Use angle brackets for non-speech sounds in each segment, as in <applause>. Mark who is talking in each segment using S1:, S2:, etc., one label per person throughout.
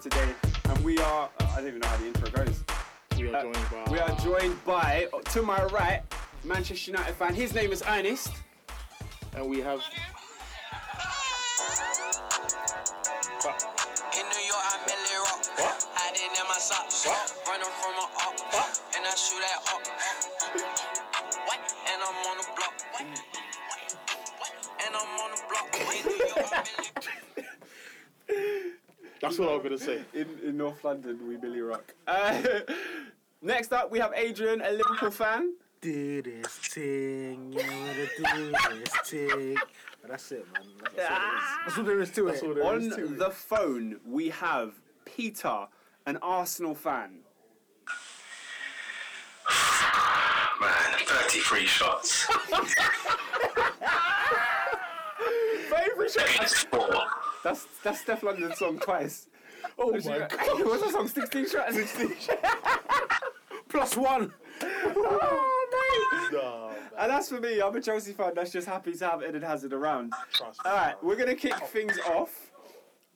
S1: today, and we are. uh, I don't even know how the intro goes.
S2: We are
S1: Uh,
S2: joined by.
S1: We are joined by, uh, to my right, Manchester United fan. His name is Ernest.
S2: and we have.
S3: In New York, I merely rock. Hiding in my socks. Running from a up. And I shoot that up. What? And I'm on the block. What? What? And I'm on the block. In New York, I merely
S2: That's what I'm gonna say.
S1: In, in North London, we Billy Rock. Uh, <laughs> next up, we have Adrian, a Liverpool fan.
S4: do this thing. You wanna do this thing. But that's it, man. That's, that's all there is. Ah! That's all there is to it.
S2: There
S1: On
S2: is two.
S1: the phone, we have Peter, an Arsenal fan.
S5: Man, 33 shots.
S1: Favourite show.
S5: Against four.
S1: That's that's Steph London's song twice. Oh my
S2: my
S1: god! <laughs> What's that song? Sixteen shots. <laughs> Sixteen
S4: Plus one.
S2: Nah,
S1: Oh, And that's for me. I'm a Chelsea fan. That's just happy to have Eden Hazard around.
S2: trust me.
S1: All right, we're gonna kick things off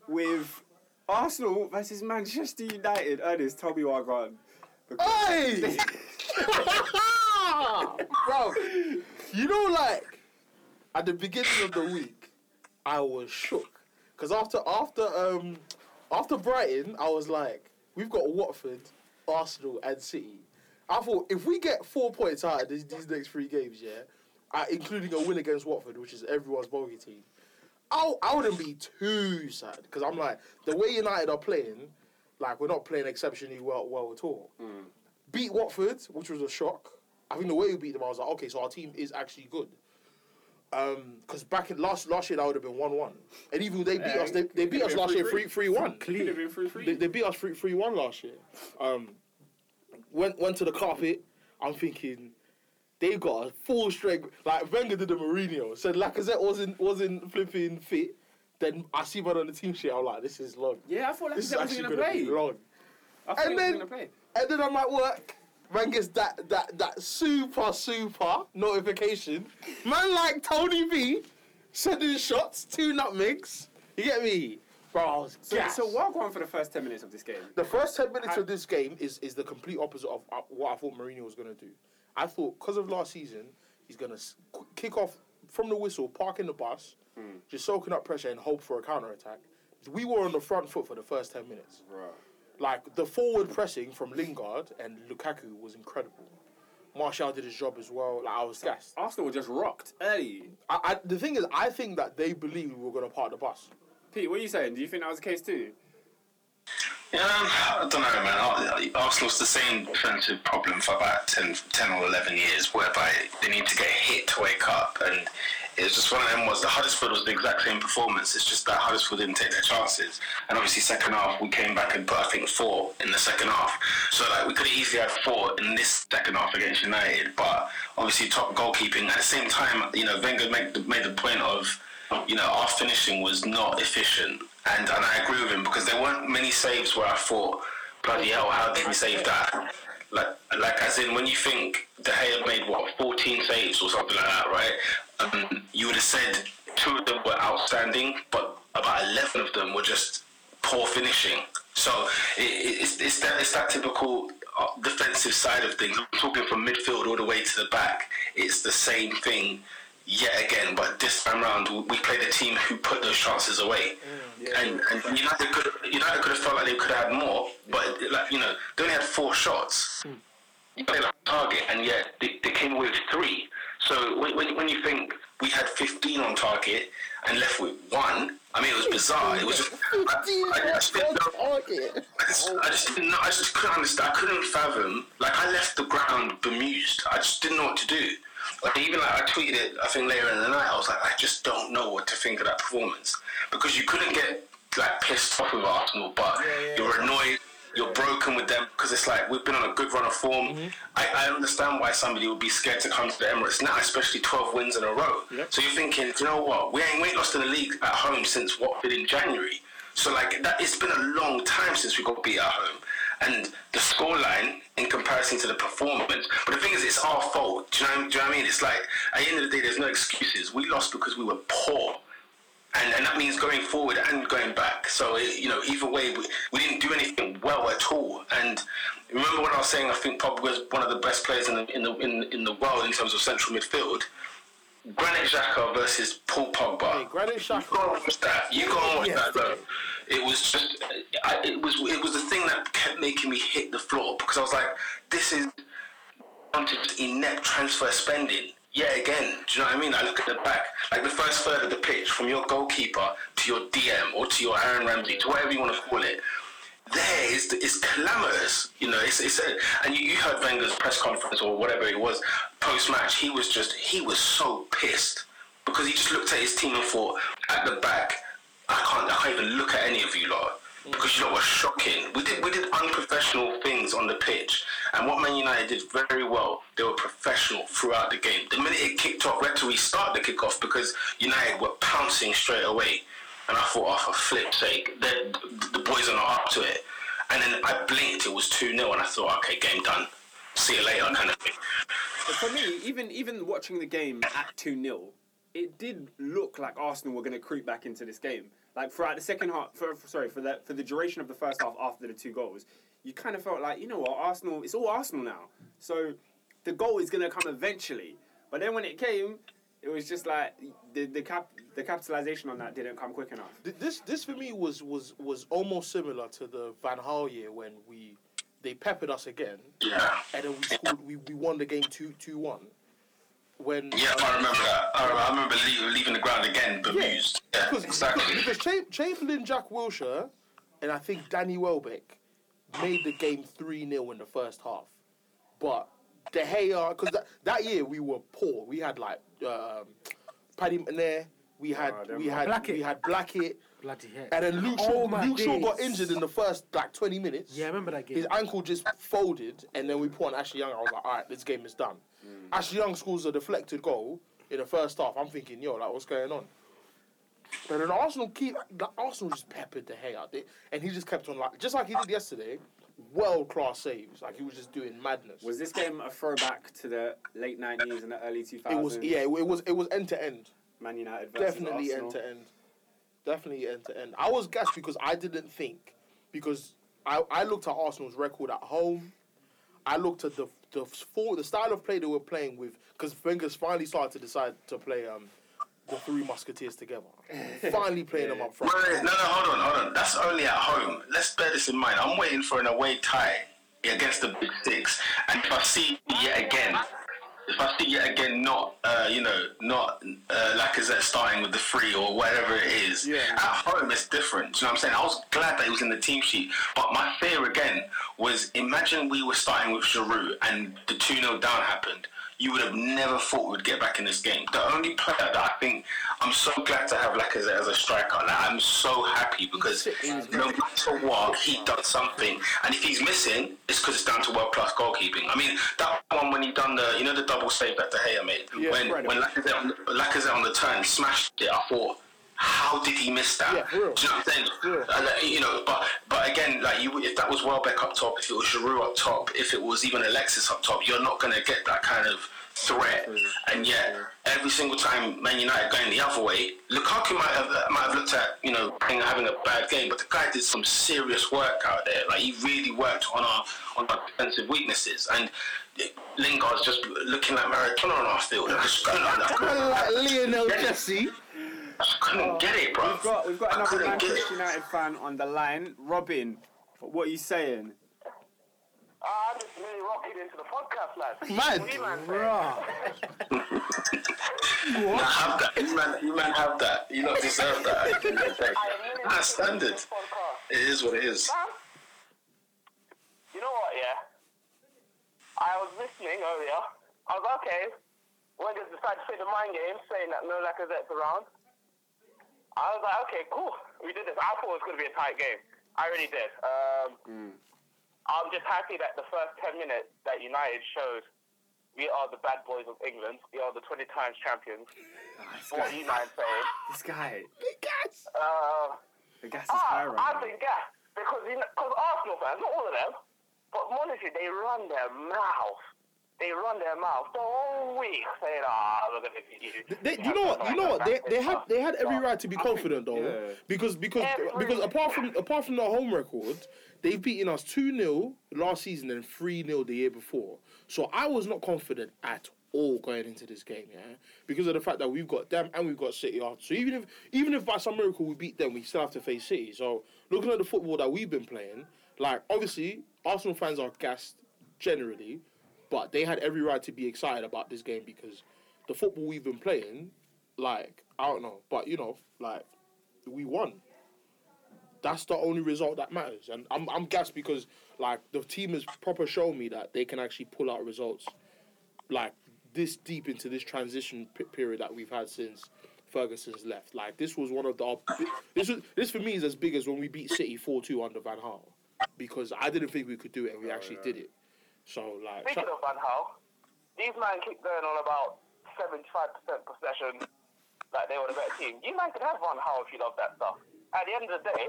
S1: with Arsenal versus Manchester United. Ernest, tell me what I got.
S4: Hey! Bro, you know, like,
S2: At the beginning of the week, I was shook because after after um after Brighton, I was like, we've got Watford, Arsenal, and City. I thought if we get four points out of these, these next three games, yeah, uh, including a win against Watford, which is everyone's bogey team, I I wouldn't be too sad because I'm like the way United are playing, like we're not playing exceptionally well well at all. Beat Watford, which was a shock. I think the way we beat them, I was like, okay, so our team is actually good. Because back in last last year, that would have been one one, and even they beat
S1: Yeah,
S2: us. They, they
S1: could
S2: beat
S1: have
S2: us
S1: been
S2: last year
S1: 3-3.
S2: three three one.
S1: Could have been free free.
S2: They, they beat us 3 3 1 last year. Um, went went to the carpet. I'm thinking they got a full strength. Like Wenger did a Mourinho. Said Lacazette wasn't wasn't flipping fit. Then I see one on the team sheet. I'm like, this is long.
S1: yeah, I thought like
S2: this is
S1: was
S2: actually
S1: gonna
S2: gonna
S1: play.
S2: be long.
S1: I thought
S2: And
S1: he was
S2: then-
S1: gonna play.
S2: And then I'm at work. Man gets that that that super super notification. Man like Tony B sending shots, two nutmegs. You get me, bro? I was
S1: So,
S2: gassed.
S1: so what going for the first ten minutes of this game?
S2: The first ten minutes of this game is is the complete opposite of uh, what I thought Mourinho was going to do. I thought because of last season, he's going to kick off from the whistle, parking the bus, just soaking up pressure and hope for a counter attack. We were on the front foot for the first ten minutes. Like the forward pressing from Lingard and Lukaku was incredible. Martial did his job as well. Like I was gassed.
S1: Arsenal were just rocked early.
S2: I, I, the thing is, I think that they believed we were going to park the bus.
S1: Pete, what are you saying? Do you think that was the case too?
S5: Yeah, Um, I don't know, man. Ar- Arsenal's the same defensive problem for about 10, 10 or 11 years, whereby they need to get hit to wake up. And it was just one of them was the Huddersfield was the exact same performance. It's just that Huddersfield didn't take their chances. And obviously, second half, we came back and put, I think, four in the second half. So, like, we could have easily had four in this second half against United. But obviously, top goalkeeping. At the same time, you know, Wenger made the, made the point of you know, our finishing was not efficient. And, and I agree with him because there weren't many saves where I thought, bloody hell, how did we save that? Like, like as in when you think De Gea made what 14 saves or something like that, right? Um, you would have said two of them were outstanding, but about 11 of them were just poor finishing. So it, it, it's, it's that it's that typical uh, defensive side of things. I'm talking from midfield all the way to the back. It's the same thing yet again, but this time round we- we played a team who put those chances away. and, and United could United could have felt like they could have had more, but like you know they only had four shots. You played like target, and yet they, they came away with three. So when, when, when you think we had 15 on target and left with one, I mean it was bizarre. It was just I, I just didn't know-
S2: Target.
S5: I just, I just didn't know. I just couldn't understand. I couldn't fathom. Like I left the ground bemused. I just didn't know what to do. Like even like I tweeted it. I think later in the night I was like, I just don't know what to think of that performance because you couldn't get like pissed off with Arsenal, but you're annoyed. You're broken with them because it's like we've been on a good run of form. I, I understand why somebody would be scared to come to the Emirates now, especially 12 wins in a row. So you're thinking, "Do you know what? We ain't, we ain't lost in the league at home since Watford in January. So like that, it's been a long time since we got beat at home, and the scoreline in comparison to the performance. But the thing is, it's our fault. Do you know? Do you know what I mean? It's like at the end of the day, there's no excuses. We lost because we were poor, and and that means going forward and going back. So it, you know, either way, we, we didn't do was saying I think Pogba was one of the best players in the in the in, in the world in terms of central midfield. Granit Xhaka versus Paul Pogba.
S2: Hey, Granit Xhaka.
S5: You go and watch that. You go and watch
S2: Yes.
S5: that, bro. It was just, I, it was it was the thing that kept making me hit the floor because I was like, this is onto inept transfer spending. Yet again, do you know what I mean? I look at the back, like the first third of the pitch, from your goalkeeper to your DM or to your Aaron Ramsey to whatever you want to call it. There is it's clamorous, you know. It's, it's a, and you, you heard Wenger's press conference or whatever it was post match. He was just he was so pissed because he just looked at his team and thought, at the back, I can't, I can't even look at any of you lot because you lot were shocking. We did, we did unprofessional things on the pitch, and what Man United did very well, they were professional throughout the game. The minute it kicked off, we had to restart the kickoff because United were pouncing straight away, and I thought, oh for flip's sake, the, the boys are not up to it. And then I blinked, it was two 0 and I thought, okay, game done. See you later, kind of thing.
S1: But for me, even even watching the game at 2 0, it did look like Arsenal were going to creep back into this game. Like throughout the second half, for, for- sorry, for the, for the duration of the first half after the two goals, you kind of felt like, you know what, Arsenal, it's all Arsenal now. So the goal is going to come eventually. But then when it came, it was just like the, the, cap, the capitalization on that didn't come quick enough.
S2: Th- This this for me was was was almost similar to the Van Hal year when we they peppered us again
S5: Yeah.
S2: and then we scored, we, we won the game 2 2 1. When
S5: Yeah, I remember that. I remember, I remember leaving, leaving the ground again bemused. Yeah,
S2: because, <laughs>
S5: exactly.
S2: because Cha- Chamberlain, Jack Wilshire, and I think Danny Welbeck made the game 3 0 in the first half. But De Gea, because that, that year we were poor. We had like um, Paddy Manair, we had
S1: Oh, them
S2: we had
S4: Blackett.
S2: we had Blackett,
S4: Bloody hell.
S2: and then Luke Shaw,
S4: Oh, my
S2: Luke Shaw got
S4: days.
S2: injured in the first like 20 minutes.
S4: Yeah, I remember that game.
S2: His ankle just folded, and then we put on Ashley Young. I was like, all right, this game is done. Ashley Young scores a deflected goal in the first half. I'm thinking, yo, like, what's going on? And then Arsenal keep, like, Arsenal just peppered the hay out there, and he just kept on like, just like he did yesterday, world class saves. Like he was just doing madness.
S1: Was this game a throwback to the late 90s and the early 2000s?
S2: it was yeah, it was it was end to end.
S1: Man United versus
S2: definitely
S1: Arsenal.
S2: end to end. Definitely end to end. I was gassed because I didn't think because I, I looked at Arsenal's record at home. I looked at the the four, the style of play they were playing with because Wenger's finally started to decide to play um the three
S1: <laughs>
S2: musketeers together. finally playing them up front.
S5: Wait, no, no, hold on, hold on. That's only at home. Let's bear this in mind. I'm waiting for an away tie against the Big Six, and if I see yet again, if I see yet again, not uh, you know, not uh, Lacazette starting with the three or whatever it is.
S2: Yeah.
S5: At home, it's different. Do you know what I'm saying? I was glad that he was in the team sheet, but my fear again was: imagine we were starting with Giroud, and the two 0 down happened. You would have never thought we'd get back in this game. The only player that I think I'm so glad to have Lacazette as a striker. Like, I'm so happy because no matter what, he does something. And if he's missing, it's because it's down to world class goalkeeping. I mean, that one when he done the, you know, the double save that De Gea made
S2: Yeah,
S5: when
S2: right.
S5: when Lacazette on, the, Lacazette on the turn smashed it. I thought, how did he miss that?
S2: Yeah, for real.
S5: Do you know what I'm saying?
S2: real.
S5: And, uh, you know, but but again, like you, if that was Welbeck up top, if it was Giroud up top, if it was even Alexis up top, you're not gonna get that kind of threat.
S1: Mm,
S5: And yet, every single time Man United going the other way, Lukaku might have uh, might have looked at you know Wenger having a bad game, but the guy did some serious work out there. Like he really worked on our on our defensive weaknesses and. Lingard's just looking like Maradona on our field. I just couldn't, I couldn't, I
S2: Lionel
S5: Messi. couldn't get it, bro.
S1: Oh, We've got we've got
S5: I
S1: another
S5: couldn't get
S1: Manchester
S5: it.
S1: United fan on the line. Robin, what are you saying?
S6: I'm just really rocking into the podcast, lads.
S2: Man,
S6: What do you man say?
S4: Bruh.
S5: You have that. You man, you man have that. You not deserve that.
S6: I am really
S5: That's
S6: rocking into
S5: standard.
S6: this podcast.
S5: It is what it is.
S6: Man, you know what, yeah? I was listening earlier. I was okay. Wenger's decided to play the mind game, saying that no Lacazette's around. I was like, okay, cool. We did this. I thought it was going to be a tight game. I really did. Um, I'm just happy that the first 10 minutes that United showed we are the bad boys of England. We are the 20 times champions.
S1: this
S6: What
S1: guy,
S6: you man saying?
S1: this guy,
S6: Uh,
S1: the gas is high
S6: Ah,
S1: right
S6: I've
S1: now.
S6: been gassed because you know, cause Arsenal fans, not all of them, but honestly, they run their mouth. They run their mouth the whole week saying, ah, look at the
S2: They, you know what? You know what? They, they had they had every right to be
S1: I think-
S2: confident though,
S1: yeah.
S2: because because
S6: Every-
S2: because apart from apart from the home record, they've beaten us two 0 last season and three 0 the year before. So I was not confident at all going into this game, yeah, because of the fact that we've got them and we've got City after. So even if even if by some miracle we beat them, we still have to face City. So looking at the football that we've been playing, like obviously Arsenal fans are gassed generally, but they had every right to be excited about this game because the football we've been playing, like, I don't know, but you know, like, we won. That's the only result that matters. And I'm, I'm gassed because, like, the team has proper shown me that they can actually pull out results, like, this deep into this transition p- period that we've had since Ferguson's left. Like, this was one of the. our bi- This, was, this for me is as big as when we beat City 4 2 under Van Gaal because I didn't think we could do it and we actually did it. So, like.
S6: Speaking of Van Gaal, these men keep going on about 75% possession, like they were the better team. You man could have Van Gaal if you love that stuff. At the end of the day,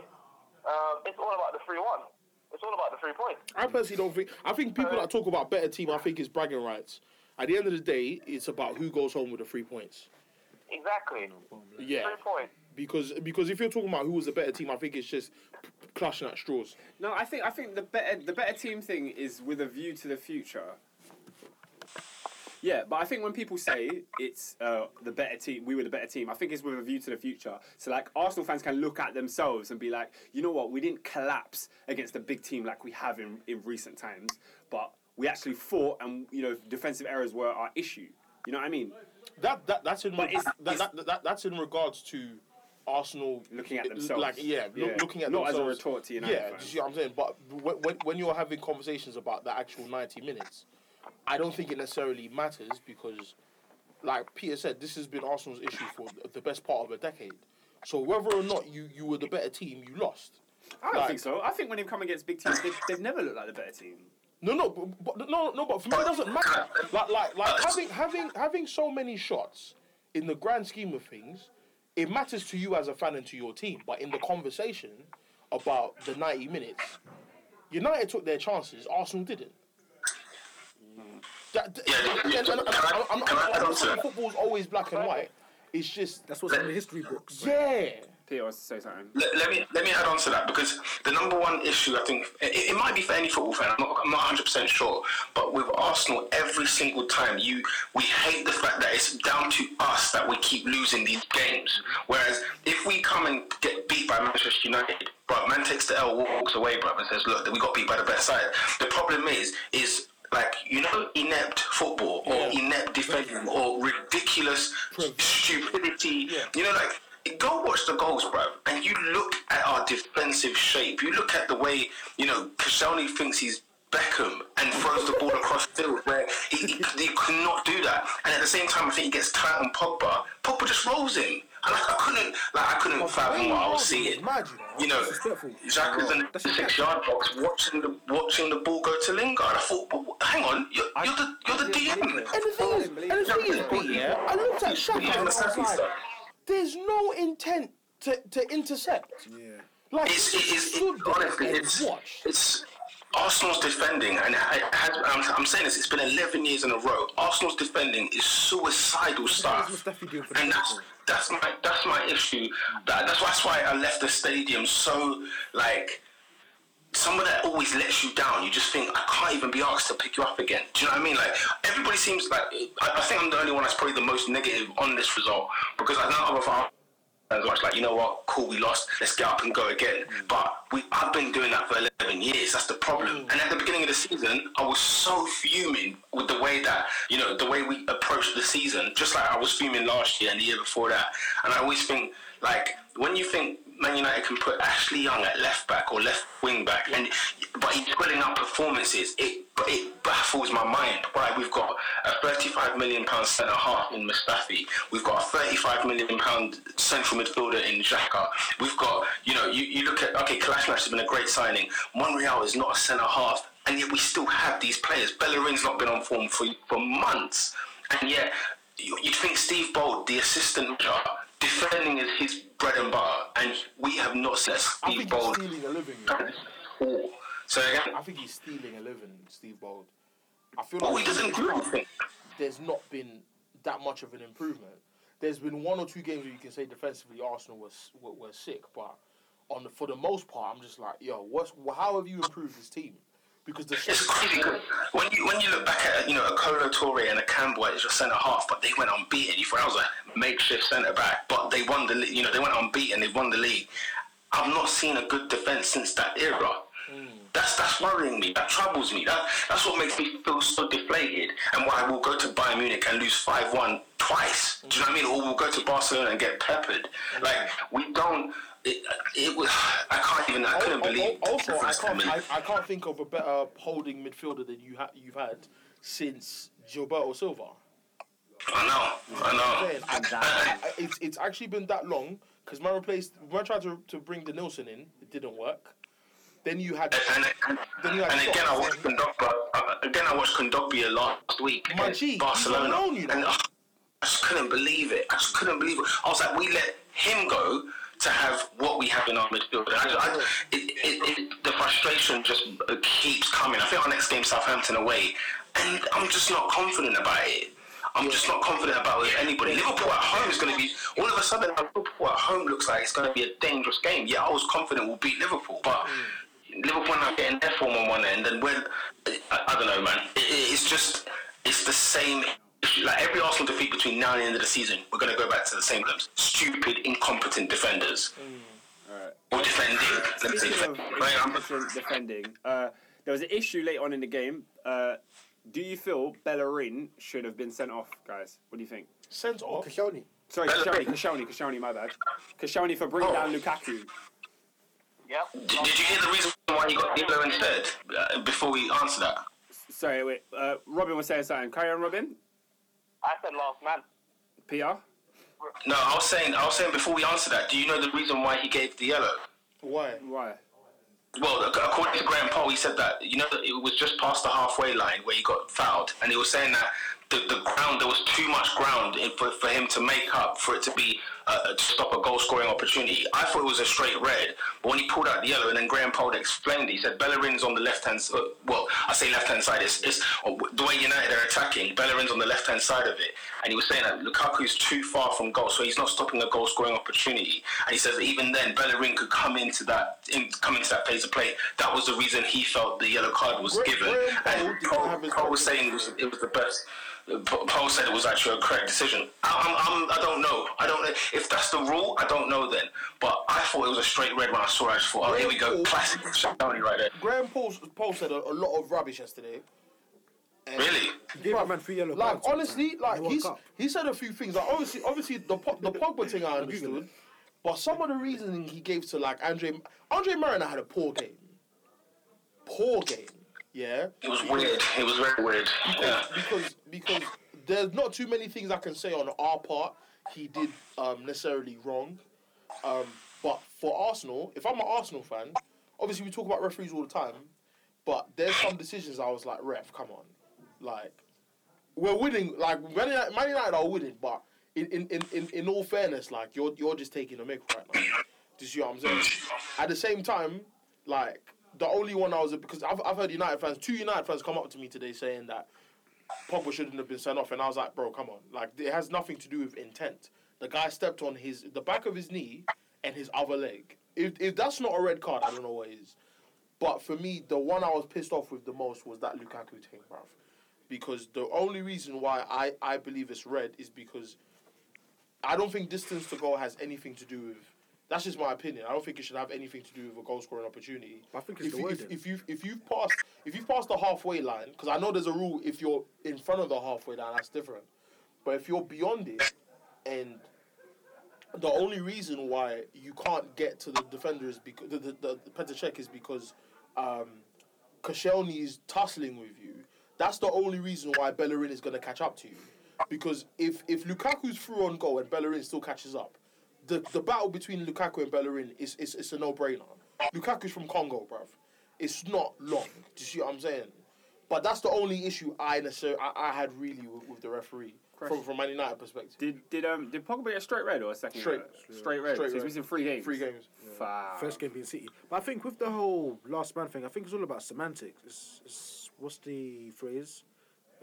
S6: um, it's all about the 3 1. It's all about the three points.
S2: I personally don't think. I think people that talk about better team, I think it's bragging rights. At the end of the day, it's about who goes home with the three points.
S6: Exactly.
S2: Yeah,
S6: Three points.
S2: because because if you're talking about who was the better team, I think it's just clutching at straws.
S1: No, I think I think the better the better team thing is with a view to the future. Yeah, but I think when people say it's uh, the better team, we were the better team. I think it's with a view to the future. So like Arsenal fans can look at themselves and be like, you know what, we didn't collapse against a big team like we have in, in recent times, but we actually fought, and you know defensive errors were our issue. You know what I mean?
S2: That that that's in my,
S1: But it's-
S2: that,
S1: it's-
S2: that, that that's in regards to Arsenal
S1: Looking at
S2: it-
S1: themselves.
S2: Like yeah, loo-
S1: Yeah.
S2: looking at
S1: Not as a
S2: themselves.
S1: retort to United
S2: Yeah,
S1: fans.
S2: you see what I'm saying. But when, when when you're having conversations about the actual 90 minutes, I don't think it necessarily matters because, like Peter said, this has been Arsenal's issue for the best part of a decade. So whether or not you you were the better team, you lost.
S1: I don't
S2: Like-
S1: think so. I think when they've come against big teams, they've, they've never looked like the better team.
S2: No, no, but, but no, no, but for me it
S5: Uh,
S2: doesn't matter. Like, like, like having having having so many shots in the grand scheme of things, it matters to you as a fan and to your team. But in the conversation about the ninety minutes, United took their chances. Arsenal didn't. That,
S5: Yeah,
S2: and-
S5: yeah,
S2: and- and- and-
S5: can I-
S2: I'm- I'm not-
S5: can I
S2: I'm
S5: add
S2: not
S5: on to
S2: saying
S5: that?
S2: football's always black and white. It's just
S4: That's what's in the history books.
S2: yeah.
S1: Peter wants to say something.
S5: let, let me let me add on to that because the number one issue I think it, it might be for any football fan. I'm not I'm not 100 percent sure, but with Arsenal, every single time you we hate the fact that it's down to us that we keep losing these games. Whereas if we come and get beat by Manchester United, but man takes the L, walks away, bruv, and says, "Look, we got beat by the best side." The problem is is. Like you know, inept football or
S2: Yeah.
S5: inept defending or ridiculous stupidity.
S2: Yeah.
S5: You know, like go watch the goals, bro, and you look at our defensive shape. You look at the way you know Koscielny thinks he's Beckham and throws the ball across field, where he, he, he could not do that. And at the same time, I think he gets tight on Pogba. Pogba just rolls him, and like, I couldn't, like I couldn't fathom what I was seeing. You know,
S4: Disrespectful.
S5: Jack is in the six-yard box watching the watching the ball go to Lingard. I thought, well, hang on, you're, you're the you're the DM.
S2: And the thing is, and the thing is, B, yeah, I looked at Shaka and
S5: Yeah,
S2: I
S5: that's
S2: was
S5: happened,
S2: like,
S5: sir.
S2: there's no intent to, to intercept.
S4: Yeah.
S2: Like,
S5: It's,
S2: he
S5: it
S2: just
S5: is
S2: stood
S5: it,
S2: there
S5: honestly,
S2: and
S5: it's,
S2: watched.
S5: it's Arsenal's defending, and I, I, I'm, I'm saying this. It's been 11 years in a row. Arsenal's defending is suicidal stuff,
S4: Mustafi doing for the
S5: and that's
S4: football?
S5: that's my that's my issue. That, that's why- that's why I left the stadium so like. Someone that always lets you down, you just think, I can't even be asked to pick you up again. Do you know what I mean? Like, everybody seems like, I, I think I'm the only one that's probably the most negative on this result because I know other fans as much like you know what cool we lost let's get up and go again but we I've been doing that for 11 years that's the problem and at the beginning of the season I was so fuming with the way that you know the way we approached the season just like I was fuming last year and the year before that and I always think like when you think Man United can put Ashley Young at left back or left wing back and but he's putting out performances it but it baffles my mind why we've got a 35 million pound centre half in Mustafi we've got a 35 million pound central midfielder in Xhaka we've got you know you, you look at okay Kalashnikov has been a great signing Monreal is not a centre half and yet we still have these players Bellerin's not been on form for, for months and yet you, you'd think Steve Bold the assistant manager, defending is his bread and butter and we have not seen a
S2: I
S5: Steve
S2: think he's
S5: Bold
S2: stealing a living. you know.
S5: at all. so again
S2: I think he's stealing a living, Steve Bold. I feel
S5: Oh,
S2: like
S5: he doesn't do anything.
S2: there's not been that much of an improvement. There's been one or two games where you can say defensively Arsenal was were, were sick, but on the, for the most part, I'm just like, yo, what's how have you improved this team? Because the
S5: It's crazy because when you when you look back at you know a Colo Torre and a Campbell as your centre half, but they went unbeaten. You thought I was a makeshift centre back, but they won the league. You know they went unbeaten. They won the league. I've not seen a good defence since that era. That's that's worrying me. That troubles me. That that's what makes me feel so deflated, and why we'll go to Bayern Munich and lose five one twice. Do you know what I mean? Or we'll go to Barcelona and get peppered. Like we don't. It, it was. I can't even. I couldn't
S2: Al- al-
S5: believe. the
S2: Also, I
S5: difference
S2: can't,
S5: in the
S2: I, I can't think of a better holding midfielder than you ha- you've had since Gilberto Silva.
S5: I know, I know.
S2: Then, and- I- it's, it's actually been that long because when I replaced when I tried to, to bring the Nilsson in, it didn't work. Then you had
S5: <laughs> And, and,
S2: Then you had
S5: and again, I
S2: Fox.
S5: watched Kondogbia. Uh, again, I watched Kondogbia last week
S2: My
S5: against
S2: G, he's
S5: Barcelona,
S2: unknown, you know.
S5: and uh, I just couldn't believe it. I just couldn't believe it. I was like, we let him go to have what we have in our midfield. And I just, I, it, it, it, the frustration just uh, keeps coming. I think our next game, Southampton away, and I'm just not confident about it. I'm just not confident about anybody. Liverpool at home is going to be all of a sudden. Liverpool at home looks like it's going to be a dangerous game. Yeah, I was confident we'll beat Liverpool, but Liverpool are getting their form on one end, and when I, I don't know, man, it, it- it's just it's the same. Like every Arsenal defeat between now and the end of the season, we're going to go back to the same clubs. Stupid, incompetent defenders. Or defending. Let me say
S1: Mm. Speaking of
S5: defending. Right, I'm-
S1: incompetent defending, uh, there was an issue late on in the game. Uh, do you feel Bellerin should have been sent off, guys? What do you think?
S2: sent off.
S4: Kashani.
S1: Sorry, Kashani, Kashani, Kashani, my bad. Kashani for bringing down Lukaku.
S6: Yep.
S5: Did, did you hear the reason why he got yellow instead? Uh, before we answer that,
S1: Sorry, wait. Uh, Robin was saying something. Carry on, Robin.
S6: I said last man.
S1: PR.
S5: no, I was saying, I was saying before we answer that. Do you know the reason why he gave the yellow?
S2: Why?
S1: Why?
S5: Well, ac- according to Graham Paul, he said that you know that it was just past the halfway line where he got fouled, and he was saying that the, the ground there was too much ground in, for, for him to make up for it to be uh, to stop a goal scoring opportunity. I thought it was a straight red, but when he pulled out the yellow, and then Graham Paul explained, it, he said Bellerin's on the left hand. Uh, well, I say left hand side. It's, it's uh, the way United are attacking. Bellerin's on the left hand side of it, and he was saying that Lukaku's too far from goal, so he's not stopping a goal scoring opportunity. And he says that even then, Bellerin could come into that in, come into that pace of play. That was the reason he felt the yellow card was
S2: Gra-
S5: given.
S2: Graham Paul
S5: and
S2: did not
S5: Paul,
S2: have his
S5: Paul was
S2: back.
S5: saying it was, it was the best. Pa- Paul said it was actually a correct decision. I, I'm, I'm, I don't know. I don't know if that's the rule. I don't know then. But I thought it was a straight red when I saw. it. I just thought, oh, here we go,
S2: Graham Paul-
S5: classic shutdown right there.
S2: Graham Paul, Paul said a, a lot of rubbish yesterday.
S5: Really?
S4: Gave a man three yellow
S2: Like
S4: cards, man.
S2: honestly, like
S4: World
S2: he's
S4: Cup.
S2: he said a few things. Like obviously, obviously the Po- the Pogba thing I understood, but some of the reasoning he gave to like Andre Andre Mariner had a poor game, poor game. Yeah,
S5: It was weird. It was very weird. Yeah.
S2: because because there's not too many things I can say on our part he did um, necessarily wrong. Um, but for Arsenal, if I'm an Arsenal fan, obviously we talk about referees all the time, but there's some decisions I was like, ref, come on, like we're winning. Like Man United, Man United are winning, but in, in, in, in, in all fairness, like you're you're just taking a mick right now. Do you see what I'm saying? At the same time, like the only one I was because I've, I've heard United fans, two United fans come up to me today saying that Pogba shouldn't have been sent off, and I was like, bro, come on, like it has nothing to do with intent. The guy stepped on his the back of his knee and his other leg. If if that's not a red card, I don't know what is. But for me, the one I was pissed off with the most was that Lukaku thing, bruv. Because the only reason why I, I believe it's red is because I don't think distance to goal has anything to do with. That's just my opinion. I don't think it should have anything to do with a goal scoring opportunity.
S4: I think it's
S2: if
S4: the
S2: you,
S4: wording.
S2: if, if you if you've passed if you've passed the halfway line, because I know there's a rule if you're in front of the halfway line, that's different. But if you're beyond it, and the only reason why you can't get to the defender is because the, the, the, the check is because um, Koscielny is tussling with you. That's the only reason why Bellerin is going to catch up to you. Because if, if Lukaku's through on goal and Bellerin still catches up, the, the battle between Lukaku and Bellerin is, is, is a no brainer. Lukaku's from Congo, bruv. It's not long. Do you see what I'm saying? But that's the only issue I necessarily, I, I had really with, with the referee from,
S1: Question.
S2: from Man United perspective.
S1: Did did um did Pogba get a straight red or a second?
S2: Straight.
S1: red? straight red.
S2: Straight
S1: so he's
S2: red.
S1: missing three games.
S2: Three games.
S1: Fuck.
S4: First game being City. But I think with the whole last man thing, I think it's all about semantics. It's, it's what's the phrase?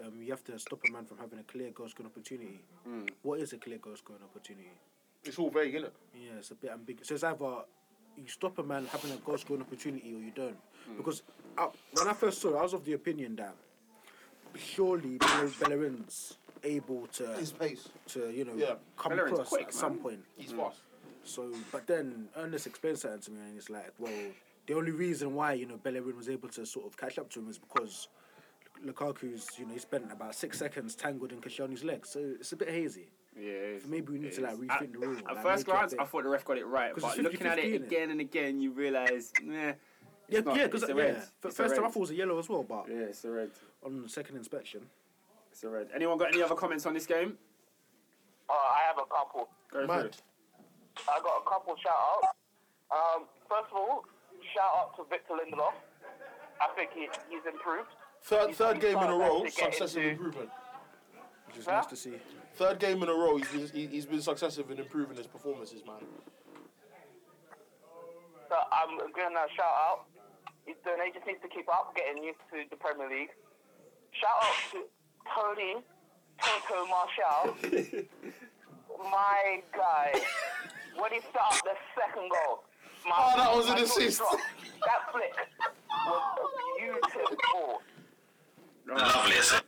S4: um, you have to stop a man from having a clear goal scoring opportunity.
S2: Hmm.
S4: What is a clear goal scoring opportunity?
S2: It's all vague, innit?
S4: Yeah, it's a bit ambiguous. So it's either you stop a man having a goal scoring opportunity or you don't.
S2: Hmm.
S4: Because I, when I first saw it, I was of the opinion that surely Bell- Bellerin's able to,
S7: His pace.
S4: to you know,
S2: Yeah.
S4: come
S1: Bellerin's
S4: across
S1: quick,
S4: at some
S1: man.
S4: point.
S2: He's fast.
S4: So, but then Ernest explained something to me, and it's like, well, the only reason why you know Bellerin was able to sort of catch up to him is because Lukaku's, you know, he spent about six seconds tangled in Kashani's legs, so it's a bit hazy.
S1: Yeah, it is.
S4: Maybe we need
S1: It
S4: to like
S1: is.
S4: rethink
S1: At-
S4: the rule.
S1: At
S4: like,
S1: first
S4: make it a
S1: glance,
S4: bit-
S1: I thought the ref got it right,
S4: 'Cause
S1: but
S4: it's
S1: looking at
S4: 50-50,
S1: it
S4: innit?
S1: again and again, you realise, nah.
S4: yeah,
S1: it's not-
S4: yeah, because
S1: it's a
S4: yeah,
S1: red.
S4: f-
S1: It's a
S4: first time I
S1: red.
S4: thought it was a yellow as well, but
S1: Yeah, it's a red.
S4: on second inspection,
S1: It's a red. Anyone got any other comments on this game?
S6: Uh, I have a couple.
S1: Go for
S2: Mad.
S1: it.
S6: I got a couple shout outs. Um, first of all, shout out to Victor Lindelof. I think he, he's improved.
S2: Third,
S6: He's-
S2: third
S6: he's
S2: game in a
S6: starting
S2: row,
S6: to get
S2: successive
S6: into-
S2: improvement.
S4: which is
S6: Huh?
S4: nice to see.
S2: Third game in a row, he's been, he- he's been successive in improving his performances, man.
S6: So I'm going to shout out. He's doing, he just needs to keep up, getting used to the Premier League. Shout out to Tony Toto Marshall.
S2: <laughs>
S6: My guy. When he set up the second goal. My,
S2: Oh, that was an
S6: my jaw
S2: assist.
S6: dropped. That flick was
S2: <laughs>
S6: beautiful.
S5: Lovely. isn't it?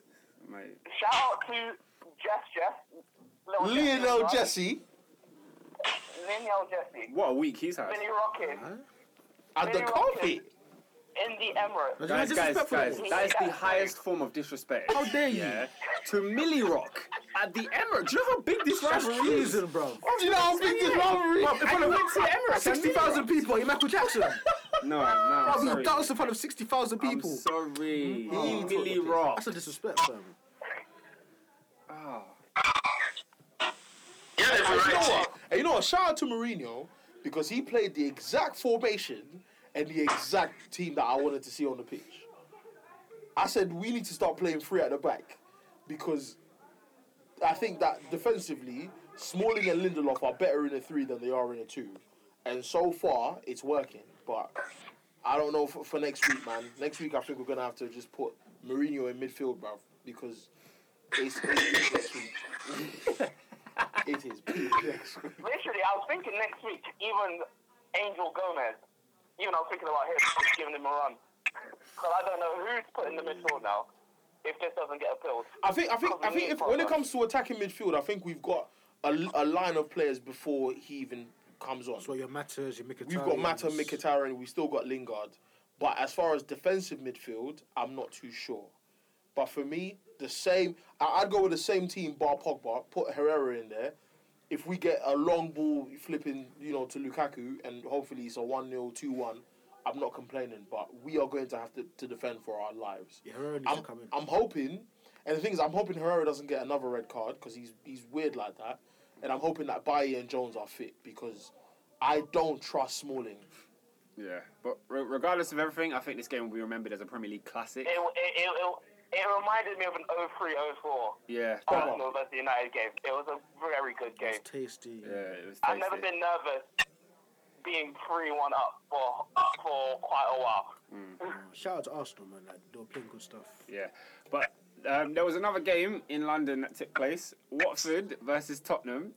S1: Ah, Mate.
S6: Shout out to Jess Jess. Little
S2: Lionel
S6: Jess.
S2: Jesse
S6: Lionel Jesse.
S1: What a week he's had.
S6: Vinny Rocket
S2: at the
S6: Lionel
S2: carpet.
S6: in the Emirates.
S1: Guys, guys,
S4: Disrespectful.
S1: guys, that is the
S6: That's
S1: highest form of disrespect.
S4: How dare you?
S1: Yeah. To Millie Rock at the Emirates. Do you know how big this
S4: That's
S1: rivalry is?
S4: treason, bro.
S2: Do you know how big this rivalry
S4: Bro, in front of
S1: went to the Emirates and
S4: 60,000 people, in Michael <laughs> Jackson.
S1: No, no, I'm
S4: Bro,
S1: sorry.
S4: that was in front of 60,000
S1: I'm
S4: people.
S1: sorry.
S4: Oh,
S1: Millie Rock.
S4: That's a disrespect, fam.
S5: Yeah, they've
S2: And you know
S5: right.
S2: what? And you know what? Shout out to Mourinho because he played the exact formation and the exact team that I wanted to see on the pitch. I said we need to start playing three at the back because I think that defensively, Smalling and Lindelof are better in a three than they are in a two, and so far it's working. But I don't know for, for next week, man. Next week I think we're gonna have to just put Mourinho in midfield, bruv, because it's, it's peak next week. It is peak next week.
S6: Literally, I was thinking next week, even Angel Gomez, even I was thinking about him just giving him a run. Because I don't know who's putting the midfield now if this doesn't get appealed.
S2: I think I think I think if, when it comes to attacking midfield, I think we've got a, a line of players before he even comes on.
S4: So your matters, your Mkhitaryan.
S2: We've got Mata Mkhitaryan, we still got Lingard. But as far as defensive midfield, I'm not too sure. But for me, the same. I- I'd go with the same team, bar Pogba. Put Herrera in there. If we get a long ball flipping, you know, to Lukaku, and hopefully it's a 1 0, 2 1, I'm not complaining. But we are going to have to, to defend for our lives.
S4: Yeah, Herrera needs
S2: I'm,
S4: to come in.
S2: I'm hoping, and the thing is, I'm hoping Herrera doesn't get another red card because he's he's weird like that, and I'm hoping that Baye and Jones are fit because I don't trust Smalling.
S1: Yeah, but re- regardless of everything, I think this game will be remembered as a Premier League classic.
S6: It, it, it, it, it reminded me of an 03 04
S1: Yeah,
S6: Arsenal versus United game. It was a very good game.
S4: It's tasty.
S1: yeah, it was.
S6: I've never
S1: tasty.
S6: been nervous being 3 1 up for, for quite a while.
S4: Shout out to Arsenal, man. Like, they were playing good stuff.
S1: Yeah, but um, there was another game in London that took place: Watford versus Tottenham,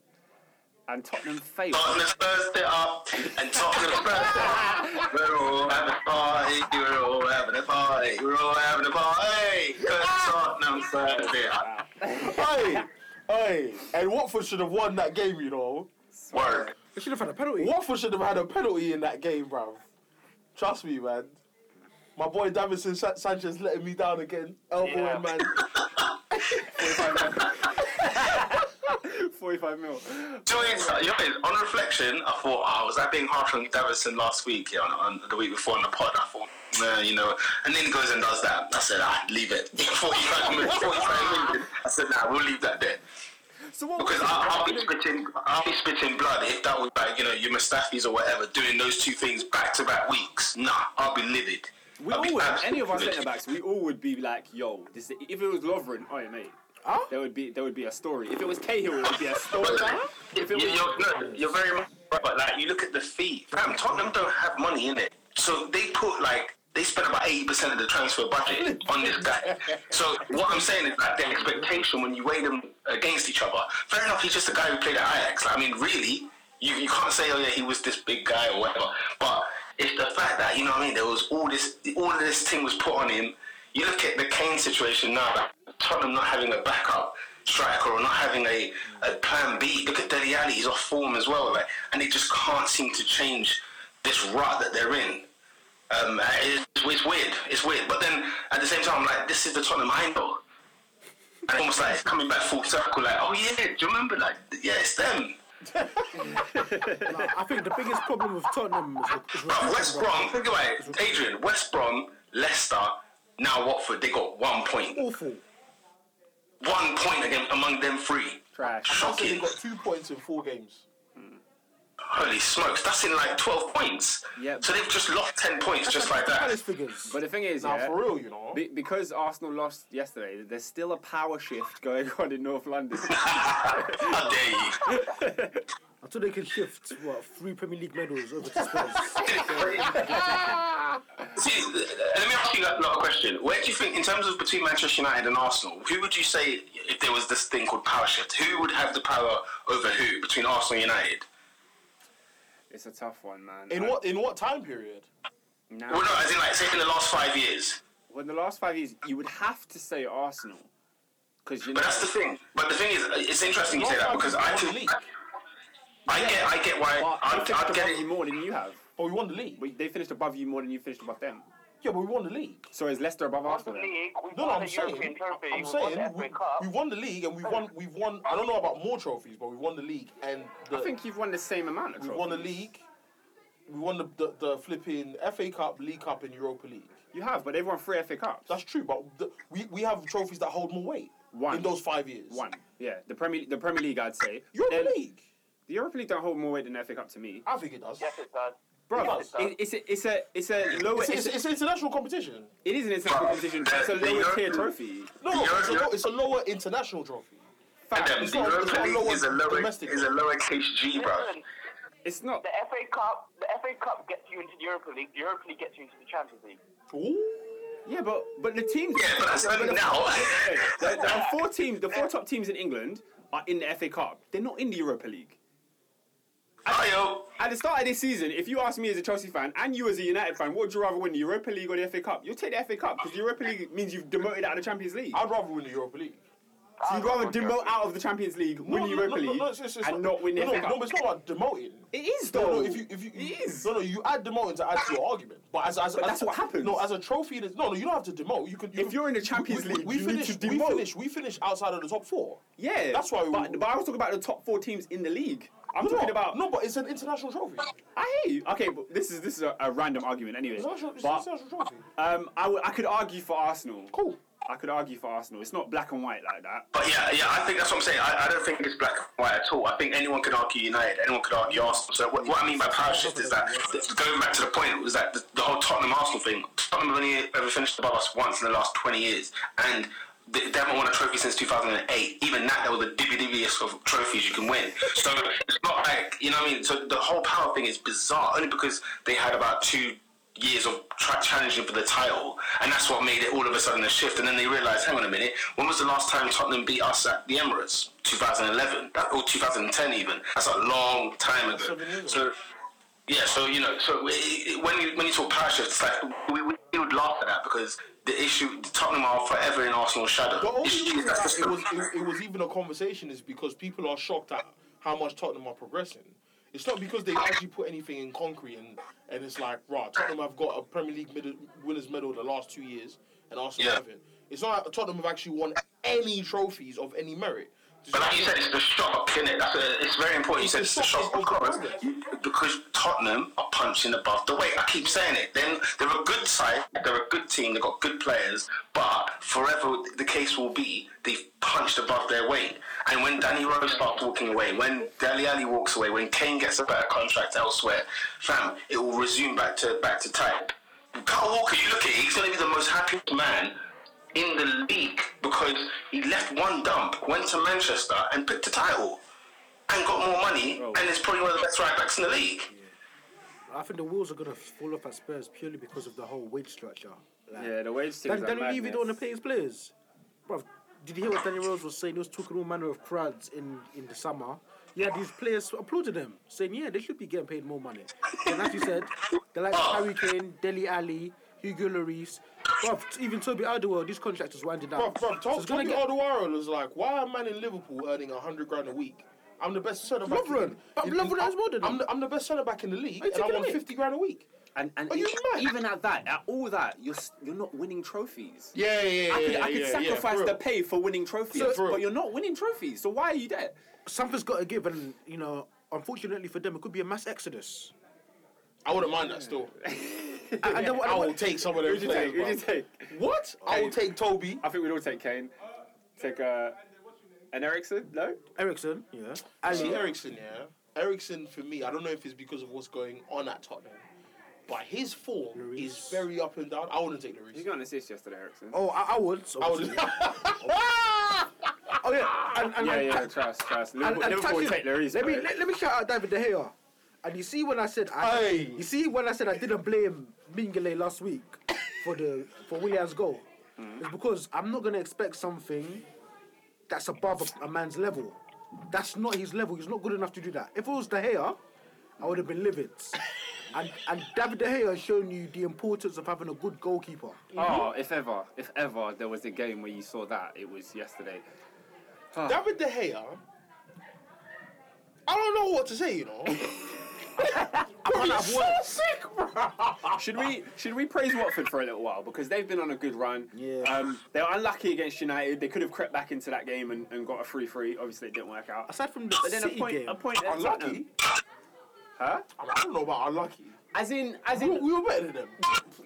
S1: and Tottenham failed. <laughs>
S5: Tottenham Thursday up and Tottenham Thursday up. We're all having a party, we're all having a party, we're all having a party. 'Cause Tottenham Thursday up.
S2: hey, hey, and Watford should have won that game, you know.
S5: Work.
S4: They should have had a penalty.
S2: Watford should have had a penalty in that game, bruv. Trust me, man. My boy Davison Sa- Sanchez letting me down again. Elbowing,
S6: Yeah.
S2: man.
S1: 45 mil.
S5: Join, you know, on reflection, I thought, oh, was I being harsh on Davison last week, yeah, on, on the week before on the pod? I thought, nah, you know, and then he goes and does that. I said, ah, leave it. <laughs> 45 minutes, 45 minutes. I said, nah, we'll leave that there.
S1: So what?
S5: Because
S1: was it?
S5: I, I'll be spitting, I'll be spitting blood if that was like you know your Mustafis or whatever doing those two things back to back weeks. Nah, I'll be livid.
S1: We
S5: I'll be
S1: all would,
S5: absolutely
S1: any of our
S5: livid.
S1: centre backs, we all would be like, yo, this if it was Lovren, oh mate.
S4: Huh?
S1: There would be there would be a story. If it was Cahill, it would be a story.
S5: But
S1: if it
S5: you,
S1: was
S5: you're, no, you're very right, but like you look at the fee, fam. Tottenham don't have money in it, so they put like they spent about eighty percent of the transfer budget
S1: <laughs>
S5: on this guy. So what I'm saying is that the expectation when you weigh them against each other, fair enough, he's just a guy who played at Ajax. Like, I mean, really, you, you can't say, oh yeah, he was this big guy or whatever. But it's the fact that you know what I mean. There was all this, all of this thing was put on him. You look at the Kane situation now. Like, Tottenham not having a backup striker or not having a, a plan B. Look at Deli Ali, he's off form as well, like, and they just can't seem to change this rut that they're in. Um, it's, it's weird. It's weird. But then at the same time, I'm like, this is the Tottenham I know. And it's almost like it's coming back full circle. Like, oh yeah, do you remember? Like, yeah, it's them.
S4: Like, I think the biggest problem with Tottenham is, is
S5: Bro, West Brom.
S4: recruitment,
S5: Think about it, Adrian. West Brom, Leicester, now Watford. They got one point.
S4: bro. Awful.
S5: One point again among them three.
S1: Trash.
S2: Newcastle
S5: Shocking.
S2: got two points in four games.
S5: Holy smokes, that's in like 12 points.
S1: Yeah.
S5: So they've just lost 10 points just like that.
S4: Palace figures.
S1: But the thing is,
S2: Now,
S1: yeah,
S2: for real, you know.
S1: be- because Arsenal lost yesterday, there's still a power shift <laughs> going on in North London.
S5: How dare you?
S4: Until they can shift what three Premier League medals over to
S5: <laughs>
S4: Spurs.
S5: See, uh, let me ask you a lot of question. Where do you think, in terms of between Manchester United and Arsenal, who would you say, if there was this thing called power shift, who would have the power over who between Arsenal and United?
S1: it's a tough one, man.
S2: In
S1: I-
S2: what in what time period?
S1: Now,
S5: Well, no, as in, like, say in the last five years.
S1: well, in the last five years, you would have to say Arsenal, because you know.
S5: But that's the thing. But the thing is, uh, it's interesting you say that because I
S2: Arsenal
S5: think.
S2: won
S5: I get, I get why.
S1: But
S5: I'd,
S1: they finished
S5: I'd get
S1: above you
S5: it.
S1: more than you have.
S2: But we won the league.
S1: But they finished above you more than you finished above them.
S2: Yeah, but we won the league.
S1: So is Leicester above
S6: Won the
S1: Arsenal? then?
S6: league, we
S2: No, no,
S6: won
S2: I'm
S6: the
S2: saying,
S6: European trophy,
S2: I'm
S6: we
S2: saying,
S6: won the
S2: we,
S6: FA Cup.
S2: we won the league and we won, we won. I don't know about more trophies, but we won the league and the,
S1: I think you've won the same amount of
S2: we
S1: trophies.
S2: won the league. We won the, the the flipping FA Cup, League Cup, and Europa League.
S1: You have, but they've won three FA Cups.
S2: That's true, but the, we we have trophies that hold more weight
S1: One.
S2: in those five years.
S1: one. Yeah, the Premier the Premier League, I'd say.
S2: Europa
S1: Then-
S2: League.
S1: The Europa League don't hold more weight than the FA Cup to me,
S2: I think it does.
S6: Yes, it does.
S1: bro.
S2: does, though.
S1: It, it's a it's a it's a lower.
S2: It's,
S1: It's, a,
S2: it's, it's an international competition.
S1: it is an international
S5: Bro,
S1: competition. It's a
S5: the- the
S1: lower tier
S5: Euro-
S1: trophy.
S2: No,
S5: Euro-
S2: it's, a,
S5: Euro-
S2: lo- it's a lower international trophy.
S1: Fact,
S5: Them,
S1: it's
S5: the
S1: not-
S5: Europa
S2: not
S5: League
S2: lower
S5: is a lower,
S2: domestic.
S5: is a lower KG, bro.
S6: Listen,
S1: It's not.
S6: the FA Cup, the FA Cup gets you into the Europa League. The Europa League gets you into the Champions League.
S2: Ooh.
S1: Yeah, but but the teams.
S5: Yeah, but that's only now.
S1: Hey,
S5: <laughs>
S1: there, there are four teams. The four top teams in England are in the FA Cup. They're not in the Europa League.
S5: Hi, yo.
S1: At the start of this season, if you ask me as a Chelsea fan and you as a United fan, what would you rather win, the Europa League or the FA Cup? You'll take the FA Cup because the Europa League means you've demoted out of the Champions League.
S2: I'd rather win the Europa League.
S1: So you'd rather demote out of the Champions League, win the Europa League,
S2: it's- it's- it's
S1: and not win the
S2: no,
S1: FA
S2: no,
S1: Cup.
S2: No, but it's not about demoting.
S1: It is
S2: No,
S1: though.
S2: no, if you, if you,
S1: it is.
S2: No, no, you add demoting to add to your argument. But as, as,
S1: But
S2: as
S1: that's what happens.
S2: No, as a trophy, it is- no, no, you don't have to demote. You can. You
S1: If
S2: can-
S1: you're in the Champions
S2: we, we,
S1: League,
S2: we
S1: you need
S2: finish.
S1: to
S2: we
S1: demote.
S2: finish. We finish outside of the top four.
S1: yeah,
S2: that's why we-
S1: But, but I was talking about the top four teams in the league. I'm
S2: No,
S1: talking
S2: no,
S1: about.
S2: no, but it's an international trophy.
S1: I hear you. Okay, but this is this is a, a random argument anyway.
S2: It's an international, it's an
S1: But
S2: international trophy.
S1: um, I, w- I could argue for Arsenal.
S2: Cool.
S1: I could argue for Arsenal. It's not black and white like that.
S5: But yeah, yeah, I think that's what I'm saying. I, I don't think it's black and white at all. I think anyone could argue United, anyone could argue Arsenal. So what, what I mean by power shift is that going back to the point was that the, the whole Tottenham Arsenal thing. Tottenham have only ever finished above us once in the last 20 years, and they, they haven't won a trophy since 2008. Even that, they were the divvy divviest of trophies you can win. So it's not like you know what I mean. So the whole power thing is bizarre, only because they had about two years of tra- challenging for the title, and that's what made it all of a sudden a shift. And then they realised, hang on a minute, when was the last time Tottenham beat us at the Emirates? 2011, that, or 2010 even. That's a long time ago.
S2: Seven years
S5: So, yeah, so you know, so it, it, when you when you talk power shift, it's like we, we would laugh at that because the issue, Tottenham are forever in Arsenal's shadow.
S2: The only
S5: It's-
S2: reason
S5: that's
S2: that
S5: just
S2: it
S5: the-
S2: was it, it was even a conversation is because people are shocked at how much Tottenham are progressing. It's not because they actually put anything in concrete and, and it's like, right, Tottenham have got a Premier League medal, winners medal the last two years and Arsenal
S5: Yeah.
S2: haven't. It's not like Tottenham have actually won any trophies of any merit.
S5: But like you said, it's the shock, isn't it? That's a, it's very important. You said it's the shock because, because Tottenham are punching above the weight. I keep saying it. Then they're a good side, they're a good team, they've got good players, but forever the case will be they've punched above their weight. And when Danny Rose starts walking away, when Deli Ali walks away, when Kane gets a better contract elsewhere, fam, it will resume back to back to type. Carl Walker, you look at it, he's going to be the most happiest man in the league because he left one dump, went to Manchester and picked a title and got more money and is probably one of the best right backs in the league.
S4: I think the wheels are gonna fall off at Spurs purely because of the whole wage structure. Like,
S1: Yeah, the wage thing.
S4: Dan, Daniel Levy don't want to pay his players. Bruv, did you hear what Daniel Rose was saying? He was talking all manner of crads in, in the summer. Yeah, these players applauded him, saying, yeah, they should be getting paid more money. And as you said, the likes of Harry Kane, Deli Ali, Hugo Lloris, bruv, t- even Toby Alderweireld, these contracts is winding down.
S2: Bro, bro,
S4: So
S2: Toby
S4: it's gonna get-
S2: Alderweireld was like, why am I in Liverpool earning hundred grand a week? I'm the best centre back.
S4: Lovren.
S2: in-
S4: But
S2: in-
S4: Lovren has more than
S2: I'm
S4: him.
S2: the, I'm the best centre back in the league,
S4: Are
S2: and
S4: you
S2: I
S4: taking
S2: want
S4: a mick?
S2: fifty grand a week.
S1: And, and
S2: Are you
S1: e-
S2: mad?
S1: even at that, at all that, you're s- you're not winning trophies.
S2: Yeah, yeah, yeah.
S1: I could,
S2: yeah,
S1: I could
S2: yeah,
S1: sacrifice
S2: yeah,
S1: the pay for winning trophies,
S2: So- For real.
S1: but you're not winning trophies. So why are you there?
S4: something's got to give, and, you know, unfortunately for them, it could be a mass exodus.
S2: I wouldn't mind that
S4: <laughs>
S2: still.
S4: And- and then what-
S2: I will take some of
S1: Who
S2: those
S1: would you take?
S2: players.
S1: Who would you
S2: bro.
S1: take?
S2: What? I will take Toby.
S1: I think we'd all take Kane. Take uh, an Ericsson? No?
S4: Ericsson, yeah.
S2: See
S4: Ali,
S2: Ericsson, yeah. Ericsson for me, I don't know if it's because of what's going on at Tottenham, but his form is
S4: Lloris.
S2: very up and down. I wouldn't take
S1: You
S2: Lloris.
S1: got an assist yesterday, Ericsson.
S4: oh, I, I would.
S2: I would.
S4: obviously. oh, yeah. And, and,
S1: yeah,
S4: and-
S1: yeah, trust, trust.
S4: And,
S1: Liverpool,
S4: and
S1: Liverpool would
S4: touching-
S1: take Lloris.
S4: let me
S1: but-
S4: let, let me shout out David De Gea. And you see when I said I,
S2: Aye.
S4: you see when I said I didn't blame Mingele last week for the for Willian's goal. It's because I'm not gonna expect something that's above a, a man's level. That's not his level. He's not good enough to do that. If it was De Gea, I would have been livid. <laughs> and and David De Gea has shown you the importance of having a good goalkeeper.
S1: Oh, if ever, if ever there was a game where you saw that, it was yesterday.
S2: <laughs> David De Gea. I don't know what to say,
S1: <laughs>
S2: you know. Bro, you're so sick, bro.
S1: Should we should we praise Watford for a little while because they've been on a good run.
S4: Yeah.
S1: Um, they were unlucky against United. They could have crept back into that game and, and got a free free. Obviously, it didn't work out.
S4: Aside from the
S1: But then a
S4: City
S1: point,
S4: game,
S1: a point. at
S2: Unlucky.
S1: Tottenham. Huh?
S2: I, mean, I don't know about unlucky.
S1: As in, as
S2: We,
S1: in,
S2: we were better than them.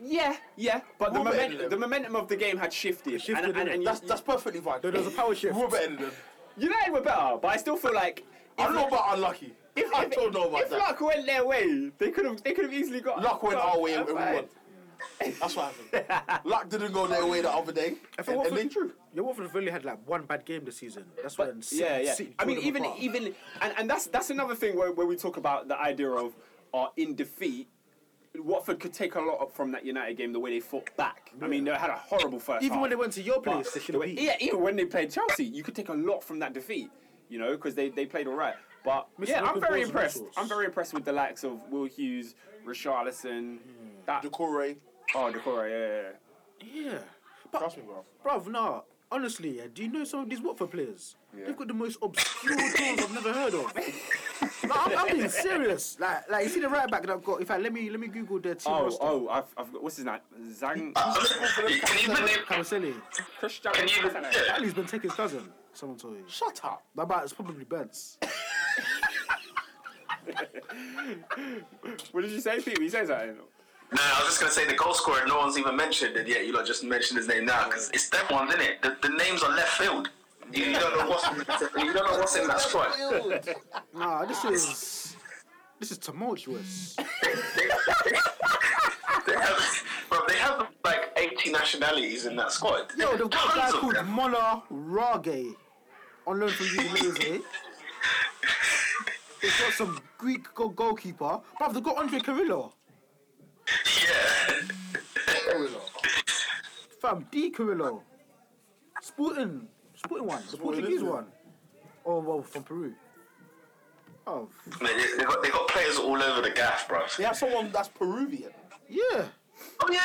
S1: yeah, yeah. But the
S2: We're better
S1: momentum,
S2: than
S1: the
S2: them.
S1: momentum of the game had shifted. and-
S4: shifted,
S1: and,
S4: innit?
S1: and you-
S2: That's that's perfectly fine.
S4: there was a power shift.
S2: We were better than them.
S1: United were better, but I still feel like
S2: I don't know about unlucky. I don't know about
S1: if
S2: that.
S1: luck went their way, they could have they could have easily got
S2: Luck went
S1: got
S2: our way and we
S1: five.
S2: won. That's what
S1: <laughs>
S2: happened. Luck didn't go their way the other day, and,
S4: think
S2: and
S4: Watford-
S2: they drew.
S4: Yeah, Watford have really had like one bad game this season. That's
S1: But
S4: when City,
S1: yeah, yeah.
S4: City
S1: I mean,
S4: pulled them
S1: even
S4: apart.
S1: even and, and that's that's another thing where, where we talk about the idea of uh, in defeat. Watford could take a lot up from that United game the way they fought back. I mean, they had a horrible first
S4: Even
S1: half.
S4: when they went to your
S1: But
S4: place, they should have
S1: the way-
S4: beat.
S1: Yeah, even when they played Chelsea, you could take a lot from that defeat, you know, because they, they played all right. But
S4: Missing
S1: yeah, I'm
S4: open
S1: very
S4: balls and all
S1: impressed.
S4: sorts.
S1: I'm very impressed with the likes of Will Hughes, Richarlison,
S4: Hmm.
S1: that
S2: Decore,
S1: oh, Decore, yeah, yeah, yeah.
S4: Yeah.
S2: trust me, bro.
S4: Bruv, nah. Honestly, yeah, do you know some of these Watford players? They've got the most obscure <laughs> goals I've never heard of. no, I'm,
S2: <laughs>
S4: I'm being serious. Like, like you see the right back that I've got. In fact, let me let me Google their team
S1: Oh,
S4: roster.
S1: oh, I've, I've got what's his name? Zang
S5: Can you believe?
S4: Caroselli.
S1: Christian.
S5: Can you believe? it?
S4: Ali's been taking his cousin. Someone told you.
S2: Shut up.
S4: That bat is probably Benz.
S1: What did you say, Pete? You say something.
S5: No, I was just gonna say the goal scorer. No one's even mentioned it yet. You lot just mentioned his name now because it's them ones, isn't it? The, the names are left field. You, you don't know what's you don't know what's in that squad.
S4: Nah, this is this is tumultuous.
S5: They have, bro, they have like 80 nationalities in that squad.
S4: Yo, they've got a guy
S5: Tons of
S4: called
S5: them.
S4: Mola Rage on loan from Udinese. they've got some Greek go- goalkeeper. Bruv, they've got Andre Carrillo.
S5: <laughs> Yeah.
S4: Fam, D Carrillo. Sporting. Sporting one. The Portuguese
S2: Lisbon.
S4: one. Oh, well, from Peru. Oh, f-
S5: They, they, got, they got players all over the gaff, bro.
S2: They have someone that's Peruvian.
S4: yeah.
S5: Oh yeah.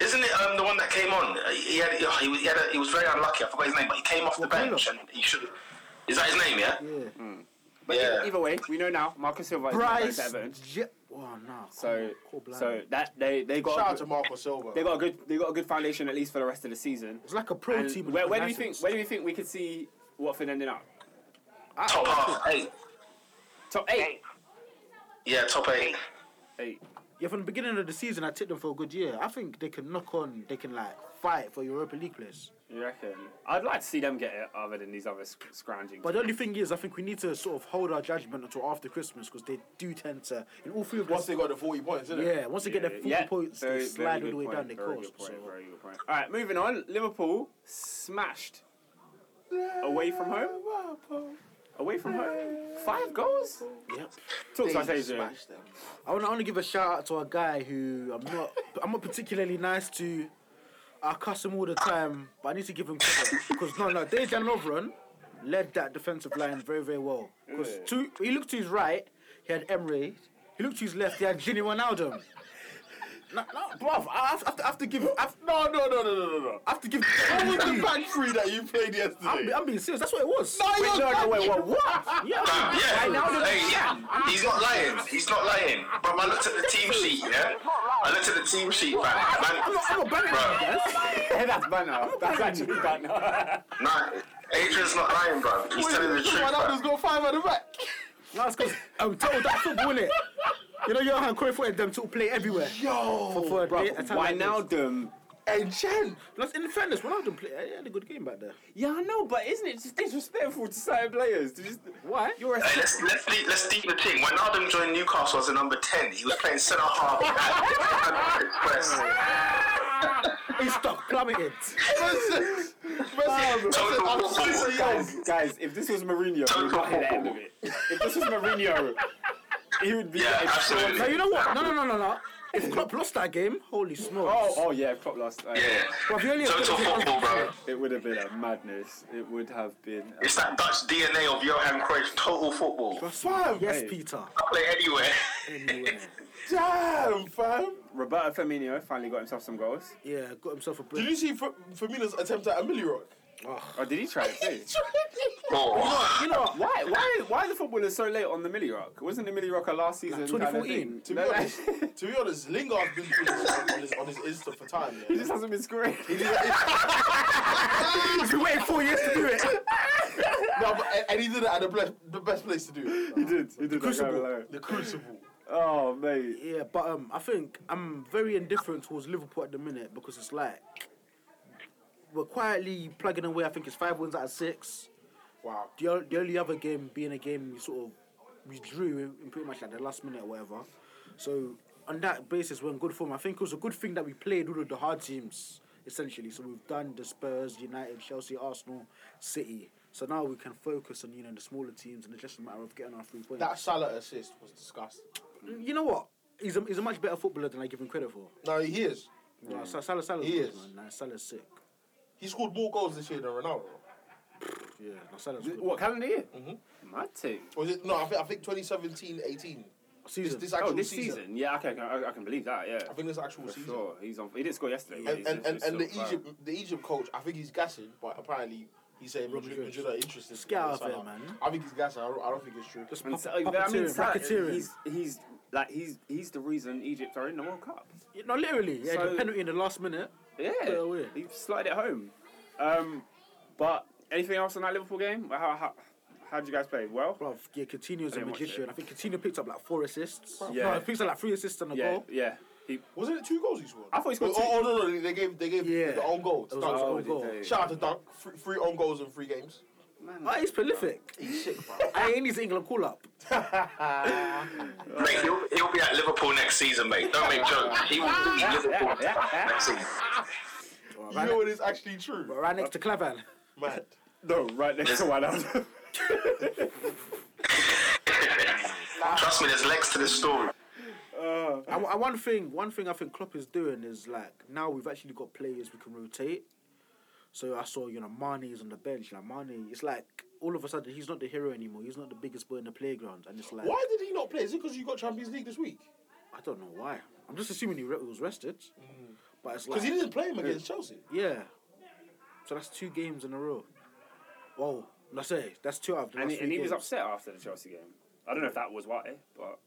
S5: Isn't it um, the one that came on? Uh, He had, he was, he, had a, he was very unlucky. I forgot his name, but he came off the
S4: Wakula.
S5: bench and he should. Is that his name? Yeah.
S4: Yeah.
S5: But yeah.
S1: e-, Either way, we know now Marcus Silva is not going
S4: Bryce.
S1: to Everton.
S4: Je- oh, nah.
S1: So,
S4: Cool blind.
S1: so that they they
S2: Shout
S1: got
S2: out
S1: a
S2: to
S1: good,
S2: Marco Silva.
S1: they got a good they got a good foundation at least for the rest of the season.
S4: it's like a pro
S1: And
S4: team. with
S1: where,
S4: good
S1: where do you think
S4: assets.
S1: where do you think we could see Watford ending up?
S5: top half eight.
S1: Top eight.
S6: Eight.
S5: Yeah, top eight.
S1: Eight.
S4: Yeah, from the beginning of the season, I tipped them for a good year. I think they can knock on, they can like fight for Europa League place.
S1: You reckon? I'd like to see them get it other than these other sc- scrounging.
S4: But the only thing is, I think we need to sort of hold our judgment until after Christmas because they do tend to, in all three of
S2: Once
S4: us,
S2: they got the 40 points, didn't it?
S4: yeah, once they get their 40
S1: Yeah,
S4: points,
S1: very-
S4: they
S1: very
S4: slide all
S1: good
S4: the way
S1: point,
S4: down the
S1: very
S4: coast.
S1: good point,
S4: so-
S1: very good point. All right, moving on. Liverpool smashed away from home. away from home. Five goals.
S4: Yep.
S1: Talk to us,
S2: They
S1: Adrian.
S2: smashed them.
S4: I want to only give a shout out to a guy who I'm not I'm not particularly nice to. I cuss him all the time, but I need to give him credit because no, no, Dejan Lovren led that defensive line very, very well. Because two, he looked to his right, he had Emery. He looked to his left, he had Ginny Wijnaldum. No, no, bruv, I have, I have to, I have to give, I have,
S2: No, no, no, no, no, no, no.
S4: I have
S2: <laughs>
S4: to give.
S2: That was the back three that you played
S4: I'm,
S2: yesterday.
S4: be- I'm being serious. That's what it was.
S2: No,
S4: wait,
S2: you're
S4: no, no,
S2: not.
S4: wait,
S2: <laughs>
S4: what? What? Yeah,
S5: Fam, yeah.
S4: Wijnaldum-
S5: Hey, yeah. He's not lying. He's not lying. But I looked at the team sheet, yeah? I looked at the team sheet, man.
S4: I'm
S5: man
S4: not, I'm not banging on you
S1: <laughs>
S4: guys.
S1: That's banner. That's actually banner.
S5: nah, Adrian's not lying, bro. He's telling the truth,
S2: Ronaldo's
S5: bro.
S2: got five at the back.
S4: No, it's because um, total that football, innit? You know, Johan Cruyff wanted them to play everywhere.
S2: Yo,
S4: For a
S1: Bro,
S4: day- a time like this.
S1: Wijnaldum.
S2: and Chen.
S4: Plus, in fairness, Ronaldo played. He had a good game back there.
S1: Yeah, I know, but isn't it just disrespectful to certain players? To just
S4: Why?
S1: you're a
S5: Hey, let's let's leave, let's deep the thing. When Adam joined Newcastle as a number ten, he was playing centre half at
S4: <laughs>
S5: Express.
S4: He's stuck plummeted.
S2: Versus, versus, I'm so young.
S1: guys, guys, if this was Mourinho, he would
S5: Total
S1: not hit the end of it. If this was Mourinho, he would be.
S5: Yeah,
S1: like,
S5: absolutely.
S4: Now you know what? No, no, no, no, no. If Klopp lost that game, holy smokes!
S1: Oh, oh yeah, Klopp lost. Uh,
S5: Yeah.
S4: Bruv, you only have
S5: Total
S4: to look at
S5: football, bro.
S1: It would have been a madness. It would have been. uh,
S5: It's that Dutch DNA of Johan Cruyff. Total football.
S2: Fam,
S4: Yes,
S1: Hey.
S4: Peter.
S5: Play anywhere.
S4: Anyway,
S2: damn, fam.
S1: Roberto Firmino finally got himself some goals.
S4: yeah, got himself a
S2: Did
S4: break.
S2: you see Fer- Firmino's attempt at a milli rock?
S1: Or did <laughs> he try it too?
S5: Oh.
S1: you know why? Why? Why are the footballers so late on the Millie Rock? Wasn't the Millie Rock a last season? kind of
S4: 2014.
S1: thing?
S2: To be
S1: No, no.
S2: honest, to be honest, Lingard's been doing this on his, on his Insta for time.
S1: <laughs> he
S4: <laughs>
S2: Yeah.
S1: just hasn't been scoring.
S4: He's been waiting four years to do it.
S2: no, but, and- and he did it at the best, the best place to do it.
S1: he did. He did.
S4: Crucible.
S1: That
S2: The Crucible.
S1: oh mate.
S4: Yeah, but um, I think I'm very indifferent towards Liverpool at the minute because it's like we're quietly plugging away. I think it's five wins out of six.
S2: Wow.
S4: The, o- the only other game being a game we sort of we drew in, in pretty much like the last minute or whatever. So on that basis, we're in good form. I think it was a good thing that we played all of the hard teams essentially. So we've done the Spurs, United, Chelsea, Arsenal, City. So now we can focus on you know the smaller teams, and it's just a matter of getting our three points.
S2: That Salah assist was disgusting.
S4: you know what? He's a, he's a much better footballer than I give him credit for.
S2: No, he is.
S4: No, Sa- Salah, Salah's
S2: He
S4: good,
S2: is.
S4: man. Nah, Salah's sick.
S2: He scored more goals this year than Ronaldo.
S4: Yeah, no, Salah's
S1: Th-
S4: good.
S1: What calendar year? Mm-hmm. Mad team.
S2: Was it? No, I think, I think 2017, 18. This,
S4: Season.
S2: this
S1: Oh,
S2: actual
S1: this season. Yeah, okay, I can, I, I can believe that. Yeah,
S2: I think this actual
S1: for
S2: season.
S1: sure. He's on. He didn't score yesterday. but
S2: And,
S1: he's-
S2: and, and,
S1: he's
S2: and the
S1: still fine.
S2: Egypt the Egypt coach, I think he's gassing, but apparently he's saying Madrid,
S4: Madrid.
S2: Madrid are interested.
S4: Just get out
S2: in
S4: of
S2: Salah.
S4: here, man.
S2: I think he's gassing. I don't, I don't think it's true.
S4: Just
S1: And
S4: pop-
S1: so, I mean,
S4: oh, puppeteering,
S1: Salah,
S4: racketeering.
S1: he's he's like he's he's the reason Egypt are in the World Cup.
S4: You know, literally, yeah,
S1: So-
S4: the penalty in the last minute.
S1: Yeah,
S4: Put it away.
S1: he slotted it home. Um, but anything else on that Liverpool game? Well, How how how did you guys play? Well,
S4: Bruv, yeah, Coutinho's a
S1: didn't watch
S4: magician. I think Coutinho picked up like four assists.
S1: Yeah.
S4: No, he picked up like three assists and a
S1: yeah,
S4: goal.
S1: yeah. He,
S2: Wasn't it two goals he scored?
S1: I thought he scored
S2: oh, Oh, no, no, they gave they gave
S4: Yeah.
S2: the own goal.
S4: It was his
S1: Oh,
S4: own
S1: did
S4: goal.
S1: they?
S2: Shout out to Dunk. Three, three own goals in three games.
S1: man,
S4: Oh, he's prolific.
S2: He's sick, bro.
S4: I ain't his England call up.
S5: Mate, he'll, he'll be at Liverpool next season, mate. Don't make jokes. He will be at Liverpool next season. <laughs>
S2: you know what is actually true?
S4: Right next to Clavan.
S2: Mad.
S1: no, right next to one
S2: <laughs>
S1: out.
S5: Trust me, there's legs to this story.
S4: And, and one thing, one thing I think Klopp is doing is like now we've actually got players we can rotate. So I saw you know Mane is on the bench. Like Mane, it's like all of a sudden he's not the hero anymore. He's not the biggest boy in the playground, and it's like
S2: Why did he not play? Is it because you got Champions League this week?
S4: I don't know why. I'm just assuming he re- was rested, but it's like
S2: Because he didn't play him against Chelsea.
S4: yeah. So that's two games in a row. Oh, I say that's two out of the
S1: and
S4: last
S1: he,
S4: three
S1: and he was
S4: games.
S1: upset after the Chelsea game. I don't know if that was why, but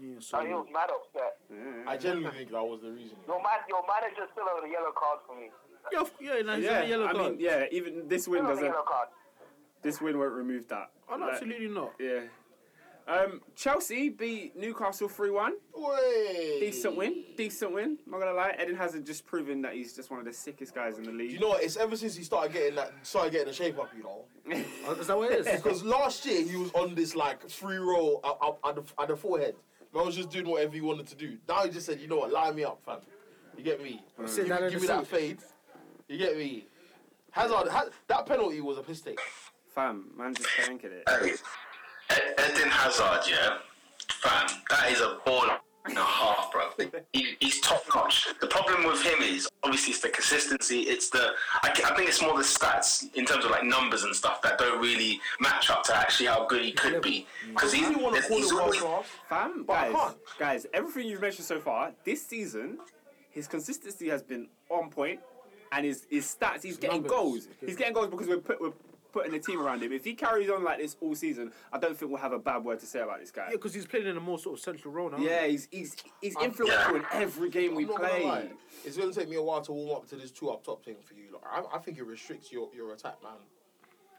S4: Yeah,
S6: Oh, he was
S4: so
S6: mad upset.
S2: I genuinely think that was the reason.
S6: Your man, your manager's still on the yellow card for me.
S4: yeah, of- yeah, no, he's
S1: yeah,
S4: on a yellow
S1: I
S4: card.
S1: mean, yeah. Even this win
S6: Still on the
S1: doesn't.
S6: yellow card.
S1: This win won't remove that.
S4: Oh, no,
S1: Like, <laughs>
S4: absolutely not.
S1: Yeah. Um, Chelsea beat Newcastle 3 1.
S2: Way.
S1: Decent win. Decent win. Not gonna lie. Eden Hazard just proven that he's just one of the sickest guys in the league.
S2: You know, what? it's ever since he started getting that, started getting a shape up. You know,
S4: Oh, Is that what it is?
S2: because last year he was on this like free roll up, up at, the, at the forehead. Man was just doing whatever he wanted to do. Now he just said, you know what, line me up, fam. You get me?
S4: Sit down in
S2: Give
S4: the
S2: me that
S4: seat.
S2: fade. You get me? Hazard, ha- that penalty was a piss take.
S1: Fam, man just can't get it.
S5: Hey, Ed- Eden Hazard, yeah, fam, that is a baller and a half, bro. He, he's top notch. The problem with him is obviously it's the consistency. It's the I, ca- I think it's more the stats in terms of like numbers and stuff that don't really match up to actually how good he could be because he's,
S2: I really want to call
S5: he's
S2: it world
S5: always
S2: class.
S1: Fam,
S2: But I
S1: guys,
S2: can't.
S1: guys, everything you've mentioned so far this season, his consistency has been on point, and his his stats, he's getting
S4: numbers.
S1: goals. He's getting goals because we're put, we're putting a team around him. If he carries on like this all season, I don't think we'll have a bad word to say about this guy.
S4: Yeah, because he's playing in a more sort of central role now.
S1: Yeah, he's he's he's influential in every game we
S2: I'm not gonna
S1: play.
S2: lie. It's going to take me a while to warm up to this two up top thing for you. Like, I, I think it restricts your, your attack, man.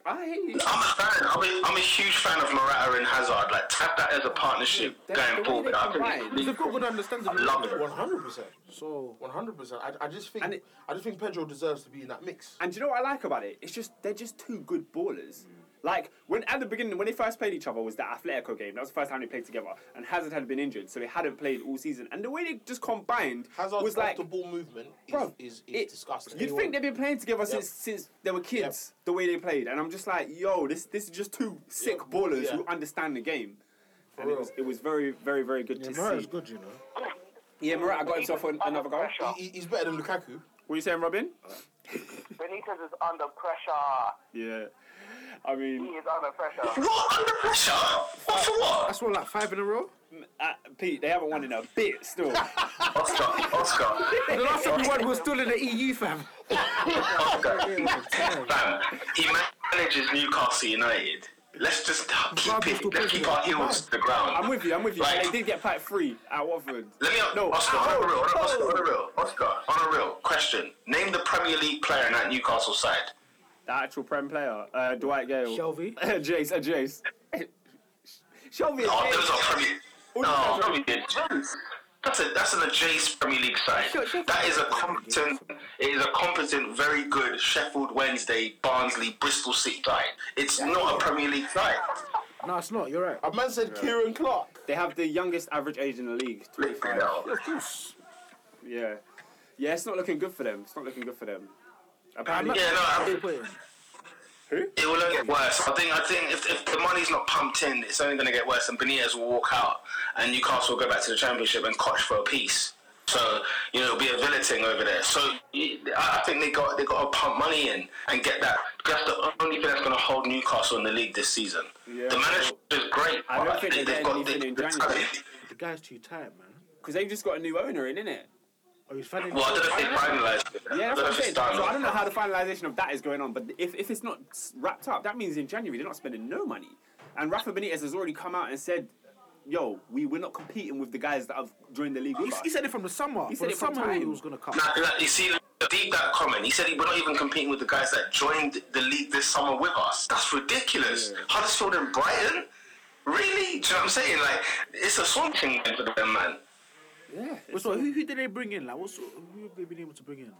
S1: I hate you.
S5: I'm a fan. I'm a, I'm a huge fan of Morata and Hazard. Like tap that as a partnership
S1: Yeah, that's the
S5: going
S1: way
S5: forward.
S1: they
S5: I think
S1: combine.
S4: Because they've got good understanding.
S5: I love it.
S2: One hundred percent.
S4: So
S2: One hundred percent. I I just think
S1: And it-
S2: I just think Pedro deserves to be in that mix.
S1: And do you know what I like about it? It's just they're just two good
S2: Mm.
S1: ballers. Like when at the beginning when they first played each other was that Atletico game. That was the first time they played together, and Hazard had been injured, so they hadn't played all season. And the way they just combined
S2: Hazard's
S1: was like,
S2: off the ball movement is
S1: Bruv,
S2: is, is
S1: it-
S2: disgusting.
S1: you'd think they've been playing together since since they were kids. The way they played, and I'm just like, yo, this this is just two sick
S2: Yeah.
S1: ballers
S2: Yeah.
S1: who understand the game. And it
S2: real.
S1: was it was very very very good to
S4: yeah, Morata's
S1: see.
S4: good, you know.
S1: Yeah, Morata got himself an, another goal.
S6: Pressure.
S2: He- he- he's better than Lukaku.
S1: What are you saying, Robin?
S6: Benitez is under pressure.
S1: Yeah, I mean.
S6: He is under pressure.
S5: What under pressure? What for what?
S4: That's what like five in a row.
S1: Uh, Pete, they haven't won in a bit still.
S5: Oscar, Oscar.
S4: <laughs> The last time we won was still in the EU, fam.
S5: Fam, Um, he manages Newcastle United. Let's just keep it. Let's keep our heels to the ground.
S1: I'm with you, I'm with you.
S5: Right.
S1: They did get packed three at Watford.
S5: Let me
S1: No,
S5: Oscar, on
S1: oh,
S5: a real, on a, Oscar,
S1: oh.
S5: on a real, Oscar, on a real. Question: Name the Premier League player in that Newcastle side.
S1: The actual Prem player, uh, Dwight Gale.
S4: <laughs> Shelby.
S1: <laughs> Jace, uh, Jace. <laughs> Shelby and
S5: Oh, those
S1: Jace.
S5: are Premier. No, no, we did. That's a that's an adjacent Premier League side.
S4: Sure, sure.
S5: That is a competent. It is a competent, very good Sheffield Wednesday, Barnsley, Bristol City side. It's not a Premier League side.
S4: No, it's not. You're right.
S2: A man said Kieran Clark.
S1: They have the youngest average age in the league,
S5: Look it
S1: 25.
S5: out.
S1: Yeah. Yeah, it's not looking good for them. It's not looking good for them.
S4: I'm
S1: Apparently,
S4: not-
S5: Yeah, no, I
S4: I'm playing.
S5: It will only get worse. I think. I think if, if the money's not pumped in, it's only going to get worse. And Benitez will walk out, and Newcastle will go back to the Championship and coach for a piece. So you know, it'll be a Villa thing over there. So y- I I think they got they got to pump money in and get that. That's the only thing that's going to hold Newcastle in the league this season.
S1: Yeah.
S5: the manager is great.
S1: I don't
S5: but
S1: think they're
S5: they've
S1: getting anything in
S5: the
S1: January.
S5: talent.
S4: The guy's too tired, man.
S1: because they've just got a new owner in, innit?
S4: Oh, he's
S5: <laughs>
S4: fanning.
S5: Well, I don't know if they finalised it.
S1: Yeah,
S5: I
S1: that's
S5: don't
S1: what
S5: know
S1: I'm
S5: if it's
S1: saying. So I
S5: done.
S1: don't know how the finalisation of that is going on, but if, if it's not s- wrapped up, that means in January they're not spending no money. And Rafa Benitez has already come out and said, yo, we, we're not competing with the guys that have joined the league. with us."
S4: He said it from the summer.
S1: He
S4: from
S1: said
S4: the
S1: it from
S4: summer he
S1: time.
S4: was gonna come.
S5: Nah, nah, you see, deep that comment. He said he, we're not even competing with the guys that joined the league this summer with us. That's ridiculous. Huddersfield and Brighton? Really? Do you know what I'm saying? Like, it's a swamp thing for them, man.
S1: yeah,
S4: Well, so who, who did they bring in? Like, what's who have they been able to bring in?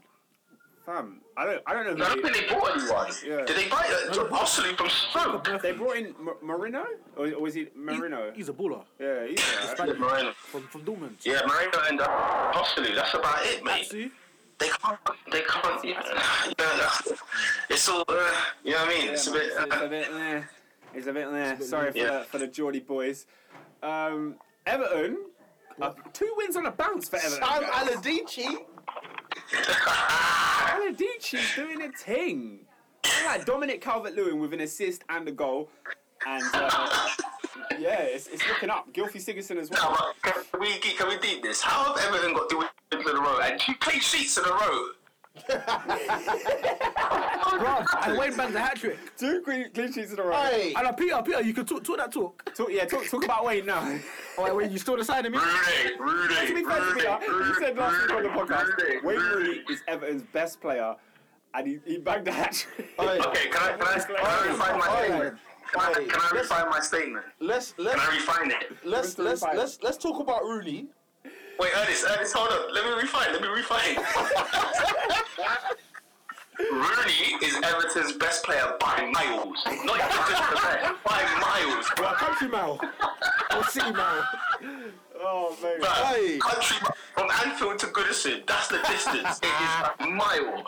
S1: fam. I don't, I don't know.
S5: I
S1: Who
S5: don't
S1: they,
S5: think they bought anyone.
S1: Yeah.
S5: Did they buy uh, Arsenal from Stoke?
S1: they brought in M- Marino? Or, or was he Marino?
S4: He's a baller
S1: yeah, he's alright.
S5: Yeah, Moreno.
S4: from from Dortmund.
S5: Yeah, Moreno and uh, Arsenal. That's about it, mate.
S4: See,
S5: They can't. They can't. You know, <laughs> it's all. Uh, you know what I mean?
S1: Yeah,
S5: it's a
S1: man,
S5: bit.
S1: it's,
S5: Uh,
S1: a bit there. It's a bit there. Sorry for,
S5: Yeah.
S1: the, for the Geordie boys. Um, Everton, uh, two wins on a bounce for Everton.
S2: Sam
S1: guys.
S2: Aladici.
S1: Aladici's doing a thing. Like Dominic Calvert-Lewin with an assist and a goal, and uh, yeah, it's, it's looking up. Gilfie Sigurdsson as well.
S5: Now, but can we can we deep this? How have Everton got two wins in a row and two clean sheets in a row?
S4: bro, and Wayne banged the hat trick.
S1: Two clean, clean sheets in a row.
S2: Hey,
S4: And uh, Peter, Peter, you can talk, talk that talk.
S1: Talk, yeah, talk, talk about Wayne now. <laughs>
S4: Oh, wait, wait, you still deciding me?
S5: Rudy, Rudy,
S1: to be fair to Peter, he said last week on the podcast, Wayne Rooney is Everton's best player, and he, he bagged the hat.
S2: hey,
S5: Okay, can I can I, can I refine my
S2: Oi.
S5: statement? Can I, can I refine my statement?
S2: let's
S5: Can
S2: let's
S5: I refine it?
S2: let's
S1: Mr.
S2: let's
S1: Fire.
S2: let's let's talk about Rooney.
S5: Wait, Ernest, Ernest, hold on. Let me refine. Let me <laughs> refine. Rooney is Everton's best player by miles, not even just percent, by miles.
S4: Well, country mile or city mile.
S1: oh man.
S5: Bruh,
S2: Hey.
S5: Country from Anfield to Goodison, that's the distance. it is a mile.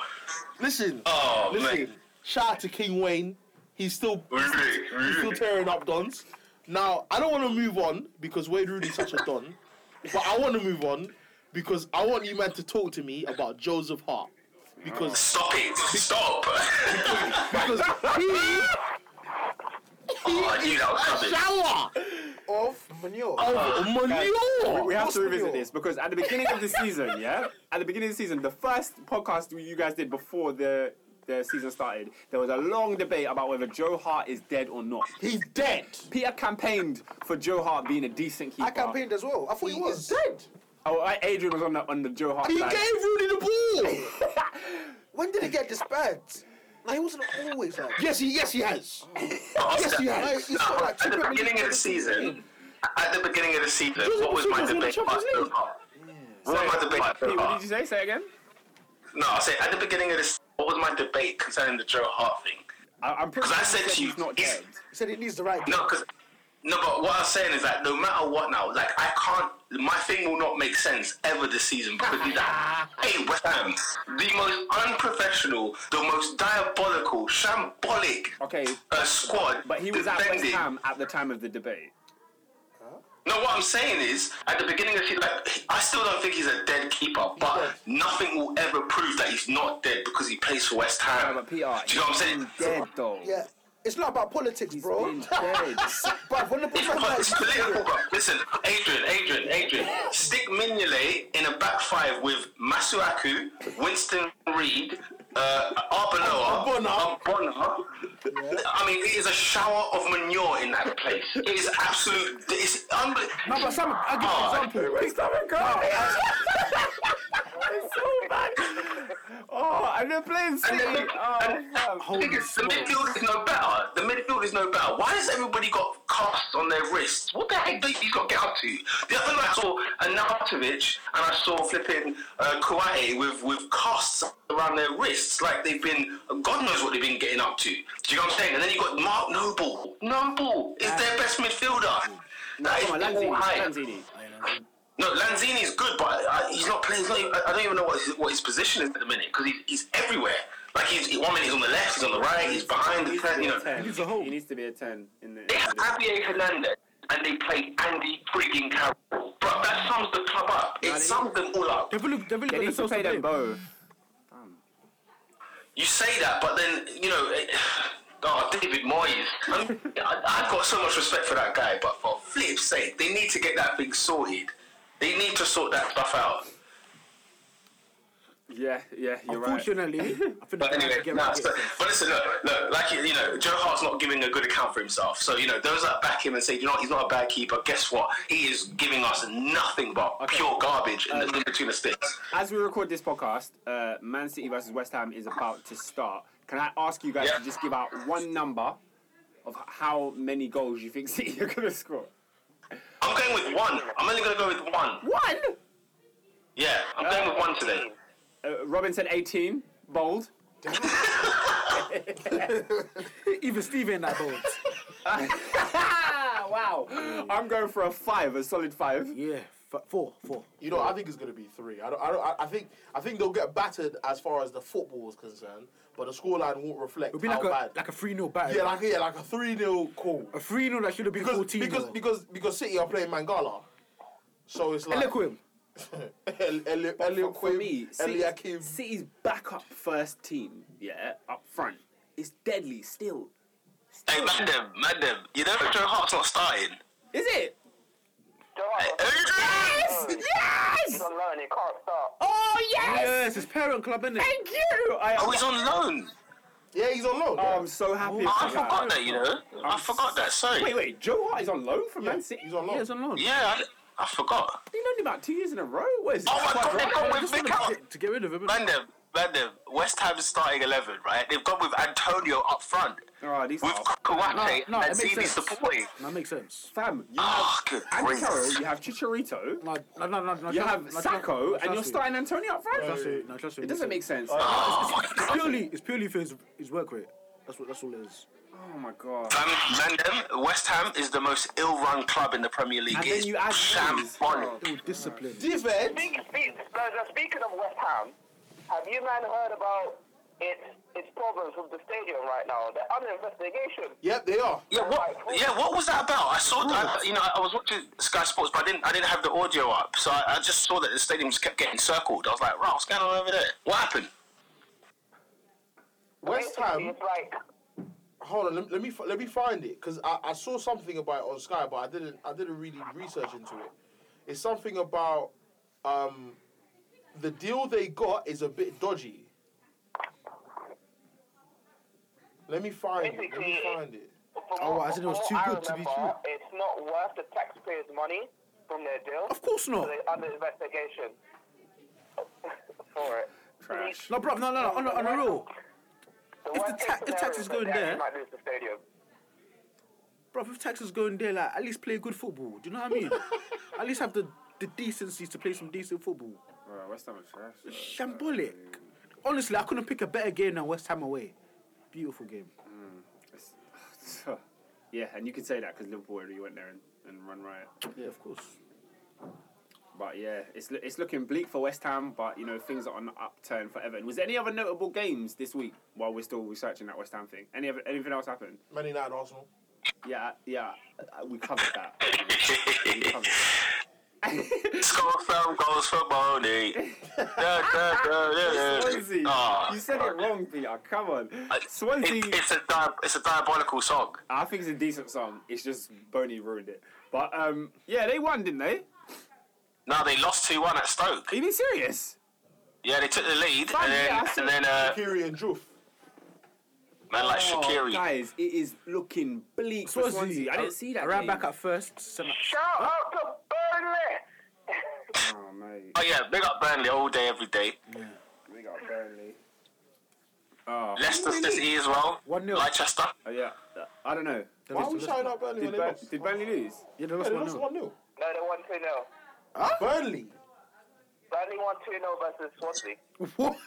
S2: Listen,
S5: Oh,
S2: listen.
S5: mate.
S2: Shout out to King Wayne. He's still
S5: Rooney,
S2: he's still
S5: Rooney.
S2: tearing up dons. Now I don't want to move on because Wade Rooney's such a don, but I want to move on because I want you man to talk to me about Joseph Hart because
S5: Stop it! Stop!
S2: because he
S5: <laughs> oh, I knew that was coming.
S2: shower
S4: Of manure.
S2: of
S1: We, <laughs>
S2: manure.
S1: we have to revisit
S4: Hospital.
S1: this because at the beginning of the season, <laughs> yeah, at the beginning of the season, the first podcast you guys did before the the season started, there was a long debate about whether Joe Hart is dead or not.
S2: He's dead.
S1: Peter campaigned for Joe Hart being a decent keeper.
S4: I campaigned as well. I thought he,
S2: He is
S4: was.
S2: dead.
S1: Oh, I- Adrian was on the on the Joe Hart
S2: He
S1: side.
S2: gave Rooney the ball.
S4: <laughs> When did it get this bad? Like he wasn't always like.
S2: Yes, he yes he has.
S5: Oscar,
S2: you have.
S5: no,
S4: It's not like
S5: at the
S4: Superman
S5: beginning of the season, at the beginning of the season,
S2: Joseph
S5: what was my
S2: Mourinho's in the
S5: debate about
S2: Champions
S5: Joe
S2: League.
S5: Hart? What was my debate about
S1: Pete,
S5: Joe
S1: what did
S5: Hart?
S1: you say? Say it again.
S5: No, I say at the beginning of this, what was my debate concerning the Joe Hart thing?
S1: I, I'm pretty
S5: 'Cause I
S1: sure
S5: said
S1: he
S5: to you,
S1: he's not
S5: it's-
S1: dead.
S4: He said it needs the right.
S5: No, because no, but what I'm saying is that no matter what now, like I can't, my thing will not make sense ever this season because he's like,
S1: <laughs>
S5: hey West Ham, the most unprofessional, the most diabolical, shambolic
S1: Okay,
S5: uh, squad.
S1: but he was at West
S5: defending-
S1: Ham at the time of the debate.
S5: No, what I'm saying is, at the beginning of the season, like, I still don't think he's a dead keeper, but nothing will ever prove that he's not dead because he plays for West Ham.
S1: but Peter,
S5: Do you know what I'm saying?
S1: He's dead though.
S4: Yeah. It's not about politics,
S1: He's
S4: bro.
S1: been dead.
S4: <laughs> But when the
S5: It's
S4: professional
S5: not- it's
S4: is
S5: political, bro. Listen, Adrian, Adrian, Adrian. Stick Mignolet in a back five with Masuaku, Winston Reed, uh, Arbeloa,
S2: Ambona.
S5: Ambona. I mean, it is a shower of manure in that place. It is absolute. It's unbelievable.
S4: No, but Sam, I'll give you an example.
S1: Please stop it, girl.
S4: <laughs>
S1: it's so bad. Oh, and they're playing
S5: And
S1: City.
S5: then,
S1: Oh,
S5: and-
S1: fam.
S5: the midfield is no better. The midfield is no better. Why has everybody got casts on their wrists? What the heck do you got to get up to? The other night I saw Anatovic and I saw flipping uh, Kouate with, with casts around their wrists, like they've been, God knows what they've been getting up to. Do you know what I'm saying? And then you got Mark Noble. Noble is their best midfielder.
S1: No,
S5: That
S1: Ah.
S5: is
S1: come on,
S5: all
S1: Lanzini.
S5: hype.
S1: Lanzini.
S5: No, Lanzini is good, but I, he's not playing. He's not even, I, I don't even know what his, what his position is at the minute because he's, he's everywhere. Like he's he- one minute he's on the left, he's on the right, he's behind the ten. You know,
S1: Ten.
S4: needs a hole.
S1: He needs to be a ten in the. In
S5: they have
S1: the
S5: Javier Hernandez and they play Andy frigging Carroll. But that sums the club up. It
S1: they-
S5: sums them all up.
S4: They've really, they've
S1: they
S4: really got
S1: need to
S4: themselves
S1: play
S4: to
S1: them
S4: blame.
S1: both.
S5: You say that, but then you know. It, <sighs> Oh, David Moyes. I mean, I- I've got so much respect for that guy, but for flip's sake, they need to get that thing sorted. They need to sort that stuff out.
S1: Yeah, yeah, you're right.
S4: Unfortunately, I think
S5: But
S4: they're
S5: anyway,
S4: gonna get
S5: nah,
S4: back
S5: so,
S4: to it.
S5: but listen, look, look, like you know, Joe Hart's not giving a good account for himself. So you know, those that back him and say, you know, what, he's not a bad keeper. Guess what? He is giving us nothing but pure garbage in, the, in between the sticks.
S1: As we record this podcast, uh, Man City versus West Ham is about to start. Can I ask you guys
S5: Yeah.
S1: to just give out one number of how many goals you think <laughs> City are going to score?
S5: I'm going with one. I'm only going to go with one.
S1: One.
S5: Yeah, I'm going with one today.
S1: Uh, Robin said 18. Bold.
S4: Even Stevie in that boat.
S1: Oh, wow. <gasps> I'm going for a five, a solid five.
S4: Yeah, f- four, four.
S2: You know, I think it's gonna be three. I don't, I don't. I- I think. I think they'll get battered as far as the football is concerned, but the scoreline won't reflect
S4: It'll be
S2: how
S4: like a
S2: bad.
S4: like a three 0 battle.
S2: yeah, like yeah, like a three 0 call.
S4: a three 0 that should have been
S2: Because
S4: fourteen.
S2: because because because City are playing Mangala, so it's like
S4: Eloquim.
S2: <laughs> El- El- Eliakim,
S1: for me,
S2: Eliakim.
S1: City's, City's backup first team, yeah, up front, is deadly still.
S5: Hey, madam, madam, you know Joe Hart's not starting.
S1: Is it? Oh.
S6: He's
S1: Yes!
S6: on loan, he can't start.
S1: Oh, yes!
S4: Yes, his parent club, isn't it?
S1: Thank you! I,
S5: Oh, he's on loan.
S2: Yeah, he's on loan.
S1: oh,
S2: yeah.
S1: I'm so happy.
S5: Oh,
S1: for
S5: I
S1: that.
S5: forgot that. You know, I forgot that. Sorry.
S1: Wait, wait, Joe Hart is on loan from
S2: Yeah,
S1: Man City?
S2: He's on loan.
S4: Yeah, it's on loan.
S5: Yeah, I, I forgot.
S1: They loaned him about two years in a row. What is it?
S5: Oh my
S1: Squad
S5: God,
S1: right?
S5: they've gone
S4: I
S5: with
S4: just wanted
S5: Mikel.
S4: to get, to get rid of him. innit?
S5: Random, random. West Ham is starting eleven, right? They've gone with Antonio up front.
S1: Oh, these
S5: with
S1: are-
S5: Kawate
S4: No, no,
S5: and
S4: it makes
S5: Zini
S4: sense.
S5: supporting.
S4: That makes sense.
S1: Fam, you have
S5: Ah, good
S1: Andy
S5: grief.
S1: Carroll, you have Chicharito,
S4: No, no, no, no, no,
S1: you
S4: no,
S1: have
S4: no,
S1: Sacco,
S4: no,
S1: and you're
S4: Shastu.
S1: starting Antonio up front.
S4: No, Shastu, no, Shastu,
S1: It doesn't
S4: listen.
S1: make sense.
S5: Oh my
S4: It's
S5: god.
S4: purely, it's purely for his, his work rate. That's what. That's all it is.
S1: Oh my god.
S5: Um, Mandem, West Ham is the most ill-run club in the Premier League.
S1: And then
S5: It's
S1: you add Oh. Moyes.
S5: shambolic.
S4: Ill discipline.
S2: Defense.
S6: Speak, speak, so, so speaking of West Ham, have you man heard about its its problems problems with the stadium right now. They're under investigation.
S2: Yep, they are.
S5: Yeah, what? Yeah, what was that about? I saw. I, you know, I was watching Sky Sports, but I didn't. I didn't have the audio up, so I, I just saw that the stadium just kept getting circled. I was like, right, what's going on over there? What happened?
S2: West Ham.
S6: It's like
S2: Hold on, let, let me fi- let me find it because I, I saw something about it on Sky, but I didn't I didn't really research into it. It's something about um, the deal they got is a bit dodgy. Let me find it. Let me
S6: Basically,
S2: find it.
S6: from
S4: Oh,
S6: what-
S4: I said it
S6: from
S4: was
S6: what
S4: too
S6: I
S4: good to be
S6: remember,
S4: true.
S6: It's not worth the taxpayers' money from their deal.
S4: Of course
S6: So
S4: not.
S6: they're under investigation <laughs> for it.
S1: Trash.
S4: No, bruv, no, no, no, on, the- on the real.
S6: The
S4: If
S6: worst
S4: the
S6: case
S4: ta- if
S6: scenario
S4: tax is
S6: that
S4: going
S6: they actually
S4: there-
S6: might lose the stadium.
S4: Bruv, if tax is going there, like, at least play good football. Do you know what I
S1: <laughs>
S4: mean? at least have the, the decency to play some decent football.
S1: Bro, West Ham are trash. bro.
S4: Shambolic. Honestly, I couldn't pick a better game than West Ham away. Beautiful game.
S1: It's- <sighs> yeah, and you could say that because Liverpool already went there and, and run riot.
S4: Yeah, of course.
S1: But yeah, it's lo- it's looking bleak for West Ham. But you know things are on the upturn for Everton. Was there any other notable games this week while we're still researching that West Ham thing? Any other, anything else happened?
S2: Man United, Arsenal.
S1: Yeah, yeah, uh, we covered that. We covered that.
S5: Score some goals for
S1: <laughs>
S5: Boney. Da, da, da, da, da.
S1: Swansea.
S5: Ah, Uh,
S1: you said it wrong, Peter. Come on. Swansea.
S5: <laughs> It, it's a di- it's a diabolical song.
S1: I think it's a decent song. It's just Boney ruined it. But um, yeah, they won, didn't they?
S5: No, they lost two one at Stoke.
S1: Are you being serious?
S5: Yeah, they took the lead,
S1: Fam,
S5: and then
S1: yeah, I saw
S5: and then uh,
S2: Kiri and Juf.
S5: man like
S1: Oh,
S5: Shakiri.
S1: guys, it is looking bleak for Swansea. I
S2: Uh,
S1: didn't see that.
S4: I ran
S1: game.
S4: uh, back at first. semi-
S6: Shout out to Burnley.
S1: Oh mate,
S5: Oh yeah, big up Burnley all day, every day.
S1: we got Burnley. Oh,
S5: Leicester's this E as well.
S4: 1-0.
S5: Leicester.
S1: oh, yeah. I don't know.
S4: They
S2: Why
S4: lost
S2: are we
S4: to
S2: shouting
S4: Leicester.
S2: out Burnley when
S1: Did,
S2: they
S1: Bur-
S2: lost?
S1: did Burnley lose?
S4: Yeah, they
S2: Yeah,
S4: lost
S2: they
S4: one
S2: lost
S4: nil.
S2: one 0
S6: No, they won 2 0.
S2: Burnley.
S6: Burnley won 2 0 versus Swansea.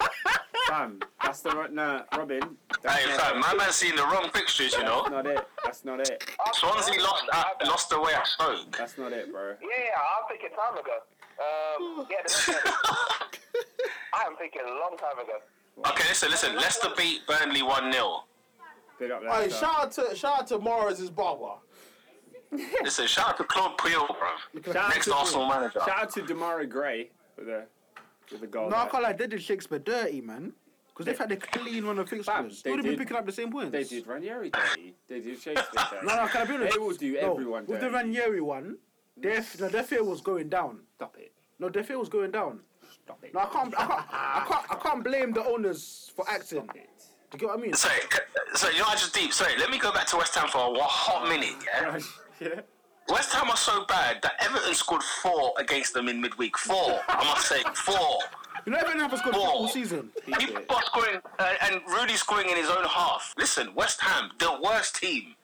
S1: Fam, that's the right. No, Robin. That's
S5: Hey,
S1: not
S5: fam,
S1: it.
S5: my man's seen the wrong pictures, you
S1: That's
S5: know.
S1: not it. That's not it.
S5: Swansea lost at, lost away at Stoke.
S1: That's not it, bro.
S6: Yeah, yeah, I'm thinking time ago.
S4: <sighs>
S6: Um, yeah, the
S4: <laughs>
S6: I'm thinking a long time ago.
S5: Okay, listen, listen. Leicester beat Burnley one 0
S1: Big up
S2: Hey,
S1: Leicester.
S2: shout out to shout out to Mahrez's barber.
S5: Listen, shout out to Claude Puel, bro.
S1: Shout out
S5: Next
S1: to-
S5: Arsenal manager.
S1: Shout out to Damari Gray with the with the goal.
S4: No, I
S1: there.
S4: can't lie. They did Shakespeare dirty, man. Because they've had a clean run of fixtures.
S1: they
S4: They would have been
S1: did-
S4: picking up the same points.
S1: They did Ranieri dirty. They did Shakespeare dirty.
S4: No, no, can I be honest?
S1: They will do
S4: no,
S1: everyone
S4: With the
S1: dirty.
S4: Ranieri one, their, f- no, their fear was going down.
S1: Stop it.
S4: No, their fear was going down.
S1: Stop it.
S4: No, I can't, I can't,
S1: <laughs>
S4: I can't, I can't blame the owners for acting.
S1: Stop
S4: Do
S1: it. <laughs>
S4: you get what I mean?
S5: Sorry, c- sorry, you know I just deep. Sorry, let me go back to West Ham for a wa- hot minute. Yeah,
S1: yeah.
S5: West Ham are so bad that Everton scored four against them in midweek. Four, I must
S1: <laughs>
S5: say, four.
S4: You know, everyone have a good football
S5: Ball.
S4: season.
S1: Um,
S5: People are scoring, uh, and Rudy scoring in his own half. Listen, West Ham, the worst team.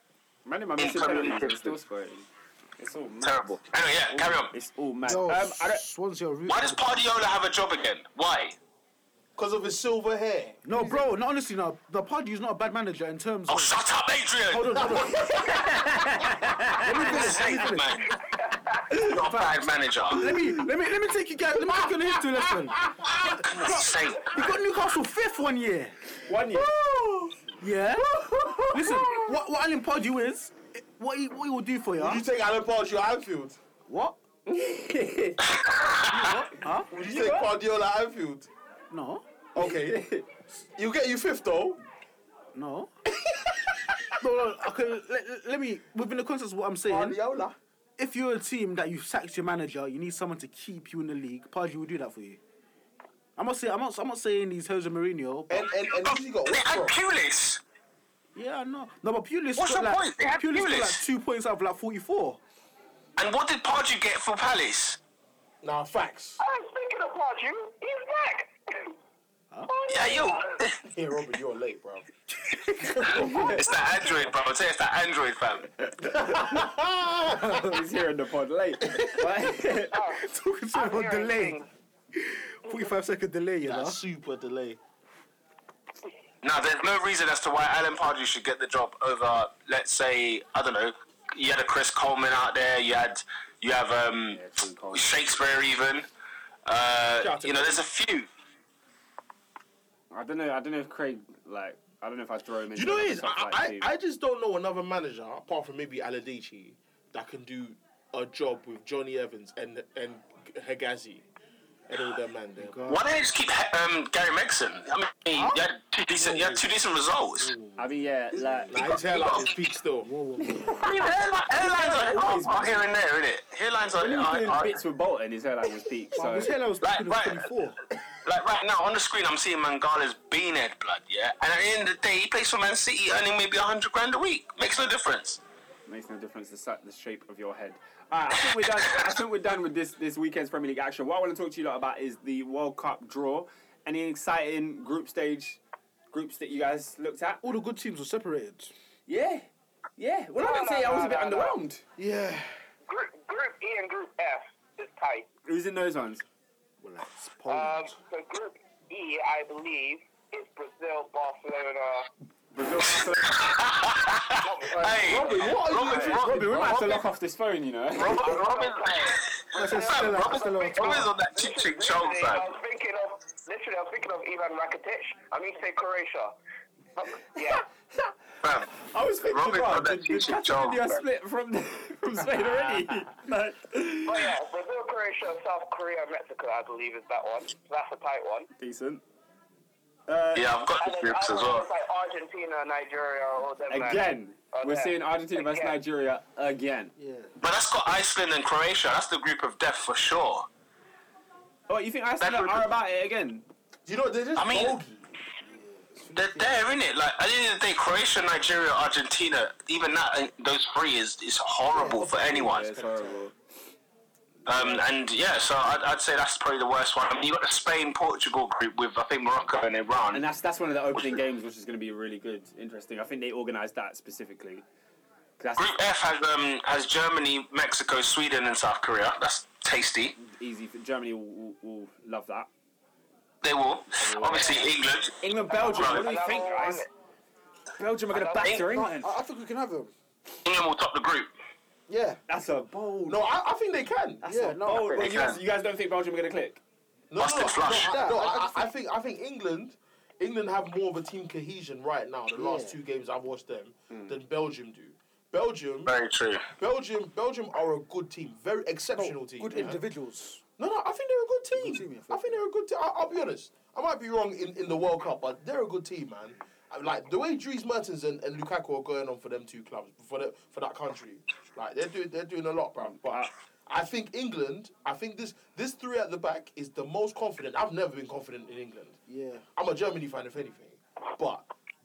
S1: Man, my missing
S5: Incredible.
S1: penalties and still scoring. It's all mad.
S5: Terrible. Anyway, yeah, carry on.
S1: It's all mad.
S4: Yo,
S1: Um, I don't,
S4: Swansea are rude.
S5: Why does Pardiola have a job again? Why?
S2: Because of his silver hair.
S4: No, bro, no, honestly, no. The Pardew not a bad manager in terms
S5: Oh,
S4: of.
S5: shut up, Adrian!
S1: Oh, <laughs>
S4: Hold on, hold on.
S5: Goodness sake, man. You're a bad manager.
S4: let me, let me, let me take you guys. Let me take you on a history lesson.
S5: Goodness sake.
S4: He got Newcastle fifth one year.
S1: one year.
S4: Yeah. Listen, what what Alan Pardew is, what he what he will do for you?
S2: Would you take Alan Pardew at Anfield?
S4: What? Huh?
S2: Would you take Guardiola at Anfield?
S4: No,
S2: Okay. you get you fifth though.
S4: no. no, no. Okay, let, let me within the context of what I'm saying.
S2: Guardiola.
S4: If you're a team that you've sacked your manager, you need someone to keep you in the league. Pardew will do that for you. I'm not saying I'm not, I'm not saying he's Jose Mourinho. But
S2: And and and who's he got?
S5: They
S2: What's
S5: had
S2: wrong?
S5: Pulis.
S4: yeah, I know. No, but Pulis
S5: What's
S4: got
S5: the
S4: like
S5: point? They had
S4: Pulis got
S5: Pulis.
S4: like two points out of like 44.
S5: And what did Pardew get for Palace?
S2: Nah, facts.
S6: I'm thinking about you. He's back. <laughs>
S5: Yeah, yo.
S2: Hey, Robin, you're late, bro.
S5: it's that Android, bro. I'll tell you, it's that Android, fam.
S1: He's here in the pod
S5: <laughs>
S1: late. But- <laughs>
S4: <laughs> Talking to him on
S6: Oh, hearing
S4: delay,
S6: things.
S4: 45 second delay, you know.
S2: super delay.
S5: Now, there's no reason as to why Alan Pardew should get the job over, let's say, I don't know, you had a Chris Coleman out there, you had, you have um,
S1: Tim Coleman.
S5: Shakespeare even. Uh,
S2: Shout out to
S5: you know, there's a few.
S1: I don't know. I don't know if Craig like I don't know if I throw him in.
S2: You know what it is? I, I, I just don't know another manager apart from maybe Aladici that can do a job with Johnny Evans and and Hegazi and all their man there.
S5: Why don't they just keep um, Gary Megson? I mean, you had two decent, you had two decent results.
S1: I mean, yeah, like,
S2: Like his hairline is peak still.
S4: Whoa,
S2: <laughs>
S4: whoa, whoa.
S5: I mean, hairline, hairlines are, are, are here and there, isn't it? Hairlines
S1: when he was
S5: are,
S1: doing
S5: are, are
S1: bits with Bolton, his hairline was deep. So
S4: Wow, his hairline was
S5: Right,
S4: like, was
S5: right.
S4: 24.
S5: like right now on the screen. I'm seeing Mangala's beanhead blood, yeah. And at the end of the day, he plays for Man City, earning maybe hundred grand a week. Makes no difference.
S1: makes no difference the, si- the shape of your head. All right, I think we're done. I think we're done with this this weekend's Premier League action. What I want to talk to you lot about is the World Cup draw. Any exciting group stage groups that you guys looked at?
S4: All the good teams were separated.
S1: Yeah, yeah. Well, I would say I was a bit underwhelmed.
S4: Yeah.
S6: Group, group E and Group F is tight.
S1: Who's in those ones?
S4: Well, that's
S6: Um,
S4: Poland.
S6: so Group E, I believe, is Brazil, Barcelona.
S1: Brazil, Barcelona.
S5: Hey, Robin,
S1: what are you
S5: Robin,
S1: doing? Robbie, we might have to lock off this phone, you know.
S5: Robin, Robin,
S4: That's a stellar-
S5: Robin-
S4: a stellar-
S5: Robin's on that cheap chick child
S6: Literally,
S5: side.
S6: I was thinking of literally, I was thinking of Ivan Rakitic. I mean, say Croatia.
S5: <laughs>
S6: yeah.
S5: Fam,
S1: I was thinking,
S5: Robbie
S1: wow,
S5: got that
S1: did, did
S5: cheap job,
S1: Catalonia
S5: bro.
S1: split from <laughs> from Spain
S5: <laughs>
S1: already? like,
S6: But yeah, Brazil, Croatia, South Korea, Mexico, I believe is that one. So that's a tight one.
S1: decent. Uh,
S5: Yeah, I've got
S6: And
S5: the
S6: then
S5: grips
S6: other
S5: as well.
S6: ones like Argentina, Nigeria, or them man.
S1: Again, we're
S6: Okay.
S1: seeing Argentina versus
S6: Again.
S1: Nigeria again.
S4: Yeah.
S5: But that's got Iceland and Croatia. That's the group of death for sure.
S1: Oh, you think Iceland
S5: That's
S1: are
S5: what-
S1: about it again?
S2: You know they're just
S5: I mean-
S2: bogey.
S5: They're there, innit? Like at the end of the day, Croatia, Nigeria, Argentina, even that, uh, those three is is horrible for anyone.
S1: Yeah, it's horrible.
S5: Um, and yeah, so I'd, I'd say that's probably the worst one. I mean, you got the Spain, Portugal group with I think Morocco and Iran.
S1: And that's that's one of the opening games, which is going to be really good, interesting. I think they organised that specifically. 'Cause That's
S2: Ah.
S5: group F has um has Germany, Mexico, Sweden, and South Korea. That's tasty.
S1: easy. For, Germany will, will, will love that.
S5: They will. Obviously, England.
S1: England, Belgium. What do you
S6: Another
S1: think,
S6: one.
S1: guys? Belgium are going to
S6: Another-
S1: batter
S4: No,
S1: England.
S4: I,
S2: Ah.
S4: I think we can have him.
S5: England will top the group.
S4: Yeah.
S1: That's a bold.
S2: No, I, I think they can.
S1: that's
S4: yeah,
S1: a
S4: no,
S1: bold.
S5: they
S1: Well, you, guys,
S5: can.
S1: you guys don't think Belgium are going to click?
S2: No,
S5: Busted
S2: no, no,
S5: flush.
S2: no, I, no,
S4: Yeah,
S2: I, I think I think England, England have more of a team cohesion right now. The last
S4: Yeah. Hmm.
S2: two games I've watched them than Belgium do. Belgium,
S5: Very true.
S2: Belgium, Belgium are a good team, very exceptional team.
S4: Oh, Good
S2: yeah.
S4: individuals.
S2: No, no, I think they're a good team.
S4: team, yeah,
S2: I
S4: fair.
S2: think they're a good team. I- I'll be honest. I might be wrong in, in the World Cup, but they're a good team, man. I- Like the way Dries Mertens and, and Lukaku are going on for them two clubs for the, for that country, like they're doing they're doing a lot, bro. But I think England. I think this this three at the back is the most confident. I've never been confident in England.
S4: Yeah.
S2: I'm a Germany fan, if anything. But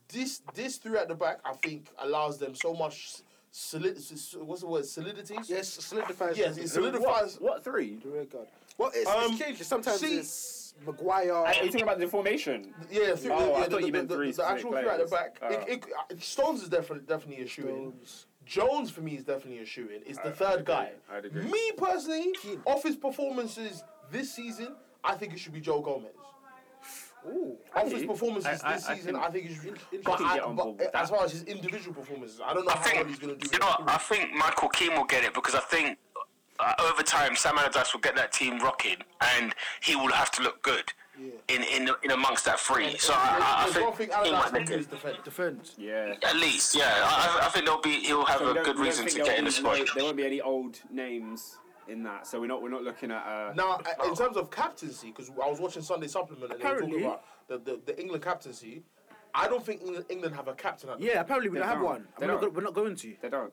S2: this this three at the back, I think, allows them so much solid. What's the word? Solidity.
S4: Yes, solidifies.
S2: Yes, it solidifies.
S1: What three?
S4: The rear guard. Well, Oh, it's,
S2: Um,
S4: it's changed. Sometimes
S2: see-
S4: it's Maguire.
S1: Are you talking about the formation?
S2: Yeah, three,
S1: Oh, I
S2: yeah,
S1: thought
S2: the,
S1: you
S2: the,
S1: meant
S2: the,
S1: three
S2: the, actual three
S1: specific
S2: at the
S1: players.
S2: back.
S1: Oh.
S2: It, it, Stones is definitely definitely a shoe in.
S4: Stones.
S2: Jones for me is definitely a shoe in. It's the
S1: I- I'd
S2: third
S1: agree.
S2: guy.
S1: I'd agree.
S2: Me personally, off his performances this season, I think it should be Joe Gomez.
S4: Ooh.
S2: Off his
S1: Really?
S2: performances
S1: I- I-
S2: this
S1: I
S2: season,
S1: think-
S2: I think it should be.
S1: I
S2: But,
S1: can
S2: I,
S1: get on board with
S2: but as
S1: that.
S2: far as his individual performances, I don't know
S5: I
S2: how well
S5: think
S2: he's going to do.
S5: you
S2: in
S5: know.
S2: that
S5: What,
S2: group.
S5: I think Michael Keane will get it because I think uh, over time Sam Allardyce will get that team rocking, and he will have to look good
S4: Yeah.
S5: in in in amongst that three. so I, I, I
S2: There's one
S5: think
S2: thing
S5: he
S2: Allardyce
S5: might
S2: can
S5: make
S2: do is
S5: it.
S2: defend.
S4: Defend.
S1: Yeah.
S5: At least, yeah. I, I- I think there'll be he'll have
S1: So we
S5: a
S1: don't- we
S5: good
S1: don't
S5: reason
S1: think
S5: to get in the
S1: there'll be
S5: squad.
S1: no- There won't be any old names in that, so we're not we're not looking at. Uh,
S2: Now, uh, in terms of captaincy, because I was watching Sunday Supplement and
S4: Apparently-
S2: they were talking about the, the, the England captaincy, I don't think England, England have a captain at the
S4: Yeah, apparently we
S1: They
S4: don't have
S1: don't.
S4: one.
S1: They
S4: We're not,
S1: don't.
S4: go- we're not going to.
S1: They don't.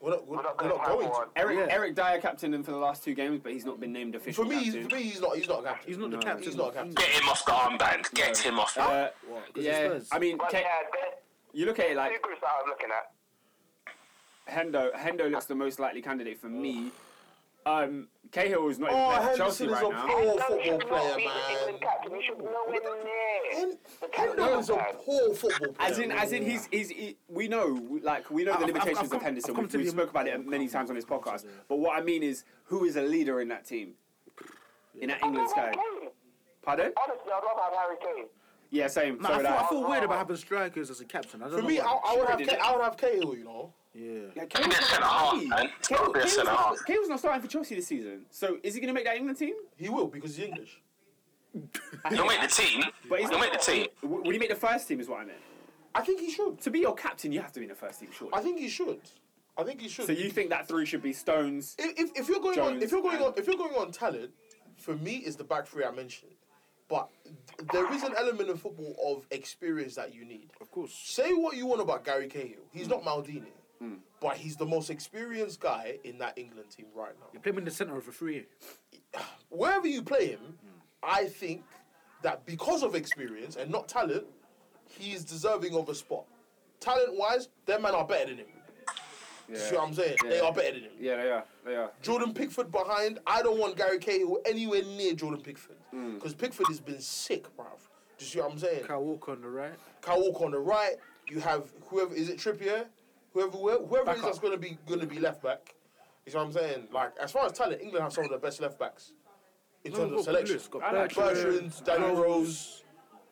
S2: We're not, we're,
S6: We're not
S2: we're
S6: going
S2: not
S6: to have
S2: going
S6: one.
S2: to.
S1: Eric
S4: Yeah.
S1: Eric Dyer captained them for the last two games, but he's not been named
S2: For
S1: officially.
S2: me, he's,
S1: captain.
S2: for me, he's not. He's not a captain.
S4: He's not the
S1: No,
S4: captain.
S2: he's not a captain.
S5: Get him off the armband. Get him off. that.
S1: Uh,
S4: What? 'Cause it's
S1: yeah,
S4: Spurs.
S1: I mean,
S6: But
S1: Ke-
S6: yeah, there's
S1: you look at it
S6: two
S1: like
S6: groups that I'm looking at.
S1: Hendo. Hendo looks the most likely candidate for me. Um, Cahill is not even
S2: Oh,
S1: playing for
S2: Henderson
S1: Chelsea
S2: is
S1: right
S2: a
S1: now.
S2: poor
S6: Henderson
S2: football
S6: should not
S2: player,
S6: be the
S2: man.
S6: England captain. He should nowhere near.
S2: Hen-
S6: the captain
S2: Henderson is a
S6: man.
S2: poor football player.
S1: As in, as in, he's, he's he, we know, like we know the
S4: I've- I've-
S1: limitations
S4: I've come-
S1: of Henderson.
S4: I've come
S1: We've,
S4: to
S1: we
S4: the-
S1: spoke about it many times on this podcast. But what I mean is, who is a leader in that team? In that
S6: I'd
S1: England
S6: rather
S1: sky.
S6: have Kane.
S1: Pardon?
S6: Honestly, I'd rather have Harry Kane.
S1: Yeah, same.
S4: No,
S1: so
S4: I,
S1: would
S4: feel, I
S1: I.
S4: feel weird about having strikers as a captain. I don't
S2: For
S4: know
S2: me, I,
S4: why.
S2: I would have.
S1: Sure,
S2: K- I would have Cahill. You know.
S4: yeah.
S1: Yeah,
S5: Maybe a centre half, man. It's gotta be a centre half.
S1: Kale's not starting for Chelsea this season. So is he going to make that England team?
S2: He will because he's English.
S5: He'll make the team.
S1: But he's
S5: He'll
S1: not-
S5: make the team.
S1: W- Will he make the first team? Is what I meant.
S2: I think he should.
S1: To be your captain, you have to be in the first team, surely.
S2: I think he should. I think he should.
S1: So you think that three should be Stones?
S2: if, if, if you're going on, if
S1: Jones
S2: you're going on,
S1: and-
S2: if you're going on talent, for me is the back three I mentioned. But th- there is an element in football of experience that you need.
S4: Of course.
S2: Say what you want about Gary Cahill,
S1: Hmm.
S2: he's not Maldini, but he's the most experienced guy in that England team right now.
S4: You play him in the centre of a three.
S2: Wherever you play him,
S1: Hmm.
S2: I think that because of experience and not talent, he is deserving of a spot. Talent wise, them men are better than him.
S1: Yeah.
S2: See what I'm saying? They are better than him.
S1: Yeah, they are. They are.
S2: Jordan Pickford behind. I don't want Gary Cahill anywhere near Jordan Pickford
S4: Mm.
S2: because Pickford has been sick, bruv. Do you see what I'm saying?
S4: Kyle Walker on the right.
S2: Kyle Walker on the right. You have whoever is it Trippier, whoever whoever, whoever it is
S1: Back up.
S2: that's gonna be gonna be left back. You see what I'm saying? Like as far as talent, England have some of the best left backs in terms of selection.
S4: Got
S1: I like
S4: Bertrand,
S2: Bertrand, Daniel Rose.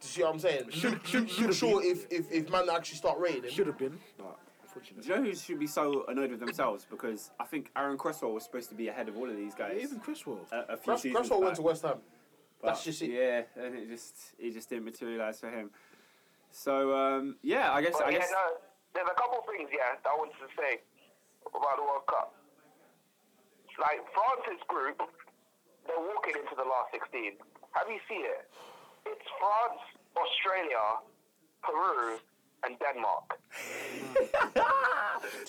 S2: Do you see what I'm saying?
S4: Should-
S2: Luke,
S4: should-
S2: Luke,
S4: should
S2: Luke
S4: have
S2: Shaw,
S4: been.
S2: if, if if man actually start raiding,
S4: Should have been, but
S1: Do
S4: unfortunately.
S1: you know who should be so annoyed with themselves? Because I think Aaron Cresswell was supposed to be ahead of all of these guys. uh,
S4: Even Criswell.
S1: a, a few
S2: Grass-
S1: seasons
S2: Grasswell went
S1: back.
S2: to West Ham.
S1: But,
S2: That's just it.
S1: Yeah, and it just it just didn't materialize for him. So um, yeah, I guess
S6: But
S1: I
S6: yeah,
S1: guess
S6: no, there's a couple things, yeah, that I wanted to say about the World Cup. Like France's group, they're walking into the last 16. Have you seen it? It's France, Australia, Peru, and
S4: <laughs>
S6: Denmark.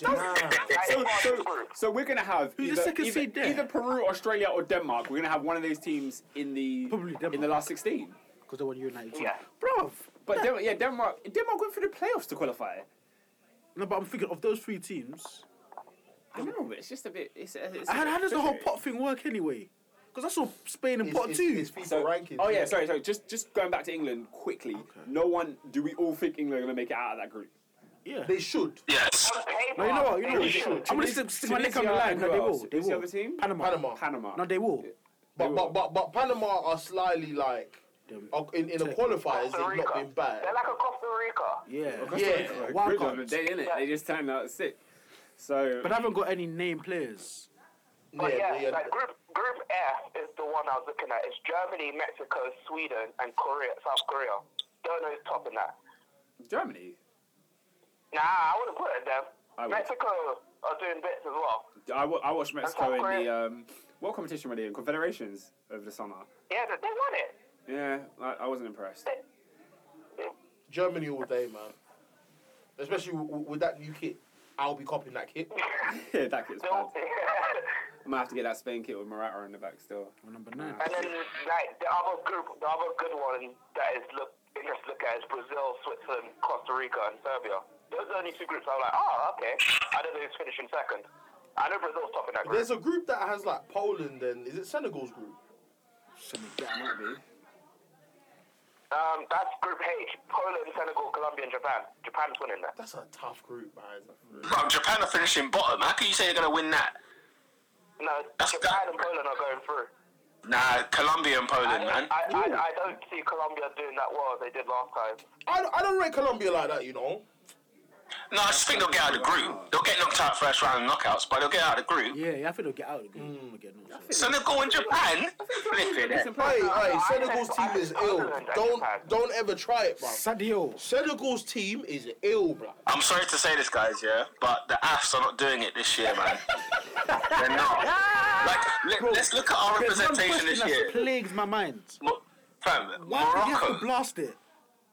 S6: That's
S1: so,
S6: France's
S1: so,
S6: group.
S1: so we're gonna have
S4: the
S1: either,
S4: second
S1: either,
S4: seed there?
S1: either Peru, Australia, or Denmark. We're gonna have one of those teams in the
S4: Probably
S1: in the
S4: Denmark.
S1: last sixteen.
S4: Because they won United. too.
S6: Yeah.
S4: Bruv.
S1: But Denmark, yeah, Denmark Denmark went through the playoffs to qualify.
S4: No, but I'm thinking of those three teams.
S1: I know, but it's just a bit. It's, it's
S4: How, how does
S1: <laughs>
S4: the whole pot thing work anyway? Because I saw Spain in
S2: It's-
S4: pot
S2: it's-
S4: two.
S2: it's FIFA
S1: So,
S2: rankings.
S1: oh yeah, sorry, sorry. Just just going back to England quickly. No one. Do we all think England are gonna make it out of that group?
S4: yeah.
S2: They should.
S5: Yes.
S6: On paper,
S4: no, you know what? You know
S6: they
S4: what?
S6: should.
S4: I'm gonna stick, stick my neck on the line. No, they will. They
S1: Who's the
S4: will.
S1: other team?
S4: Panama.
S2: Panama.
S1: Panama.
S4: No, they will.
S2: But, but but but Panama are slightly like
S4: They'll-
S2: are- in, in the
S4: Check.
S2: qualifiers
S6: Costa
S2: they've not
S6: Rica.
S2: been bad.
S6: They're like a Costa Rica.
S4: Yeah.
S2: Yeah.
S1: Like,
S4: Wild
S1: Grizzlies
S4: cards.
S1: were dead, innit? They just turned out sick. So
S4: But I haven't got any name players.
S6: But yeah,
S2: yeah,
S6: like group Group F is the one I was looking at. It's Germany, Mexico, Sweden, and Korea, South Korea. Don't know who's topping that.
S1: Germany,
S6: Nah, I wouldn't put it there.
S1: I would.
S6: Mexico are doing bits as well.
S1: I wa- I watched Mexico in
S6: That's not
S1: the um, what competition were they in? Confederations over the summer.
S6: Yeah, they, they won it.
S1: Yeah, I, I wasn't impressed.
S2: Germany all day, man. Especially w- w- with that new kit. I'll be copying that kit.
S1: <laughs> yeah, that kid's
S6: They
S1: bad. I'm
S6: all-
S1: gonna have to get that Spain kit with Morata in the back still.
S4: Or number nine.
S6: <laughs> and then like the other group, the other good one that is look just look at is Brazil, Switzerland, Costa Rica, and Serbia. Those are the only two groups I'm like, oh, okay. I don't know who's finishing second. I know Brazil's topping that group.
S2: There's a group that has like Poland and is it Senegal's group?
S1: Might be.
S6: Um, that's Group H: Poland, Senegal, Colombia, and Japan. Japan's winning that.
S2: That's a tough group, man.
S5: Bro, Japan are finishing bottom. How can you say they're going to win that?
S6: No,
S5: That's-
S6: Japan and Poland are going through.
S5: Nah, Colombia and
S6: I,
S5: Poland,
S6: I,
S5: man.
S6: I, I don't see Colombia doing that well as they did last time.
S2: I don't, I don't rate Colombia like that, you know.
S5: No, I just think they'll get out of the group. They'll get knocked out first round of knockouts, but they'll get out of the group.
S4: Yeah, yeah, I think they'll get out of the group. They'll get knocked out.
S5: Senegal and Japan? Flipping it.
S2: Hey, hey,
S6: I
S2: Senegal's
S6: think-
S2: team
S6: I
S2: is
S6: think
S2: ill.
S6: Poland and
S2: Don't
S6: Japan.
S2: don't ever try it, bro.
S4: Sadio.
S2: Senegal's team is ill, bro.
S5: I'm sorry to say this, guys, yeah, but the AFs are not doing it this year, man. They're not. Like, let, us look at our
S4: There's one
S5: representation
S4: question
S5: this
S4: that
S5: year.
S4: plagues my mind.
S5: Mo- Fam,
S4: Why did you have to
S5: Morocco.
S4: blast it?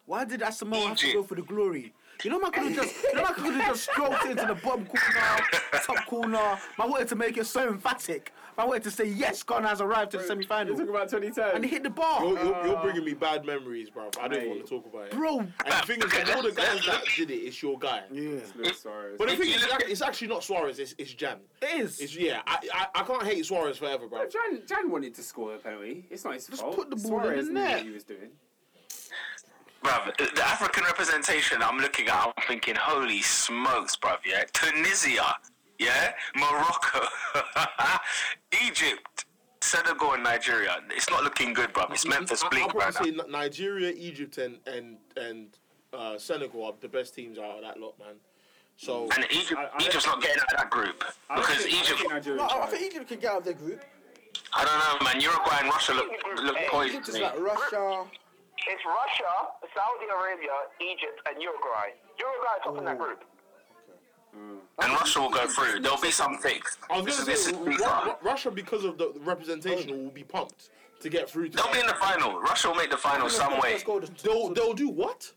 S4: Why did Asamoah have to
S5: Egypt.
S4: go for the glory? You know, man could have just, you know, man could have just stroked it into the bottom corner, top corner. Man wanted to make it so emphatic. Man wanted to say yes, Ghana has arrived to the
S1: We're talking
S4: semi-final,
S1: about 2010.
S4: and he hit the bar,
S2: You're, you're, you're bringing me bad memories, bro. I don't want to talk about it.
S4: bro.
S2: And the thing is, of all the guys that did it, it's your guy.
S4: Yeah,
S1: Luis Suarez.
S2: But the
S5: If
S2: thing
S5: you
S2: is,
S5: look
S2: it's ac-
S5: at-
S2: it's actually not Suarez. It's, it's Jan.
S4: it is.
S2: It's yeah. I, I I can't hate Suarez forever, bro.
S1: Jan, Jan wanted to score a penalty. It's not his fault.
S4: put the ball in
S1: Suarez
S4: the
S1: knew what
S4: net.
S1: he was doing.
S5: Bruv, the the African representation I'm looking at, I'm thinking, holy smokes, bruv, yeah. Tunisia, yeah. Morocco, <laughs> Egypt, Senegal, and Nigeria. It's not looking good, bruv. It's meant for
S2: I, I'll
S5: split,
S2: probably
S5: bruv.
S2: say Ni- Nigeria, Egypt, and and and uh, Senegal are the best teams out of that lot, man. So
S5: And Egypt,
S1: I- I-
S5: Egypt's not getting out of that group.
S1: I don't
S5: Because
S1: think- I don't
S5: Egypt,
S1: think Nigeria
S7: No, I I
S1: tried.
S7: think Egypt can get out of their group.
S5: I don't know, man. Uruguay and Russia look look
S7: Egypt
S5: poised.
S7: is
S5: to me.
S7: like Russia,
S6: It's Russia, Saudi Arabia, Egypt, and Uruguay. Uruguay top in that group.
S5: And Russia will go through. There'll be something.
S2: I was
S5: This
S2: gonna
S5: is-
S2: say
S5: this is-
S2: Ru- Ru- Russia because of the
S4: Oh.
S2: representation will be pumped to get through. To
S5: They'll be in the final. Russia will make the final some way.
S4: Let's go to-
S2: they'll they'll do what?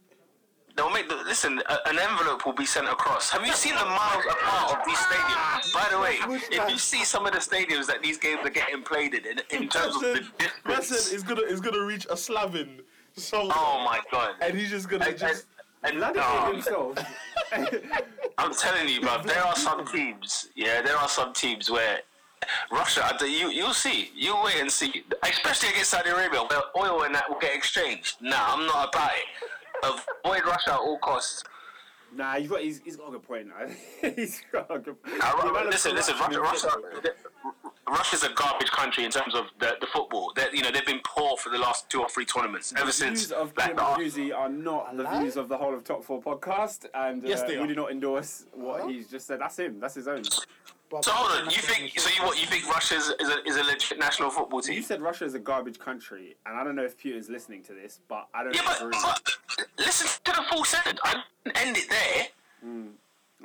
S5: They'll make the listen. A, an envelope will be sent across. Have you seen the miles apart of these stadiums? By the way, if you see some of the stadiums that these games are getting played in, in, in terms of the
S2: Messi Messi
S5: distance,
S2: is gonna is gonna reach a Slavin somewhere,
S5: oh my god!
S2: and he's just gonna
S5: And, and,
S2: just.
S5: and
S1: Vladimir
S5: no,
S1: himself.
S5: <laughs> I'm telling you, bruv, there are some teams. Yeah, there are some teams where Russia. I tell You you'll see. You wait and see. Especially against Saudi Arabia, where oil and that will get exchanged. Nah, I'm not about it. Avoid Russia at all costs.
S1: Nah, he's got he's, he's got a good point. Now. <laughs> he's got a good point.
S5: Uh, Ru- listen, listen, Russia, Russia, Russia's a garbage country in terms of the, the football. They're, you know, they've been poor for the last two or three tournaments ever since.
S1: views of
S5: like,
S1: Kim
S5: the Ar-
S1: Doozy are not the views of the whole of Top Four podcast, and uh,
S2: Yes, they
S1: we
S2: are.
S1: do not endorse what
S4: Huh?
S1: he's just said. That's him. That's his own.
S5: so hold on, you think so? You what? You think Russia is, is, a, is a legit national football
S1: You
S5: team?
S1: said Russia is a garbage country, and I don't know if Putin's listening to this, but I don't
S5: Yeah, but,
S1: agree.
S5: but listen to the full sentence. I didn't end it there.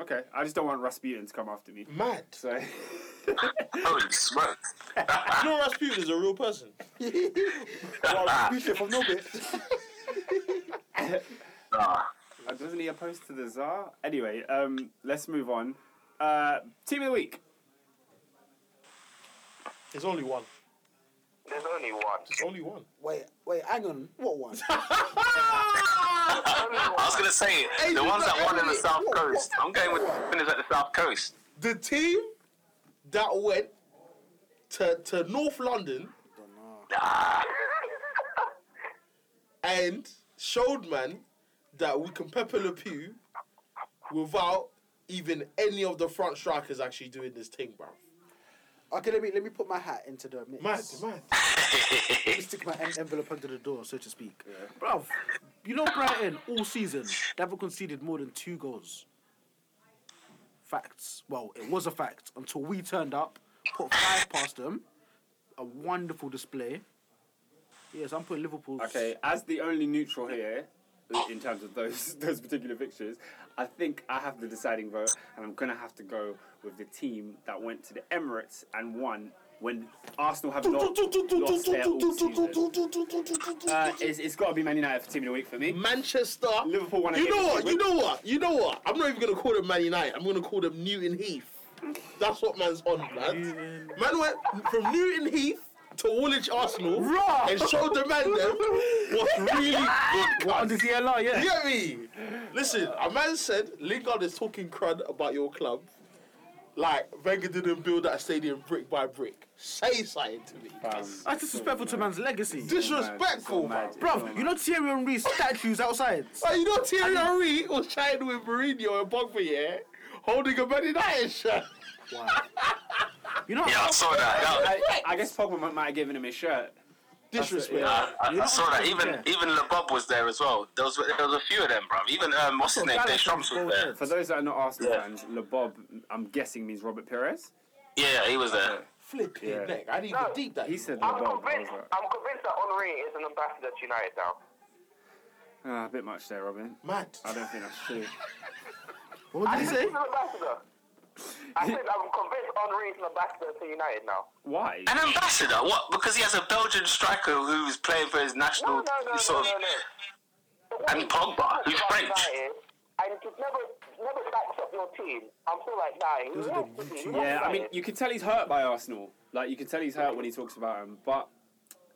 S1: Okay, I just don't want Rasputin to come after me.
S2: Mad.
S1: So <laughs>
S5: Holy smokes! <laughs>
S2: You know Rasputin is a real
S4: <laughs>
S2: person.
S4: Putin from Norbit.
S5: Nah.
S1: Uh, Doesn't he oppose to the Tsar? Anyway, um, let's move on. Uh, team of the week.
S2: There's only one.
S6: There's only one.
S2: There's only one.
S4: Wait, wait, hang on. What one?
S5: I was gonna say the ones that won in the South Coast. I'm going with the winners at the South Coast.
S2: The team that went to to North London
S5: Ah,
S2: and showed man that we can pepper Le Pew without even any of the front strikers actually doing this thing, bruv.
S4: Okay, let me let me put my hat into the mix.
S2: Mad, <laughs> mad.
S4: Let me stick my en- envelope under the door, so to speak. Bruv, you know Brighton all season they haven't conceded more than two goals. Facts. Well, it was a fact until we turned up, put five past them. A wonderful display. Yes, I'm putting Liverpool's.
S1: Okay, as the only neutral here, in terms of those <laughs> those particular fixtures, I think I have the deciding vote, and I'm gonna have to go with the team that went to the Emirates and won when Arsenal have not lost their all season. Uh, it's, it's got to be Man United for team of the week for me.
S2: Mm. Manchester.
S1: Liverpool won
S2: You
S1: again
S2: know
S1: this
S2: what? You
S1: week.
S2: know what? You know what? I'm not even gonna call them Man United. I'm gonna call them Newton Heath. That's what man's on, man. Man went from Newton Heath to Woolwich Arsenal and showed the man them what's really good.
S4: What, under DLR, yeah.
S2: You get me? Listen, a man said Lingard is talking crud about your club. Like Wenger didn't build that stadium brick by brick. Say something to me.
S1: Um,
S4: That's disrespectful to man's legacy.
S2: Disrespectful, man.
S1: mad.
S4: Bruv, you know Thierry Henry's statues outside?
S2: Like, you know, Thierry Henry was chatting with Mourinho and Pogba, yeah, holding a Man United <laughs> shirt.
S4: Wow. You know,
S5: yeah, I saw that. that
S1: I, I guess Pogba might, might have given him his shirt.
S2: Disrespect.
S1: yeah.
S5: I, I saw that. Even even LeBob was there as well. There was there was a few of them, bro. Even um, what's his name? Dave Shumps was there.
S1: For those that are not Arsenal
S5: Yeah.
S1: fans, Le Bob, I'm guessing means Robert Perez.
S5: Yeah, he was there.
S2: Flipping
S1: Yeah.
S2: neck. I didn't
S6: No.
S2: even deep that.
S1: He said Le
S6: I'm
S1: Bob. I was
S6: convinced. I'm convinced that Henri is an ambassador to United now.
S1: like, "Ah, a bit much there, Robin.
S2: mad.
S1: I don't think that's true.
S4: what did he say?
S6: He's an ambassador. I said I'm convinced Henri is an ambassador to United now.
S1: Why?
S5: An ambassador? What? Because he has a Belgian striker who's playing for his national.
S6: No, no, no, no,
S5: sort
S6: no,
S5: of,
S6: no.
S5: And Pogba, who's
S6: About
S5: French.
S6: United, And just never, never backs up your team. I'm still like, nah, he loves the team.
S1: Yeah, I mean, you can tell he's hurt by Arsenal. Like, you can tell he's hurt when he talks about him. But,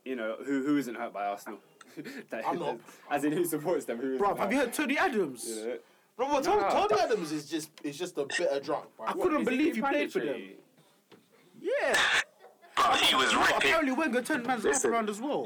S1: you know, who who isn't hurt by Arsenal? <laughs> That-
S2: I'm not.
S1: <laughs> As in, who supports them? Who
S4: Bruv, have you heard Tony Adams?
S1: heard?
S2: Remember, Tony,
S1: No.
S2: Tony Adams is just is just a bitter drunk,
S4: I
S2: man.
S4: couldn't believe you played for them. Yeah.
S5: Bro, he was
S4: But
S5: ripping.
S4: apparently Wenger turned man's life
S5: Listen.
S4: around as well.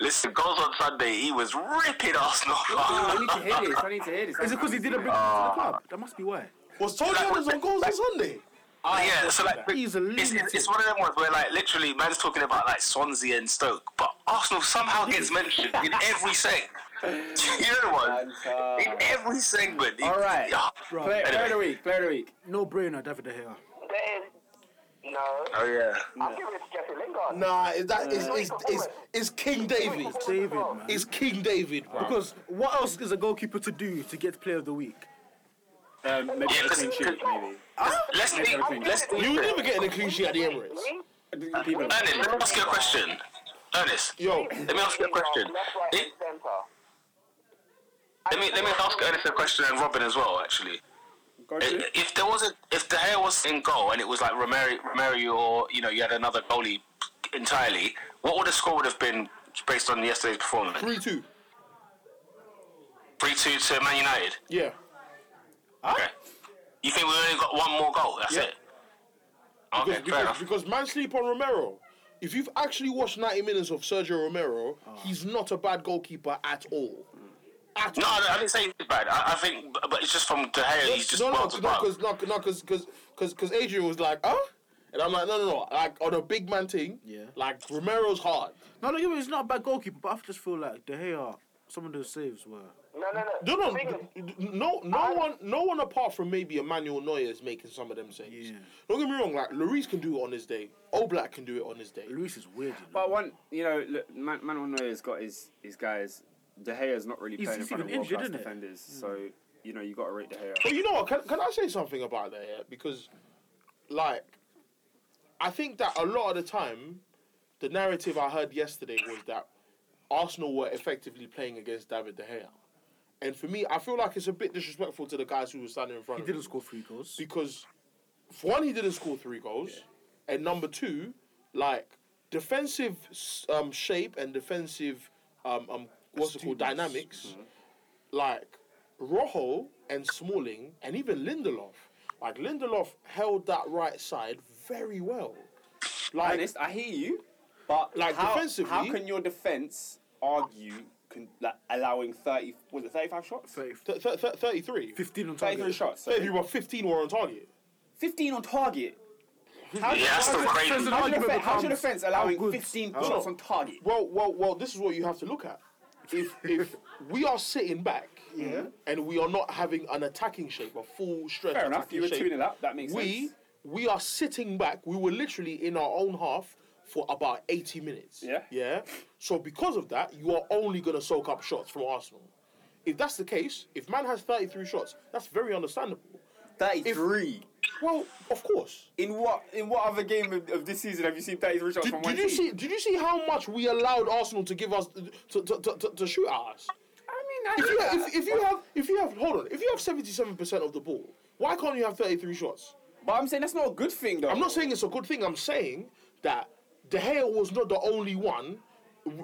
S5: Listen, goals on Sunday. He was ripping Arsenal.
S1: Ah, I need
S5: <laughs>
S1: to hear this. I need to hear this.
S4: Is it because he didn't bring him to the club? That must be why.
S2: <laughs> Was Tony Adams on goals on Sunday?
S5: But yeah, so like
S4: He's a
S5: it's, it's,
S4: lunatic.
S5: it's one of them ones where like literally man's talking about like Swansea and Stoke, but Arsenal somehow gets mentioned in every segment. <laughs> you know what? In every segment. he-
S1: All right.
S5: <laughs> Yeah.
S1: Player, player of the week. Player of the week.
S4: No brainer, David De Gea.
S6: There is No.
S5: Oh yeah.
S6: I'll give it to Jesse Lingard.
S2: Nah, is that is is is is King David?
S4: David, man.
S2: Is King David, bro?
S4: Because what else is a goalkeeper to do to get player of the week?
S1: Um, maybe
S5: Yeah,
S1: a clean
S5: but-
S1: sheet, maybe.
S5: Let's leave. Let's leave.
S2: You were never getting a clean sheet at the Emirates.
S6: Me?
S1: People are-
S5: Ernest, let me ask you a question. Ernest,
S2: Yo,
S5: Oh, let me ask you a question.
S6: Left, right,
S5: Let
S6: and centre.
S5: let me let me ask Ernest a question and Robin as well. Actually,
S1: Go
S5: I-
S1: to it.
S5: if there was a if the hair was in goal and it was like Romero, Romero, or you know you had another goalie entirely, what would the score would have been based on yesterday's performance?
S2: three two.
S5: Three two to Man United.
S2: Yeah.
S5: Okay. You think we only got one more goal? That's
S2: Yeah.
S5: it. Okay,
S2: Because,
S5: fair
S2: because,
S5: enough.
S2: because man sleep on Romero. If you've actually watched 90 minutes of Sergio Romero, he's not a bad goalkeeper at all. At
S5: No,
S2: all.
S5: no, I didn't say it's bad. I, I think, but- but it's just from De Gea. He's just
S2: no, no,
S5: worlds
S2: no,
S5: apart.
S2: because no, no, because because Adrian was like, huh? And I'm like, no, no, no, like on a big man thing,
S4: Yeah.
S2: Like Romero's hard.
S4: No, no, you know, he's not a bad goalkeeper, but I just feel like De Gea, some of those saves were.
S6: No, no, no.
S2: No,
S6: The
S2: no,
S6: thing is,
S2: no, no one, no one apart from maybe Emmanuel Neuer is making some of them saves.
S4: Yeah.
S2: Don't get me wrong, like Lloris can do it on his day. Oblak can do it on his day.
S4: Luis is weird, you know.
S1: But one, you know, look, Man- Manuel Neuer's got his his guys. De Gea's not really
S4: He's-
S1: playing in
S4: he's
S1: front of
S4: even
S1: world
S4: injured,
S1: class
S4: isn't he?
S1: defenders, so you know you got to rate De
S2: But
S1: Gea.
S2: you know what? Can, can I say something about that? Yeah? Because, like, I think that a lot of the time, the narrative I heard yesterday was that Arsenal were effectively playing against David De Gea. And for me, I feel like it's a bit disrespectful to the guys who were standing in front
S4: He
S2: of him.
S4: didn't score three goals.
S2: Because, for one, he didn't score three goals. And number two, like, defensive s- um, shape and defensive, um, um, what's it called, dynamics like Rojo and Smalling and even Lindelof. Like Lindelof held that right side very well. Like
S1: Ernest, I hear you, but
S2: Like,
S1: how,
S2: defensively-
S1: how can your defense argue con- like, allowing thirty? Was it thirty-five shots?
S4: Thirty-
S2: th- th- th- 33.
S4: 15 on
S1: Thirty-three
S4: target.
S1: shots. sorry.
S2: 33 were 15 were on target.
S1: Fifteen on target. How
S5: Yeah, that's still crazy.
S4: Defensive
S1: How's your
S4: argument
S1: defense, how's your
S4: becomes
S1: defense
S4: how
S1: allowing
S4: good-
S1: 15
S4: how-
S1: shots on target?
S2: Well, well, well, this is what you have to look at. If, if we are sitting back and we are not having an attacking shape, a full stretch
S1: Fair enough.
S2: attacking
S1: You were
S2: shape,
S1: tuning up. That makes
S2: we,
S1: sense.
S2: We are sitting back. We were literally in our own half for about 80 minutes.
S1: Yeah.
S2: Yeah. So because of that, you are only going to soak up shots from Arsenal. If that's the case, if man has 33 shots, that's very understandable.
S1: Thirty-three.
S2: Well, of course.
S1: In what in what other game of, of this season have you seen thirty-three shots
S2: Did,
S1: from one
S2: did you
S1: team?
S2: see? Did you see how much we allowed Arsenal to give us to, to, to, to, to shoot at us?
S1: I mean,
S2: If you,
S1: <laughs> I,
S2: if, if you have if you have hold on if you have seventy seven percent of the ball, why can't you have thirty three shots?
S1: but I'm saying that's not a good thing, though.
S2: I'm not saying it's a good thing. I'm saying that De Gea was not the only one.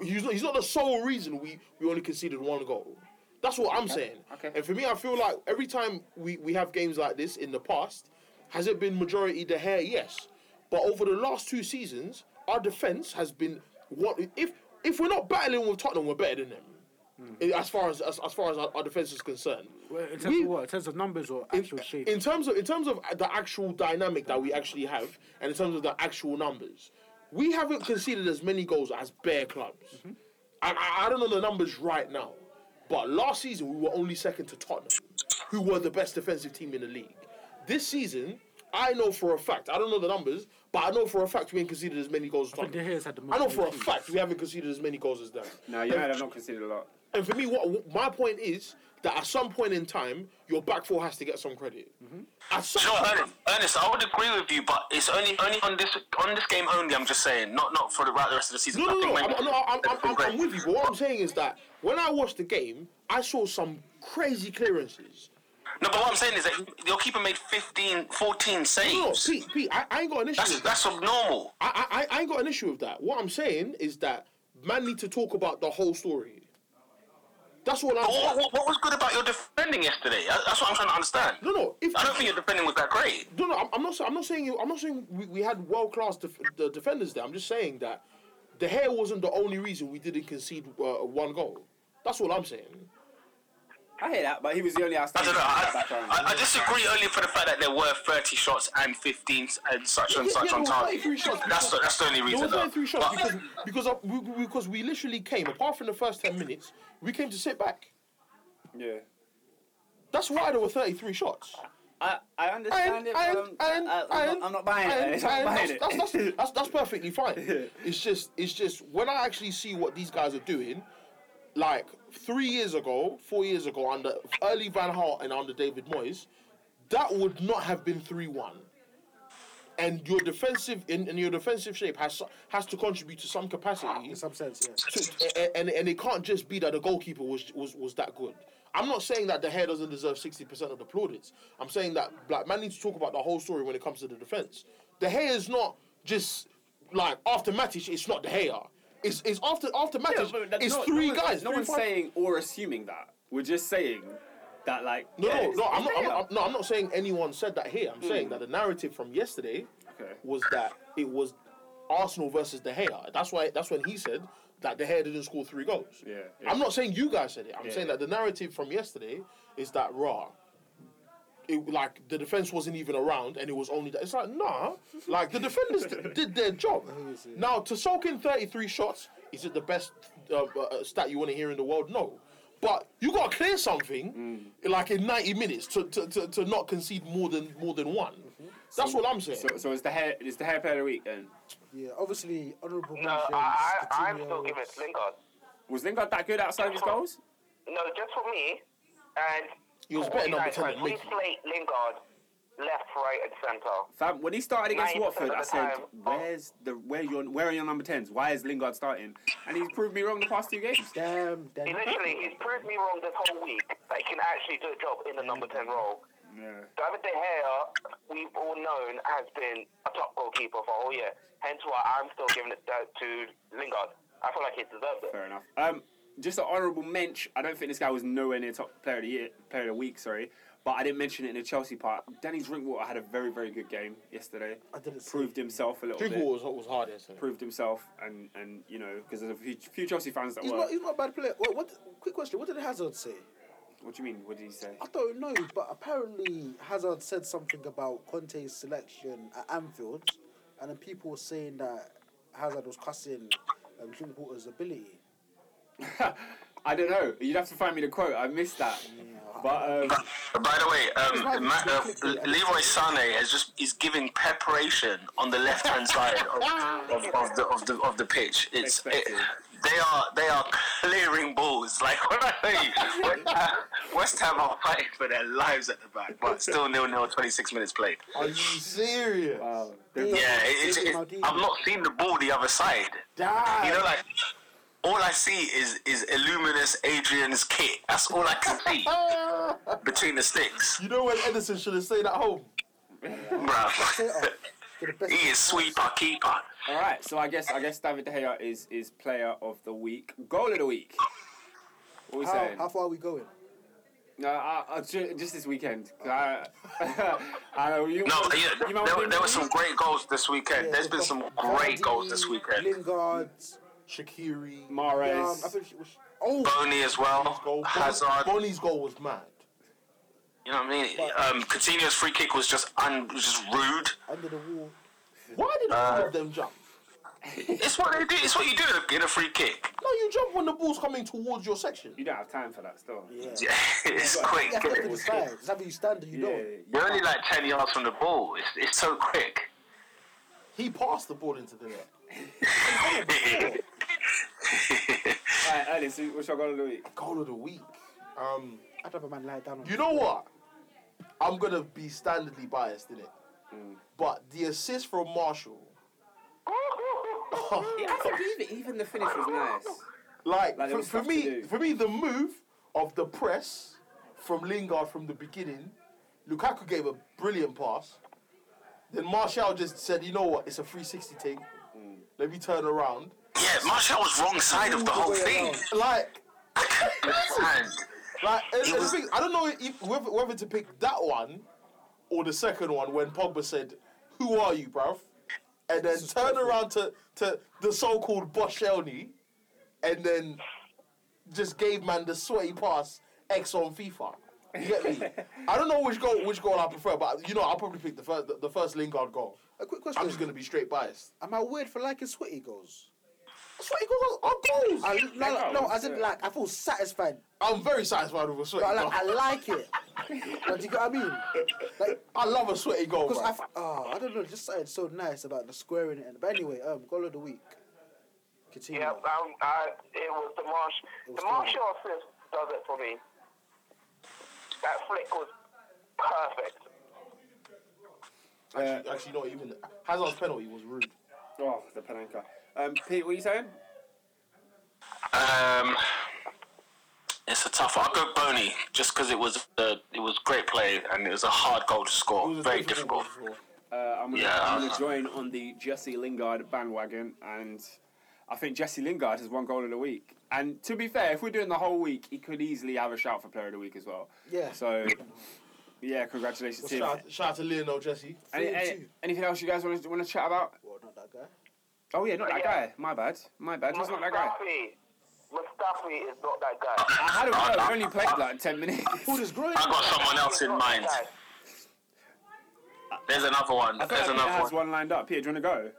S2: He's not, he's not the sole reason we, we only conceded one goal. That's what I'm saying.
S1: okay.
S2: And for me, I feel like every time we, we have games like this in the past, has it been majority De Gea? Yes. But over the last two seasons, our defense has been what if if we're not battling with Tottenham, we're better than them.
S1: Hmm.
S2: As far as, as as far as our, our defense is concerned,
S4: Well, in terms
S2: We-
S4: of what? In terms of numbers or
S2: in,
S4: actual shape?
S2: in terms of in terms of the actual dynamic that we actually have, and in terms of the actual numbers, we haven't conceded as many goals as bare clubs.
S4: Mm-hmm.
S2: I, I, I don't know the numbers right now, but last season we were only second to Tottenham, who were the best defensive team in the league. This season, I know for a fact. I don't know the numbers, but I know for a fact we ain't conceded as many goals. As
S4: think
S2: Tottenham.
S4: De Gea's had the most
S2: I know for a
S4: conceded.
S2: fact we haven't conceded as many goals as them.
S1: No, United have not conceded a lot.
S2: And for me, what, what my point is that at some point in time, your back four has to get some credit. At some
S5: Mm-hmm. No,
S2: point-
S5: Ernest, Ernest, I would agree with you, but it's only only on this on this game only. I'm just saying, not not for the, right, the rest of the season.
S2: no, no,
S5: I
S2: no,
S5: think
S2: I'm,
S5: when-
S2: no, I'm, I'm, I'm, I'm with you. But what I'm saying is that when I watched the game, I saw some crazy clearances.
S5: No, but what I'm saying is that your keeper made 15, 14
S2: No, no,
S5: saves.
S2: Pete, Pete, I, I ain't got an issue.
S5: That's
S2: With that.
S5: that's abnormal.
S2: I, I, I ain't got an issue with that. What I'm saying is that man need to talk about the whole story. That's all I'm
S5: But what,
S2: saying.
S5: what, what was good about your defending yesterday? I- That's what I'm trying to understand.
S2: No, no, if
S5: I don't think your defending was that great.
S2: No, no, I'm, I'm not. sa- I'm not saying. you- I'm not saying we, we had world class def- the defenders there. I'm just saying that the hair wasn't the only reason we didn't concede uh, one goal. That's all I'm saying.
S1: I hear that, but he was the only
S5: I
S1: outstanding.
S5: don't know. I,
S1: background.
S5: I, I disagree only for the fact that there were 30 shots and 15 and such and
S2: Yeah,
S5: such
S2: yeah,
S5: on
S2: there were
S5: target.
S2: 33 shots
S5: That's
S2: because-
S5: the, that's the only
S2: There
S5: reason.
S2: were
S5: though.
S2: 33 shots
S5: But-
S2: because because uh, we, we- because we literally came apart from the first 10 minutes. We came to sit back.
S1: yeah.
S2: That's why there were 33 shots.
S7: I, I understand it, but I'm, I, am not, <laughs> I'm not buying
S1: <laughs>
S2: iron,
S7: it. It's not
S2: iron,
S7: buying
S2: that's,
S7: it.
S2: That's, that's, that's, that's perfectly
S7: <laughs>
S2: fine. It's just, it's just when I actually see what these guys are doing, like three years ago, four years ago, under early Van Hart and under David Moyes, that would not have been three one. And your defensive in, and your defensive shape has has to contribute to some capacity.
S4: in some sense, yeah.
S2: to- a- a- and and it can't just be that the goalkeeper was was was that good. I'm not saying that the hair doesn't deserve 60% of the plaudits. I'm saying that like man needs to talk about the whole story when it comes to the defense. The hair is not just like after Matic, it's not the hair. It's it's after after Matic,
S1: but that-
S2: it's
S1: no-
S2: three
S1: no one-
S2: guys.
S1: No
S2: three
S1: one's
S2: five-
S1: saying or assuming that. We're just saying that, like.
S2: No,
S1: yeah,
S2: no,
S1: it's-
S2: no, I'm
S1: it's
S2: not,
S1: there.
S2: I'm not, I'm, no, I'm not saying anyone said that here. I'm saying that the narrative from yesterday
S1: Okay.
S2: was that it was Arsenal versus De Gea. That's why. That's when he said that De Gea didn't score three goals.
S1: Yeah, yeah.
S2: I'm not saying you guys said it. I'm
S1: Yeah.
S2: saying that the narrative from yesterday is that raw. It, like the defense wasn't even around, and it was only that. It's like nah, like the defenders d- <laughs> did their job. Now to soak in 33 shots, is it the best uh, uh, stat you want to hear in the world? No, but you got to clear something
S1: Mm.
S2: like in 90 minutes to, to, to, to not concede more than more than one. That's what I'm saying.
S1: Mm-hmm. So, so it's the hair. It's the hair player of the week. And
S4: Yeah, obviously, honourable
S6: No,
S4: mentions.
S6: I, I, I'm still
S4: Coutinho,
S6: giving it to Lingard.
S1: was Lingard that good outside of his goals?
S6: No, just for me, and
S2: He was
S6: for
S2: better number
S6: United
S2: 10 than
S6: fans, we
S2: Mickey.
S6: slate Lingard left, right, and centre.
S1: Fam, when he started against
S6: Nine
S1: Watford, I
S6: percent
S1: said,
S6: of the time.
S1: "Where's the where your where are your number tens? Why is Lingard starting?" And he's proved me wrong the past two games.
S4: Damn,
S6: He
S4: damn.
S2: Mm-hmm.
S6: literally, he's proved me wrong this whole week that he can actually do a job in the number 10 role.
S1: Yeah.
S6: David De Gea, we've all known, has been a top goalkeeper for a whole year. Hence why I'm still giving it to to Lingard. I feel like he deserves it.
S1: Fair enough. Um, just an honourable mention. I don't think this guy was nowhere near top player of the year, player of the week. Sorry, but I didn't mention it in the Chelsea part. Danny Drinkwater had a very very good game yesterday.
S4: I didn't see
S1: proved himself a little
S2: Drinkwater
S1: bit.
S2: was, was hard yesterday.
S1: Proved himself, and and you know because there's a few, few Chelsea fans that
S4: He's
S1: were.
S4: not, he's not a bad player. What, what, quick question, what did Hazard say?
S1: What do you mean? What did he say?
S4: I don't know, but apparently Hazard said something about Conte's selection at Anfield, and then people were saying that Hazard was cussing um, Drinkwater's ability.
S1: I don't know. You'd have to find me the quote. I missed that. But um,
S5: By the way, um,
S4: Right,
S5: Ma- uh,
S4: completely.
S5: Leroy Sané is just is giving preparation on the left hand side of, of, of, the, of the of the pitch. It's it,
S1: Expected.
S5: they are they are clearing balls. <laughs> Like when I say West Ham, West Ham are fighting for their lives at the back, but still nil nil. Twenty six minutes played.
S2: Are you serious?
S1: wow,
S4: <laughs>
S1: they've
S5: Yeah,
S1: done-
S5: it, it, it, I'm not seeing the ball the other side. You know, like all I see is is Illuminous Adrian's kick. That's all I can see between the sticks,
S2: You know when Edison should have stayed at home.
S4: Say it
S5: bruv.
S4: up. You're the best.
S5: He is sweeper keeper.
S1: All right. So I guess I guess David De Gea is is player of the week, goal of the week. What we
S4: How,
S1: saying?
S4: how far are we going?
S1: No, I, I, ju- just this weekend. 'cause I, <laughs> I know you.
S5: No, yeah,
S1: you might
S5: there,
S1: wanna
S5: there were
S1: do-
S5: some great goals this weekend.
S4: Yeah,
S5: There's
S4: we've
S5: been
S4: got
S5: some great
S4: Vardy,
S5: goals this weekend.
S4: Lingard,
S2: Shakiri.
S4: um,
S1: Mahrez.
S4: I think it was, oh,
S5: Boney as well.
S2: goal.
S5: Hazard.
S2: Oh, Bonnie's goal was mad.
S5: You know what I mean? Um, Coutinho's free kick was just un, was just rude.
S4: under the wall.
S2: Why did all of them jump?
S5: It's what they do. It's what you do in a, in a free kick.
S2: No, you jump when the ball's coming towards your section.
S1: you don't have time for that still.
S4: Yeah.
S5: Yeah, <laughs> it's quick.
S4: That's
S5: innit?
S4: the side. That's how you stand and you
S1: Yeah,
S4: know.
S5: You're only like ten yards from the ball. It's, it's so quick.
S2: He passed the ball into the net.
S1: All right, Ernest, who- what's your goal of the week?
S2: Goal of the week. Um,
S4: I'd have a man lie down on
S2: you know what? I'm gonna be standardly biased in it,
S1: Mm.
S2: but the assist from Marshall,
S1: Even the finish was nice. Like,
S2: like,
S1: there
S2: for,
S1: was
S2: for
S1: stuff to
S2: me,
S1: do.
S2: for me, the move of the press from Lingard from the beginning, Lukaku gave a brilliant pass. Then Marshall just said, "You know what? It's a 360 take.
S1: Mm.
S2: Let me turn around."
S5: <laughs> Yeah, Martial was wrong side of the whole thing.
S2: Like,
S5: Man,
S2: Like, and, and the
S5: was-
S2: thing- I don't know if, whether, whether to pick that one or the second one when Pogba said, "Who are you, bruv?" and then turn around to, to the so-called Boshelny, and then just gave man the sweaty pass X on FIFA. You get me?
S8: <laughs>
S2: I don't know which goal which goal I prefer, but you know I'll probably pick the first the, the first Lingard goal.
S4: A quick question.
S2: I'm just gonna be straight biased.
S4: Am I weird for liking sweaty goals?
S9: That's what he got on goals.
S8: I, no, no, no, I didn't
S1: Yeah.
S8: like. I feel satisfied.
S2: I'm very satisfied with a sweaty
S8: But I,
S2: goal.
S8: like, I like it. like, do you get what I mean? Like,
S2: <laughs> I love a sweaty goal.
S8: because
S2: Bro.
S8: I, f- oh, I don't know, just something so nice about the squaring it. But anyway, um, goal of the week. Continue.
S6: Yeah, um, I, it was the Marsh.
S8: was
S6: The Marshall assist does it for me. That flick was perfect.
S1: Uh,
S2: actually, actually, not even. Hazard's penalty was rude.
S1: Oh, the Penenka. Um, Pete, what are you saying?
S5: Um, it's a tough. I'll go Boney just because it was uh, it was great play and it was a hard goal to
S2: It
S5: score.
S2: was a
S5: Very difficult.
S2: goal to score.
S1: Uh, I'm gonna,
S5: Yeah,
S1: I'm
S5: I-
S1: gonna join on the Jesse Lingard bandwagon, and I think Jesse Lingard has one goal of the week. And to be fair, if we're doing the whole week, he could easily have a shout for Player of the Week as well.
S8: Yeah.
S1: So, yeah, congratulations
S2: Well,
S1: to him.
S2: shout, shout out to Lionel Jesse.
S1: Any, any-
S8: Three-two.
S1: anything else you guys want to want to chat about?
S8: Well, not that guy.
S1: Oh yeah, not that
S6: Yeah.
S1: guy. My bad. My bad. He's not that
S5: <laughs>
S1: guy.
S6: Mustafi. Mustafi is not that
S5: Oh,
S6: guy.
S1: I had a go. He only played like ten
S5: <laughs>
S1: minutes.
S8: Pulled his groin.
S5: I got someone else in
S6: Not that
S5: mind.
S6: guy.
S5: There's another one.
S1: I think
S5: There's
S1: Peter
S5: another
S1: has
S5: one.
S1: one lined up. Peter, do you want to go?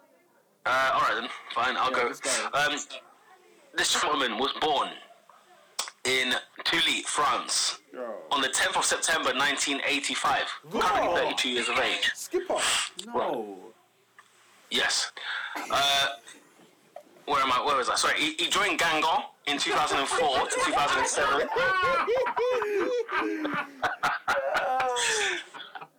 S5: Uh, all right then, fine. I'll go.
S1: let's go.
S5: Um, this woman was born in Tully, France,
S1: Oh.
S5: on the 10th of September 1985.
S8: Whoa.
S5: Currently 32 years of age.
S8: Skipper.
S1: No.
S5: Yes. Uh, where am I? Where was I? Sorry, he, he joined Gangon in 2004 to 2007.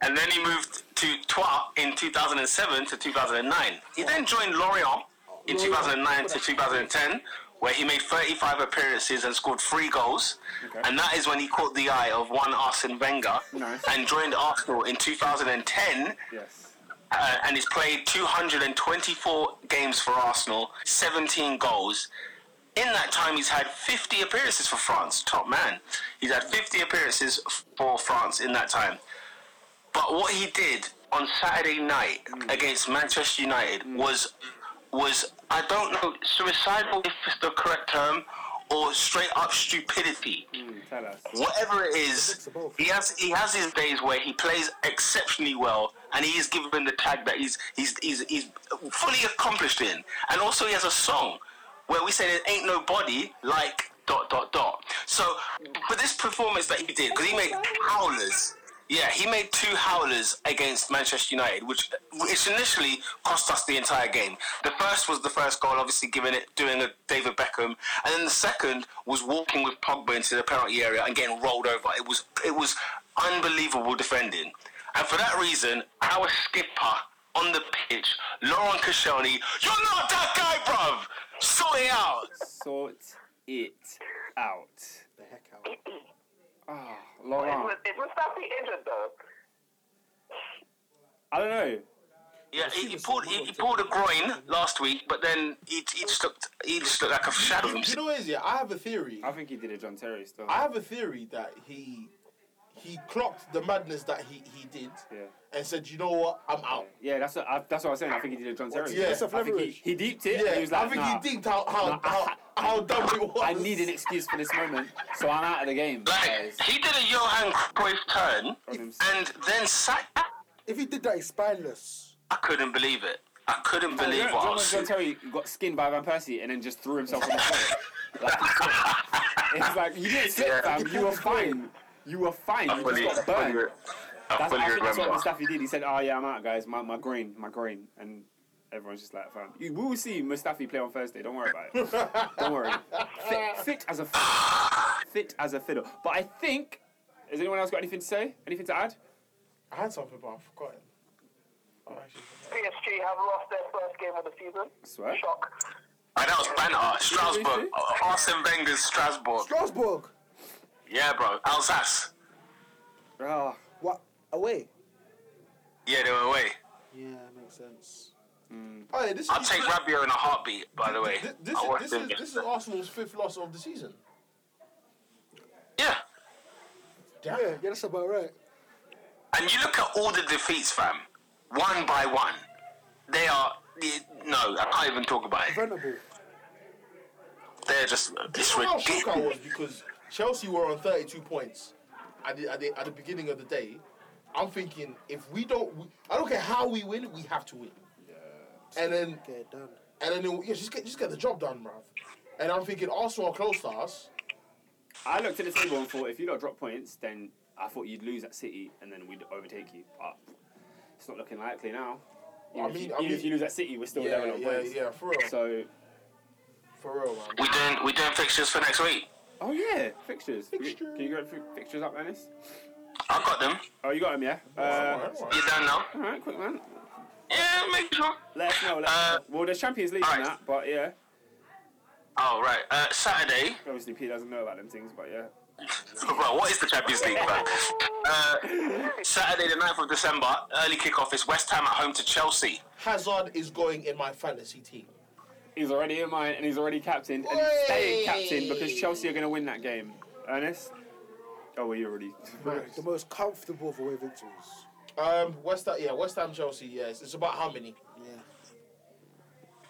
S5: and then he moved to Troyes in 2007 to 2009. He then joined Lorient in 2009 to 2010, where he made 35 appearances and scored three goals. And that is when he caught the eye of one Arsene Wenger
S1: Nice.
S5: and joined Arsenal in 2010
S1: Yes.
S5: uh, and he's played 224 games for Arsenal, 17 goals. In that time, he's had 50 appearances for France. Top man. He's had 50 appearances for France in that time. But what he did on Saturday night against Manchester United was was I don't know suicidal if it's the correct term or straight up stupidity
S1: Mm, tell us.
S5: whatever it is, he has he has his days where he plays exceptionally well, and he is given the tag that he's he's he's, he's fully accomplished in. And also, he has a song where we say there ain't nobody like dot dot dot. So, but this performance that he did, because he made howlers. Yeah, he made two howlers against Manchester United, which which initially cost us the entire game. The first was the first goal, obviously giving it doing a David Beckham, and then the second was walking with Pogba into the penalty area and getting rolled over. It was it was unbelievable defending, and for that reason, our skipper on the pitch, Lauren Koscielny, you're not that guy, bruv. Sort it out.
S1: Sort it out.
S8: The heck out.
S1: Ah,
S6: Is,
S1: Laurent.
S6: Mus- is Mustafi injured though?
S1: I don't know.
S5: Yeah, he, he pulled he, he pulled a groin last week, but then he, he just looked he just looked like a shadow
S2: Do
S5: of
S2: you
S5: himself.
S2: know what it is? Yeah, I have a theory.
S1: I think he did a John Terry still.
S2: I have a theory that he he clocked the madness that he, he did
S1: Yeah.
S2: and said, you know what, I'm out.
S1: Yeah, that's what I, that's what I was saying. I think he did a John Terry.
S2: Yeah.
S1: I think he, he deeped it.
S2: Yeah,
S1: and he was like,
S2: I think
S1: nah,
S2: he dinked how how,
S1: Nah,
S2: how,
S1: I-
S2: how dumb it was.
S1: I need an excuse for this moment, so I'm out of the game.
S5: Like
S1: guys.
S5: he did a Johan Cruyff turn
S1: On himself.
S5: and then sat.
S8: If he did that, he's spineless.
S5: I couldn't believe it. I couldn't believe
S1: John,
S5: what I
S1: John,
S5: was
S1: John
S5: seeing.
S1: Terry got skinned by Van Persie and then just threw himself on the floor.
S5: <laughs>
S1: Like, he slipped. it's like you didn't slip,
S5: Yeah.
S1: fam. You were fine. You were fine.
S5: I
S1: You
S5: fully, I
S1: just got
S5: fully,
S1: burned.
S5: re- I
S1: That's,
S5: fully
S1: I think that's what
S5: remember.
S1: Mustafi did. He said, "Oh yeah, I'm out, guys. My my groin, my groin," and everyone's just like, "Fam, you will see Mustafi play on Thursday. Don't worry about it. Don't worry. Fit, fit as a fiddle. fit as a fiddle." But I think, has anyone else got anything to say? Anything to add?
S2: I had something, but I've forgotten. I actually forgot.
S6: PSG have lost their first game of the season.
S1: Swear.
S6: Shock.
S5: And that was banter. Strasbourg.
S1: Really?
S5: Uh, Arsene Wenger's Strasbourg.
S8: Strasbourg.
S5: Yeah, bro. Alsace.
S1: Ah,
S8: What? Away.
S5: Yeah, they were away.
S8: Yeah, makes sense.
S2: Oh, yeah, this
S5: I'll
S2: is-
S5: take Rabiot in a heartbeat. By the way,
S2: This, this,
S5: I watched
S2: this,
S5: him
S2: is, this is
S5: yesterday.
S2: Arsenal's fifth loss of the season.
S5: Yeah.
S2: Damn.
S8: Yeah, yeah, that's about right.
S5: And you look at all the defeats, fam. One by one, they are. y- No, I can't even talk about it.
S8: Venable.
S5: They're just. It's
S2: You know how shocked I
S5: ridiculous.
S2: was because Chelsea were on 32 points at the, at the, at the beginning of the day. I'm thinking if we don't, we, I don't care how we win, we have to win. And then
S8: Get it done.
S2: and then it, yeah, just get just get the job done, bruv. And I'm thinking Arsenal are close to us.
S1: I looked at the table and thought, if you don't drop points, then I thought you'd lose at City and then we'd overtake you. But it's not looking likely now. Even,
S2: I
S1: if,
S2: mean-
S1: you,
S2: I
S1: even
S2: mean-
S1: if you lose at City, we're still
S2: yeah,
S1: down on
S2: yeah,
S1: points.
S2: yeah, for real,
S1: So,
S2: for real, man.
S5: We doing we doing fixtures for next week.
S1: oh yeah, fixtures. Fixtures. Can you go fi- fixtures up, Ernest?
S5: I've got them.
S1: Oh, you got them, yeah. Uh,
S2: Alright, alright.
S5: You don't know?
S1: all right, quick man.
S5: Yeah, make sure.
S1: Let us know. Let us know. Well, there's Champions League and
S5: alright.
S1: that, but yeah,
S5: Oh right, uh, Saturday. <laughs>
S1: obviously Pete doesn't know about them things, but yeah.
S5: Bro, what is the Champions League, bro? Uh, Saturday the 9th of December, early kickoff is West Ham at home to Chelsea.
S2: Hazard is going in my fantasy team.
S1: He's already in mine, and he's already captained, and he's staying captain because Chelsea are going to win that game. Ernest. Oh, well, you already.
S8: The most comfortable of away victories.
S2: Um, West Ham, yeah, West Ham, Chelsea, yes. It's about how many?
S8: Yeah.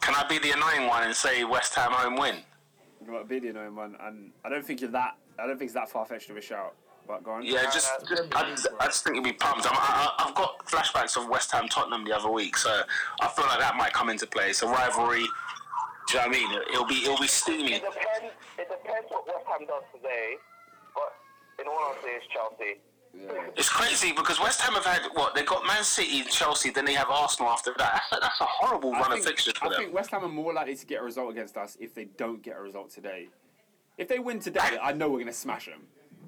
S5: Can I be the annoying one and say West Ham home win?
S1: Got a video knowing one, and I don't think you're that. I don't think it's that far fetched of a shout. But go on.
S5: Yeah, just, just I, just- I just think it'd be pumped. I'm, I, I- I've got flashbacks of West Ham Tottenham the other week, so I feel like that might come into play. It's a rivalry. Do you know what I mean? It'll be it'll be steamy.
S6: It depends. It depends what West Ham does today, but in all honesty, it's Chelsea.
S5: It's crazy because West Ham have had what they got Man City, Chelsea, then they have Arsenal after that. <laughs> That's a horrible
S1: I
S5: run of
S1: think,
S5: fixtures for
S1: I
S5: them.
S1: think West Ham are more likely to get a result against us if they don't get a result today. If they win today, I know we're going to smash <laughs> them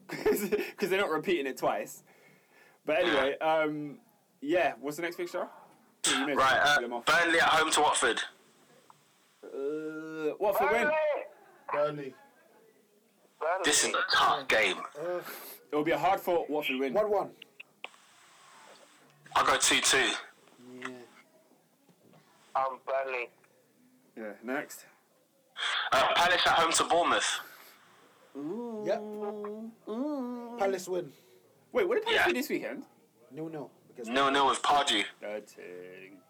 S1: because they're not repeating it twice. But anyway, um, yeah. What's the next fixture? You may as well
S5: Right,
S1: just
S5: uh,
S1: put them off.
S5: Burnley at home to Watford.
S1: Uh, what for win?
S6: Burnley!
S2: Burnley.
S6: Burnley.
S5: This is a tough game.
S1: It'll be a hard fought Watford win.
S8: One one.
S5: I'll go two two.
S8: Yeah.
S6: um, Burnley.
S1: Yeah. Next.
S5: Uh, Palace at home to Bournemouth.
S8: Yep. Palace win.
S1: Wait, what did Palace
S5: Yeah.
S1: do this weekend?
S8: Nil nil. Because
S5: No, no, with Pardew.
S1: Dirting.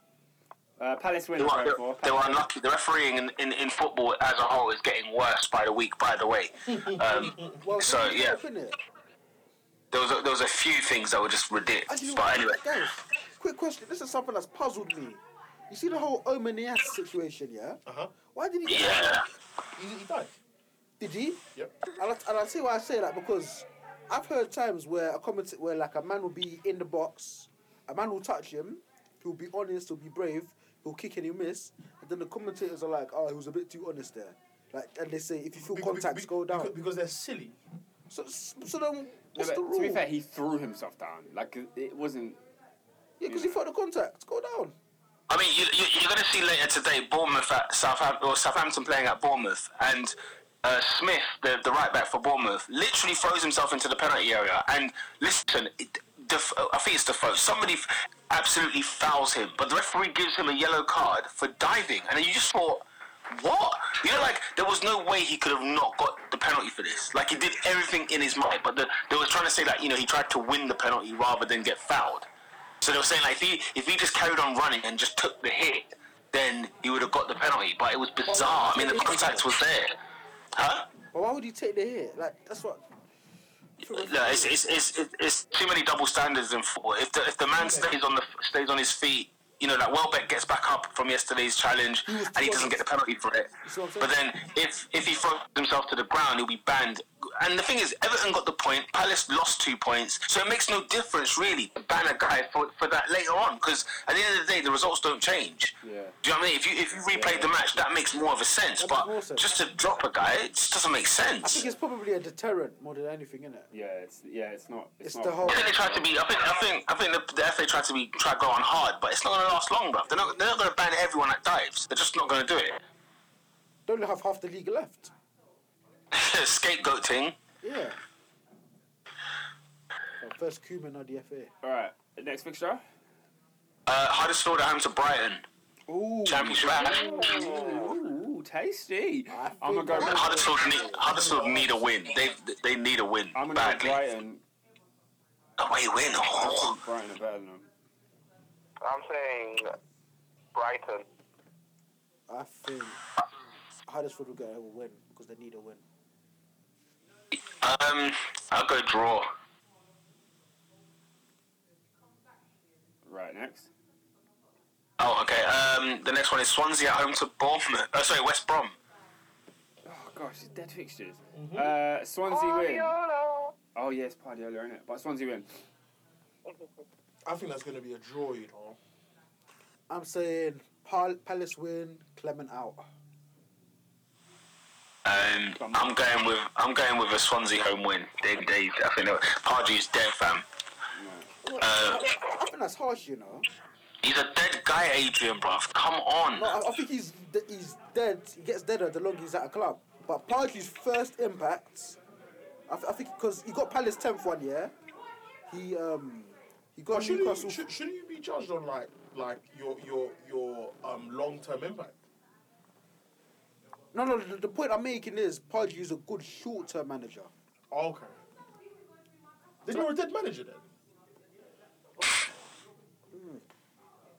S1: Uh, Palace win.
S5: They were,
S1: sorry,
S5: they,
S1: for-
S5: they were unlucky. The refereeing in, in, in football as a whole is getting worse by the week. By the way,
S1: <laughs>
S5: um,
S8: well,
S5: So,
S8: it's
S5: yeah.
S8: up, innit?
S5: there was a, there was a few things that were just
S8: I do-
S5: ridiculous. But anyway,
S8: guys, quick question. This is something that's puzzled me. You see the whole Omanias situation, yeah?
S2: Uh huh.
S8: Why did he get
S5: yeah,
S2: He, he died.
S8: Did he?
S2: Yep.
S8: And I, and I see why I say that because I've heard times where a comment where like a man will be in the box, a man will touch him, he'll be honest, he'll be brave, he'll kick and he'll miss, and then the commentators are like, "Oh, he was a bit too honest there." Like, and they say, if you feel
S2: Be- be-
S8: contacts,
S2: be-
S8: go down.
S2: Because, because they're silly.
S8: so, so then,
S1: Yeah,
S8: what's
S1: but
S8: the rule?
S1: to be fair, he threw himself down. Like it- it wasn't.
S8: yeah, because you felt the contact, go down.
S5: I mean, you, you, you're going to see later today Bournemouth at Southampton or Southampton playing at Bournemouth, and uh, Smith, the, the right back for Bournemouth, literally throws himself into the penalty area. And listen, it, Def- I think it's Defoe. Somebody f- absolutely fouls him, but the referee gives him a yellow card for diving, and then you just thought. What? You know, like there was no way he could have not got the penalty for this. Like he did everything in his mind, but the, they were trying to say that you know he tried to win the penalty rather than get fouled. So they were saying like if he if he just carried on running and just took the hit, then he would have got the penalty. But it was bizarre. I mean, the contact was there. Huh?
S8: But why would you take the hit? Like, that's what.
S5: No, it's it's, it's, it's, it's too many double standards in football. If the, if the man stays on the stays on his feet, you know, like Welbeck gets back up from yesterday's challenge and he doesn't get the penalty for it.
S8: see what I'm saying?
S5: But then if if he throws himself to the ground, he'll be banned. And the thing is, Everton got the point. Palace lost two points, so it makes no difference really to ban a guy for, for that later on. Because at the end of the day, the results don't change.
S1: Yeah.
S5: Do you know what I mean? If you if you replay the match, that makes more of a sense.
S8: That makes
S5: But
S8: more sense.
S5: just to drop a guy, it just doesn't make sense.
S8: I think it's probably a deterrent more than anything, innit?
S1: Yeah, it's yeah, it's not. It's,
S8: It's
S1: not
S8: the
S2: Oh.
S8: whole-
S5: I think they tried to be. I think. I think. I think the, the FA tried to be try going hard, but it's not going to last long, bruv. They're not. They're not going to ban everyone that dives. They're just not going to do it.
S8: Don't have half the league left.
S5: Scapegoating.
S8: Yeah. Well, first Cumin or the FA.
S1: All right, next fixture.
S5: Uh, Huddersfield at home to Brighton.
S1: Ooh,
S5: Championship. match.
S1: ooh, tasty.
S8: Oh. I
S1: I'm gonna
S8: think
S1: go.
S5: Huddersfield need. Huddersfield need a win. They. They need a win
S1: I'm gonna go
S5: badly.
S1: Brighton.
S5: Away win. Oh.
S1: Brighton are better than them.
S6: I'm saying Brighton.
S8: I think Huddersfield will get a win because they need a win.
S5: Um. I'll go draw.
S1: Right next.
S5: Oh, okay. Uh, Um, the next one is Swansea at home to Bournemouth. Oh, sorry, West Brom.
S1: Oh gosh, it's dead fixtures.
S8: Mm-hmm.
S1: Uh, Swansea win.
S6: Guardiola.
S1: Oh yeah, it's Pardiola, isn't it? But Swansea win.
S2: I think that's going to be a draw, you know.
S4: I'm saying Pal- Palace win, Clement out.
S5: Um, I'm going with I'm going with a Swansea home win. They, they, I think they- Pardew's dead, fam. Uh,
S4: I think that's harsh, you know.
S5: he's a dead guy, Adrian, bruv. Come
S4: No,
S5: on.
S4: I, I think he's de- he's dead. He gets deader the longer he's at a club. But Pardew's first impact, I, th- I think, because he got Palace tenth one year. He um he got
S2: But shouldn't
S4: Newcastle.
S2: you, should, shouldn't you be judged on like like your your your um long term impact?
S4: no, no. The, the point I'm making is Pardew's a good short term manager.
S2: Oh, Okay. Then you're a dead manager <sighs> then.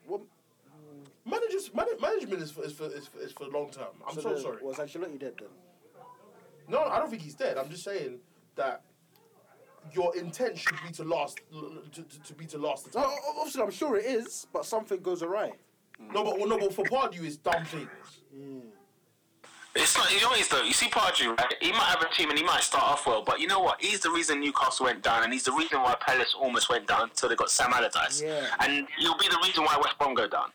S4: What,
S2: Managers, man, management is for, is for, is for, is for long term. I'm so,
S4: the-
S2: sorry.
S4: Was Ancelotti dead then?
S2: No, I don't think he's dead. I'm just saying that your intent should be to last to, to, to be to last. The
S4: No,
S2: time.
S4: o- obviously I'm sure it is, but something goes awry.
S2: No, but well, no, but for Pardew is dumb things.
S5: It's not. You know what it is though. You see Pardew, right? He might have a team and he might start off well, but you know what? He's the reason Newcastle went down, and he's the reason why Palace almost went down until they got Sam Allardyce.
S4: Yeah.
S5: And he'll be the reason why West Brom go down.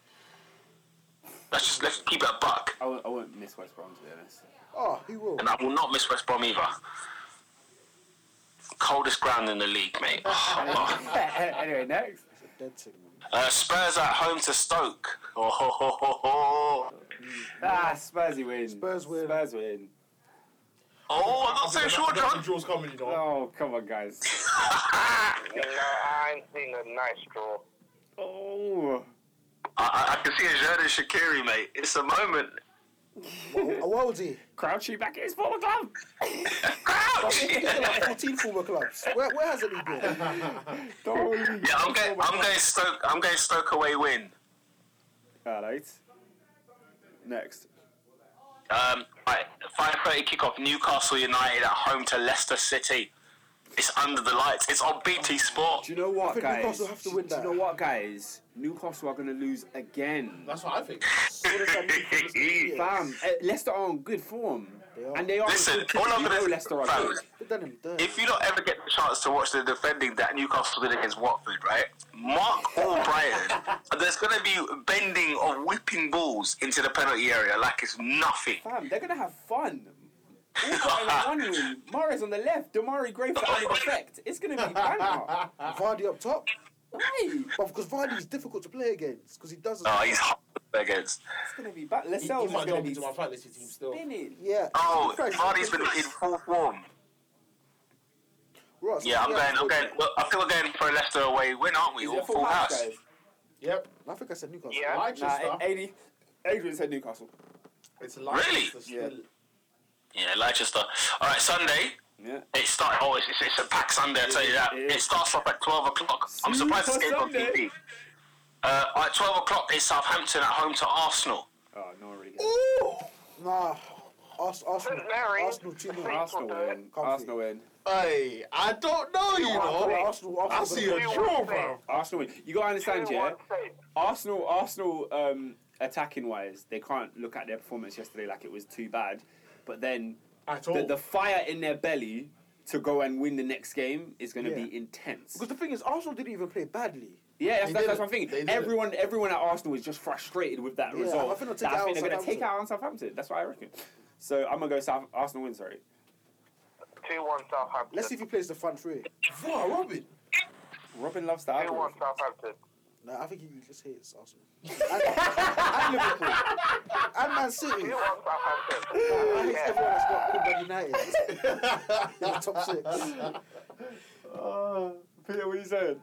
S5: Let's just let's keep it a buck,
S1: I won't, I won't miss West Brom to be
S8: <laughs>
S1: honest.
S4: Oh, he will.
S5: and I will not miss West Brom either. Coldest ground in the league,
S2: <laughs>
S5: mate. Oh,
S1: anyway, next.
S4: Dead thing. man.
S5: Uh, Spurs at home to Stoke. Oh, ho, ho, ho, ho.
S1: Ah, Spursy win.
S4: Spurs win.
S1: Spurs win.
S5: oh I'm not so sure,
S2: That, the
S5: John.
S2: draw's coming, you know.
S1: Oh come on, guys.
S6: No, I ain't seeing a nice draw.
S1: Oh.
S5: I, I, I can see a Jordan Shakiri, mate. It's a moment.
S4: Oh, A <laughs> worldie.
S1: Crouchy back at his former club.
S5: Ouch!
S4: He's
S5: Yeah,
S4: got like 14 former clubs. Where, where hasn't <laughs> he been?
S1: Don't-
S5: I'm going. I'm going Stoke. I'm going Stoke away win.
S1: Alright. Next.
S5: Um, right, five thirty kickoff. Newcastle United at home to Leicester City. It's under the lights. It's on BT Sport. <laughs>
S1: Do you know what,
S4: I think
S1: guys?
S4: Newcastle have to win that.
S1: Do you know what, guys? Newcastle are going to lose again.
S2: That's what I think.
S4: So what does that mean for <laughs> Mr. Ian?
S1: Bam.
S5: eh.
S1: Uh, Leicester are on good form.
S4: They are.
S1: And they are.
S5: Listen,
S1: good team.
S5: all I'm
S1: You know
S5: gonna
S1: Leicester are
S5: fam,
S1: good.
S4: They've done him dirty.
S5: if you don't ever get the chance to watch the defending that Newcastle did against Watford, right? Mark Albrighton, there's going to be bending or whipping balls into the penalty area like it's nothing.
S1: Bam, they're going to have fun. All got
S5: <laughs>
S1: in one room. Mara's on the left. Damari Gray for added effect. It's going to be banger.
S4: Vardy up top.
S1: Hey,
S4: But because Vardy is difficult to play against because he doesn't.
S5: Oh, he's hot against.
S1: it's going to be back.
S2: He, he
S1: Lascelles is
S2: might
S1: going
S2: drop
S1: to be
S2: into my fantasy team still.
S1: spinning.
S4: yeah.
S5: Oh,
S4: Fresh,
S5: Vardy's been
S4: fresh.
S5: in full form.
S4: Ross,
S5: Yeah, I'm going. I'm going. Well, I think we're going for a Leicester away win, aren't we?
S1: Is it
S5: All
S1: a full
S5: full
S1: house,
S5: house.
S1: guys?
S2: Yep.
S4: I think I said Newcastle.
S6: Yeah.
S2: Leicester.
S1: Nah, eighty. Adrian said Newcastle.
S2: it's Leicester
S5: Really?
S2: still.
S1: Yeah.
S5: Yeah, Leicester. All right, Sunday.
S1: Yeah.
S5: It starts. Oh, it's, it's, it's a packed Sunday. I tell you that.
S1: It
S5: It,
S1: is.
S5: starts off at twelve o'clock. I'm surprised this
S1: Super
S5: game's on
S1: Sunday.
S5: TV. Uh, at twelve o'clock, it's Southampton at home to Arsenal.
S1: Oh, no, already.
S4: Nah. Ars- Arsenal.
S6: Larry.
S4: Arsenal 2 0.
S1: Arsenal win.
S4: Comfy.
S1: Arsenal win.
S2: Hey, I don't know, you know.
S4: Arsenal, Arsenal
S2: I see a
S4: gonna-
S2: draw, bro.
S1: Arsenal win. You gotta understand, yeah.
S6: Everyone safe.
S1: Arsenal, Arsenal, um, attacking wise, they can't look at their performance yesterday like it was too bad. But then
S2: At all.
S1: the, the fire in their belly to go and win the next game is going to
S4: Yeah.
S1: be intense.
S4: Because the thing is, Arsenal didn't even play badly.
S1: Yeah, that's,
S2: They
S1: that's,
S2: did
S1: that's
S2: it.
S1: what I'm
S2: They
S1: thinking.
S2: did it.
S1: Everyone, everyone at Arsenal is just frustrated with that
S4: Yeah,
S1: result.
S4: I think they'll take
S1: that
S4: it out on
S1: they're going to take it
S4: Southampton.
S1: out on Southampton. That's what I reckon. So I'm gonna go South Arsenal win. Sorry.
S6: 2-1 Southampton.
S4: Let's see if he plays the front three.
S2: Wow, Robin.
S1: Robin loves that.
S6: 2-1 Southampton.
S4: Nah, I think he just hates Arsenal. and, and Liverpool. And Man City.
S6: 2-1
S4: Nah,
S6: Southampton.
S4: I hate everyone that's not called Man United. In the top six. Uh,
S1: Peter, what are you saying?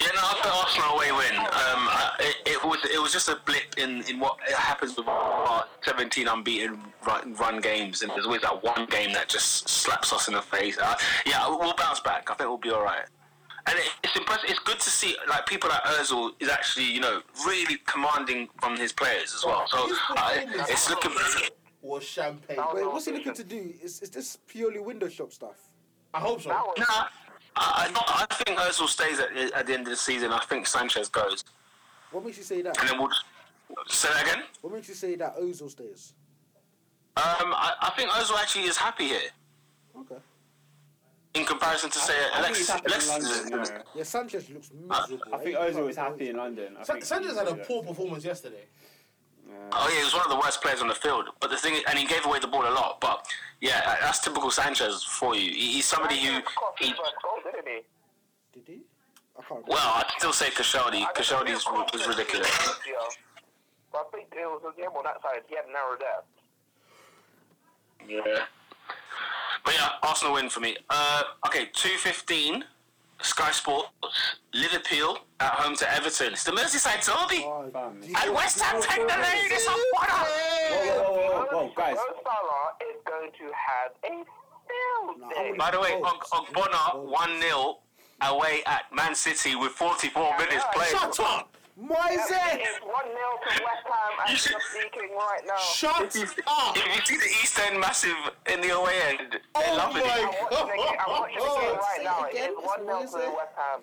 S5: Yeah, no, I think Arsenal away win. Um, uh, it, it was it was just a blip in, in what happens with our 17 unbeaten run, run games, and there's always that one game that just slaps us in the face. Uh, yeah, we'll bounce back. I think we'll be all right. And it, it's impressive. It's good to see like people like Özil is actually you know really commanding from his players as well. So
S2: His
S5: uh,
S2: performance
S5: it's looking.
S2: was champagne.
S4: Wait, what's he looking to do? Is, is this purely window shop stuff?
S2: I hope so.
S6: That was
S5: Nah, I, I, not, I think Özil stays at, at the end of the season. I think Sanchez goes,
S4: What makes you say that?
S5: and then we'll. just- Say that again.
S4: What makes you say that Ozil stays?
S5: Um, I, I think Ozil actually is happy here
S4: Okay.
S5: in comparison to say
S1: I think he's
S5: Alexis.
S1: happy in
S5: Alexis
S1: London, yeah.
S4: Yeah, Sanchez looks miserable.
S1: I think
S4: eh?
S1: Ozil is happy in London. I think
S2: Sanchez
S1: he
S2: had a
S1: can do
S2: poor performance yesterday.
S1: that.
S5: Oh yeah, he was one of the worst players on the field. But the thing, and he gave away the ball a lot. But yeah, that- that's typical Sanchez for you. He, he's somebody who, he,
S6: didn't he?
S4: Did he? I can't remember.
S5: well, I still say Kashodi.
S6: I think
S5: Kashodi
S6: it was
S5: was ridiculous.
S6: Yeah. But I think it was a game on that side. He had narrowed out.
S5: Yeah. But yeah, Arsenal win for me. Uh, okay, two fifteen. Sky Sports, Liverpool at home to Everton. It's the Merseyside derby.
S4: Oh,
S1: Fam,
S4: do
S1: it's-
S4: you
S5: And
S4: know-
S5: West
S4: do you
S5: Ham
S4: know
S5: take the
S4: what-
S5: lead. It's on fire.
S1: Whoa, whoa, whoa, whoa, whoa, guys.
S6: Mo Salah is going to have a field
S4: Nah, I
S6: day.
S4: wouldn't-
S5: By the way, Og- Ogbonna one 0 away at Man City with forty four minutes played.
S2: Shut up!
S4: Moises!
S6: It's 1 0 to West Ham and
S5: should-
S6: just speaking right now.
S2: Shut <laughs> up!
S5: If you see the East End massive in the away end, they
S2: Oh
S5: love it.
S2: my
S6: I'm watching the game, I'm watching the game
S2: god!
S6: right now. It
S4: Again,
S6: is
S4: it's
S6: 1 0 to
S4: Moise.
S6: West Ham.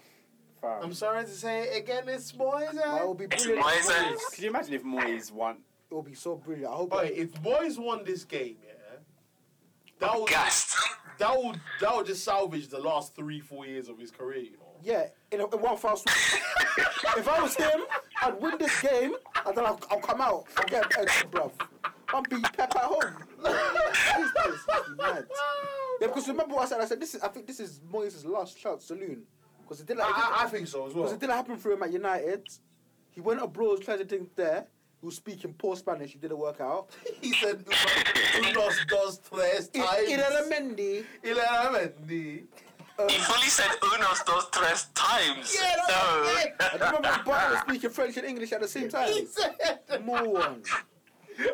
S1: Fam.
S2: I'm sorry to say it again, it's
S4: That
S2: Moyes.
S4: would be
S5: It's
S4: brilliant.
S5: Moises.
S1: Could you imagine if Moyes won?
S4: It would be so brilliant. I hope.
S2: Boy, if Moyes won this game, yeah, that would
S5: Gassed.
S2: that would that would just salvage the last three four years of his career. You know.
S4: Yeah, in, a, in one fast. if I was him, I'd win this game, and then I'll, I'll come out and get a extra, bruv. I'm beat Pep at home. These days, it's mad. Yeah, because remember what I said? I said this is. I think this is Moyes' last chance saloon. Because it didn't.
S2: I, I, I think so as
S4: Because
S2: well.
S4: it didn't happen for him at United. He went abroad, tried to think there. He was speaking poor Spanish. It didn't work out.
S2: He said, "Unos dos tres
S4: In
S2: times."
S4: Mendy.
S2: Ilelamendi.
S5: He fully said unos dos tres times.
S2: Yeah, that's
S5: no.
S2: right.
S4: I do remember Bayern was speaking French and English at the same time.
S2: <laughs> He said,
S4: More on.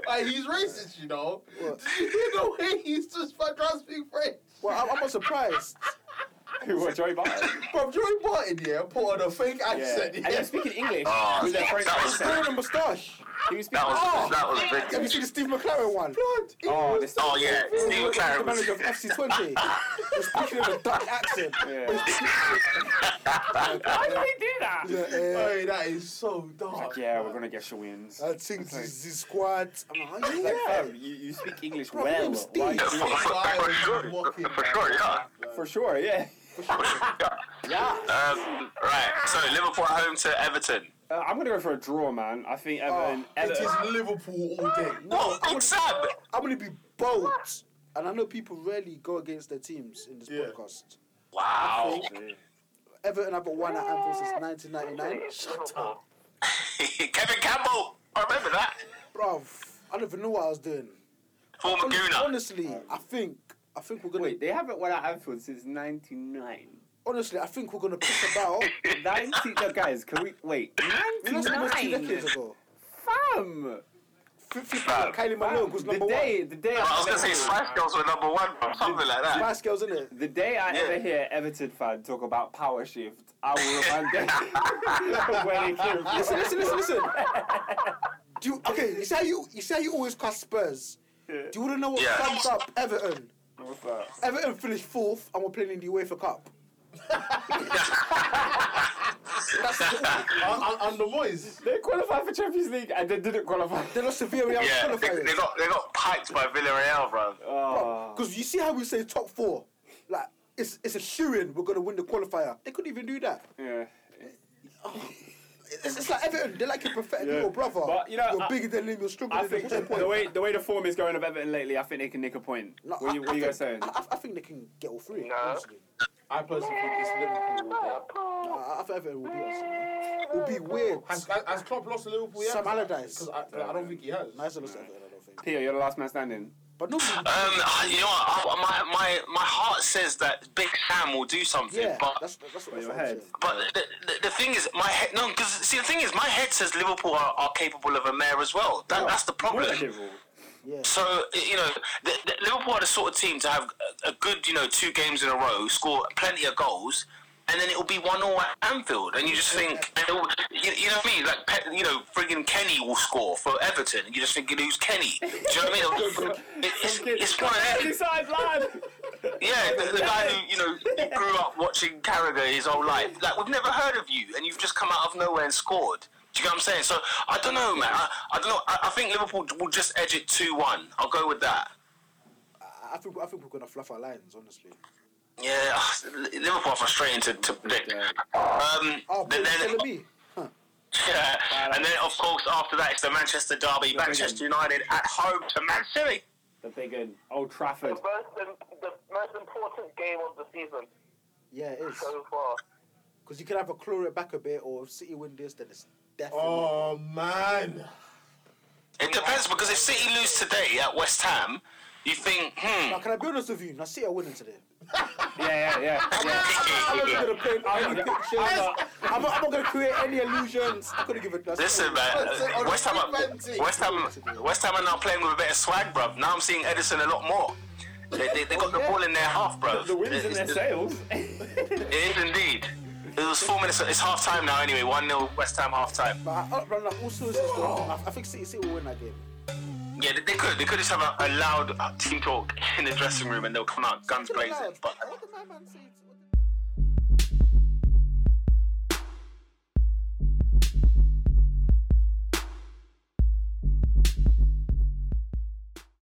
S2: like, he's racist, you know.
S4: What?
S2: Did <laughs> you hear the way he's just trying to speak French?
S4: Well, I'm, I'm not surprised.
S1: <laughs> Who was Joey Barton?
S2: Bro, Joey Barton, yeah, put on a fake
S1: Yeah.
S2: accent.
S1: And
S2: Yeah.
S1: he was speaking English
S5: Oh,
S1: with a French
S5: that was-
S1: accent.
S4: Growing a moustache.
S1: He was speaking.
S5: That was
S1: Oh,
S5: that was
S4: Have you
S5: big.
S4: seen the Steve McLaren one?
S2: Blood, he
S1: Oh,
S2: was
S1: this-
S2: so-
S5: Oh yeah, Steve
S4: He was the
S5: McLaren was.
S4: manager of FC Twenty. was speaking with a Dutch accent.
S1: yeah. Why did he do that?
S4: Yeah, uh,
S2: <laughs> Hey, that is so dark.
S1: Like, yeah, we're gonna get your wins.
S4: I think
S1: Okay.
S4: this is squad. I'm like,
S1: Like,
S4: yeah.
S1: fam, you, you speak English
S4: Bro,
S1: well.
S4: name's
S1: Why are you
S4: Steve.
S1: doing it?
S2: Why
S5: For
S2: are you
S5: sure,
S2: walking
S5: for sure, yeah.
S1: For sure, yeah. <laughs> Yeah.
S5: Um, right, so Liverpool at home to Everton.
S1: Uh, I'm gonna go for a draw, man. I think Everton.
S2: It
S1: Everton.
S2: is Liverpool all day.
S5: <laughs> Whoa, big sub.
S4: I'm gonna be bold, and I know people rarely go against their teams in this
S2: Yeah.
S4: podcast.
S5: Wow.
S4: Everton haven't won at Anfield since 1999.
S6: Shut up.
S5: <laughs> Kevin Campbell. I remember that.
S4: Bruv, I don't even know what I was doing.
S5: Former
S4: Hon-
S5: Gooner.
S4: Honestly, I think I think we're gonna.
S1: Wait, they haven't won at Anfield since '99.
S4: Honestly, I think we're gonna pick about.
S1: 90, no, guys, can we wait?
S4: We lost almost two
S1: 99,
S4: decades ago.
S1: fam.
S4: Fifty Kylie Minogue was
S1: The
S4: number
S1: day,
S4: one.
S1: the day,
S5: I was
S1: I
S5: gonna say Spice Girls were number one, or something like that.
S4: Spice Girls, innit?
S1: the day I
S5: Yeah.
S1: ever hear Everton fan talk about power shift, I will remind them <laughs> where they came from.
S4: Listen, listen, listen, listen. Do you, okay, you say you you say you always cast Spurs. Do you wanna know what
S5: Yeah.
S4: thumbs up Everton?
S1: What's that?
S4: Everton finished fourth and we're playing in the UEFA Cup. That's
S2: Un- un- Under Moyes.
S1: They qualified for Champions League and they didn't qualify.
S4: they lost to Villarreal
S5: Yeah, they,
S4: qualifiers.
S5: they got they got piped by Villarreal, bro.
S1: <laughs>
S5: Um,
S1: Oh,
S4: Because you see how we say top four, like it's it's a shoo in. We're gonna win the qualifier. They couldn't even do that.
S1: yeah.
S4: It's, it's like Everton. They're like your prophetic
S1: Yeah.
S4: little brother.
S1: But, you know,
S4: you're
S1: I-
S4: bigger than him. You're stronger
S1: I
S4: than
S1: think
S4: him. What's your point?
S1: the way the way the form is going of Everton lately, I think they can nick a point.
S4: No,
S1: what are you,
S4: I-
S1: what
S4: I
S1: you guys saying?
S4: think- I, I- I think they can get all three.
S6: No.
S4: honestly.
S2: I personally think it's Liverpool all day.
S4: I, I think Everton will do that. It'll be weird.
S2: Has, has has Klopp lost to Liverpool yet?
S4: Sam Allardyce.
S2: Because I, I don't think he has.
S4: Nice little Everton, I don't think.
S1: Peter, you're the last man standing.
S4: But no,
S5: Um, you know what? I, my, my my heart says that Big Sam will do something,
S4: yeah,
S5: but
S4: that's that's what
S1: But
S4: I'm
S1: your
S4: saying.
S1: head.
S5: but the, the, the thing is, my head no, because see the thing is, my head says Liverpool are, are capable of a mayor as well. That, that's the problem.
S4: Yeah.
S5: So you know, the, the Liverpool are the sort of team to have a, a good, you know, two games in a row, score plenty of goals, and then it will be one all at Anfield, and you just think, and it will- you, you know what I mean? Like, Pe- you know, frigging Kenny will score for Everton, and you just thinking, who's Kenny? Do you know what I mean? It- it's, it's one of
S1: <laughs>
S5: them.
S1: Inside lad.
S5: Yeah, the, the guy who you know grew up watching Carragher his whole life. Like we've never heard of you, and you've just come out of nowhere and scored. Do you get what I'm saying? So I don't know, man. I, I don't know. I, I think Liverpool will just edge it two one. I'll go with that.
S4: I, I think I think we're gonna fluff our lines,
S5: <laughs>
S4: honestly.
S5: Yeah, oh, Liverpool are frustrating to, to predict. Um,
S4: Oh,
S5: then,
S4: but you're
S5: then,
S4: telling me? Huh.
S5: <laughs> yeah, and then of course after that it's the Manchester derby, Manchester United at home to Man City.
S1: The big end, Old
S6: The
S1: Trafford.
S6: most, the, the most important game of the season
S4: Yeah, it is.
S6: so far.
S4: Because you can have a claw it back a bit, or if City win this, then it's definitely.
S2: Oh man.
S5: It depends because if City lose today at West Ham, you think, hmm, <laughs>
S4: Now, can I be honest with you? Now, City are winning today.
S1: Yeah, yeah, yeah. <laughs> yeah.
S4: <laughs> I'm not going to paint any pictures. I'm not, I'm not going to create any illusions. I'm going to give it. that's
S5: Listen,
S4: it.
S5: man.
S2: on
S5: West Ham,
S2: Wednesday.
S5: are, West Ham, West Ham are now playing with a bit of swag, bruv. Now I'm seeing Edison a lot more. They, they, they got the ball in their half, bruv.
S1: Oh, The wind's in their
S5: It's-
S1: sails.
S5: <laughs>
S1: <laughs>
S5: It is indeed. It was four minutes. It's half time now, anyway. One 0 West Ham half time.
S4: But I, I, but like, all seriousness, though,
S5: Oh.
S4: I, I think City, City will win that game.
S5: Yeah, they, they could. They could just have a, a loud uh, team talk in the dressing room, and they'll come out guns
S4: Pretty
S5: blazing.
S4: loud.
S5: But
S4: What did my man say to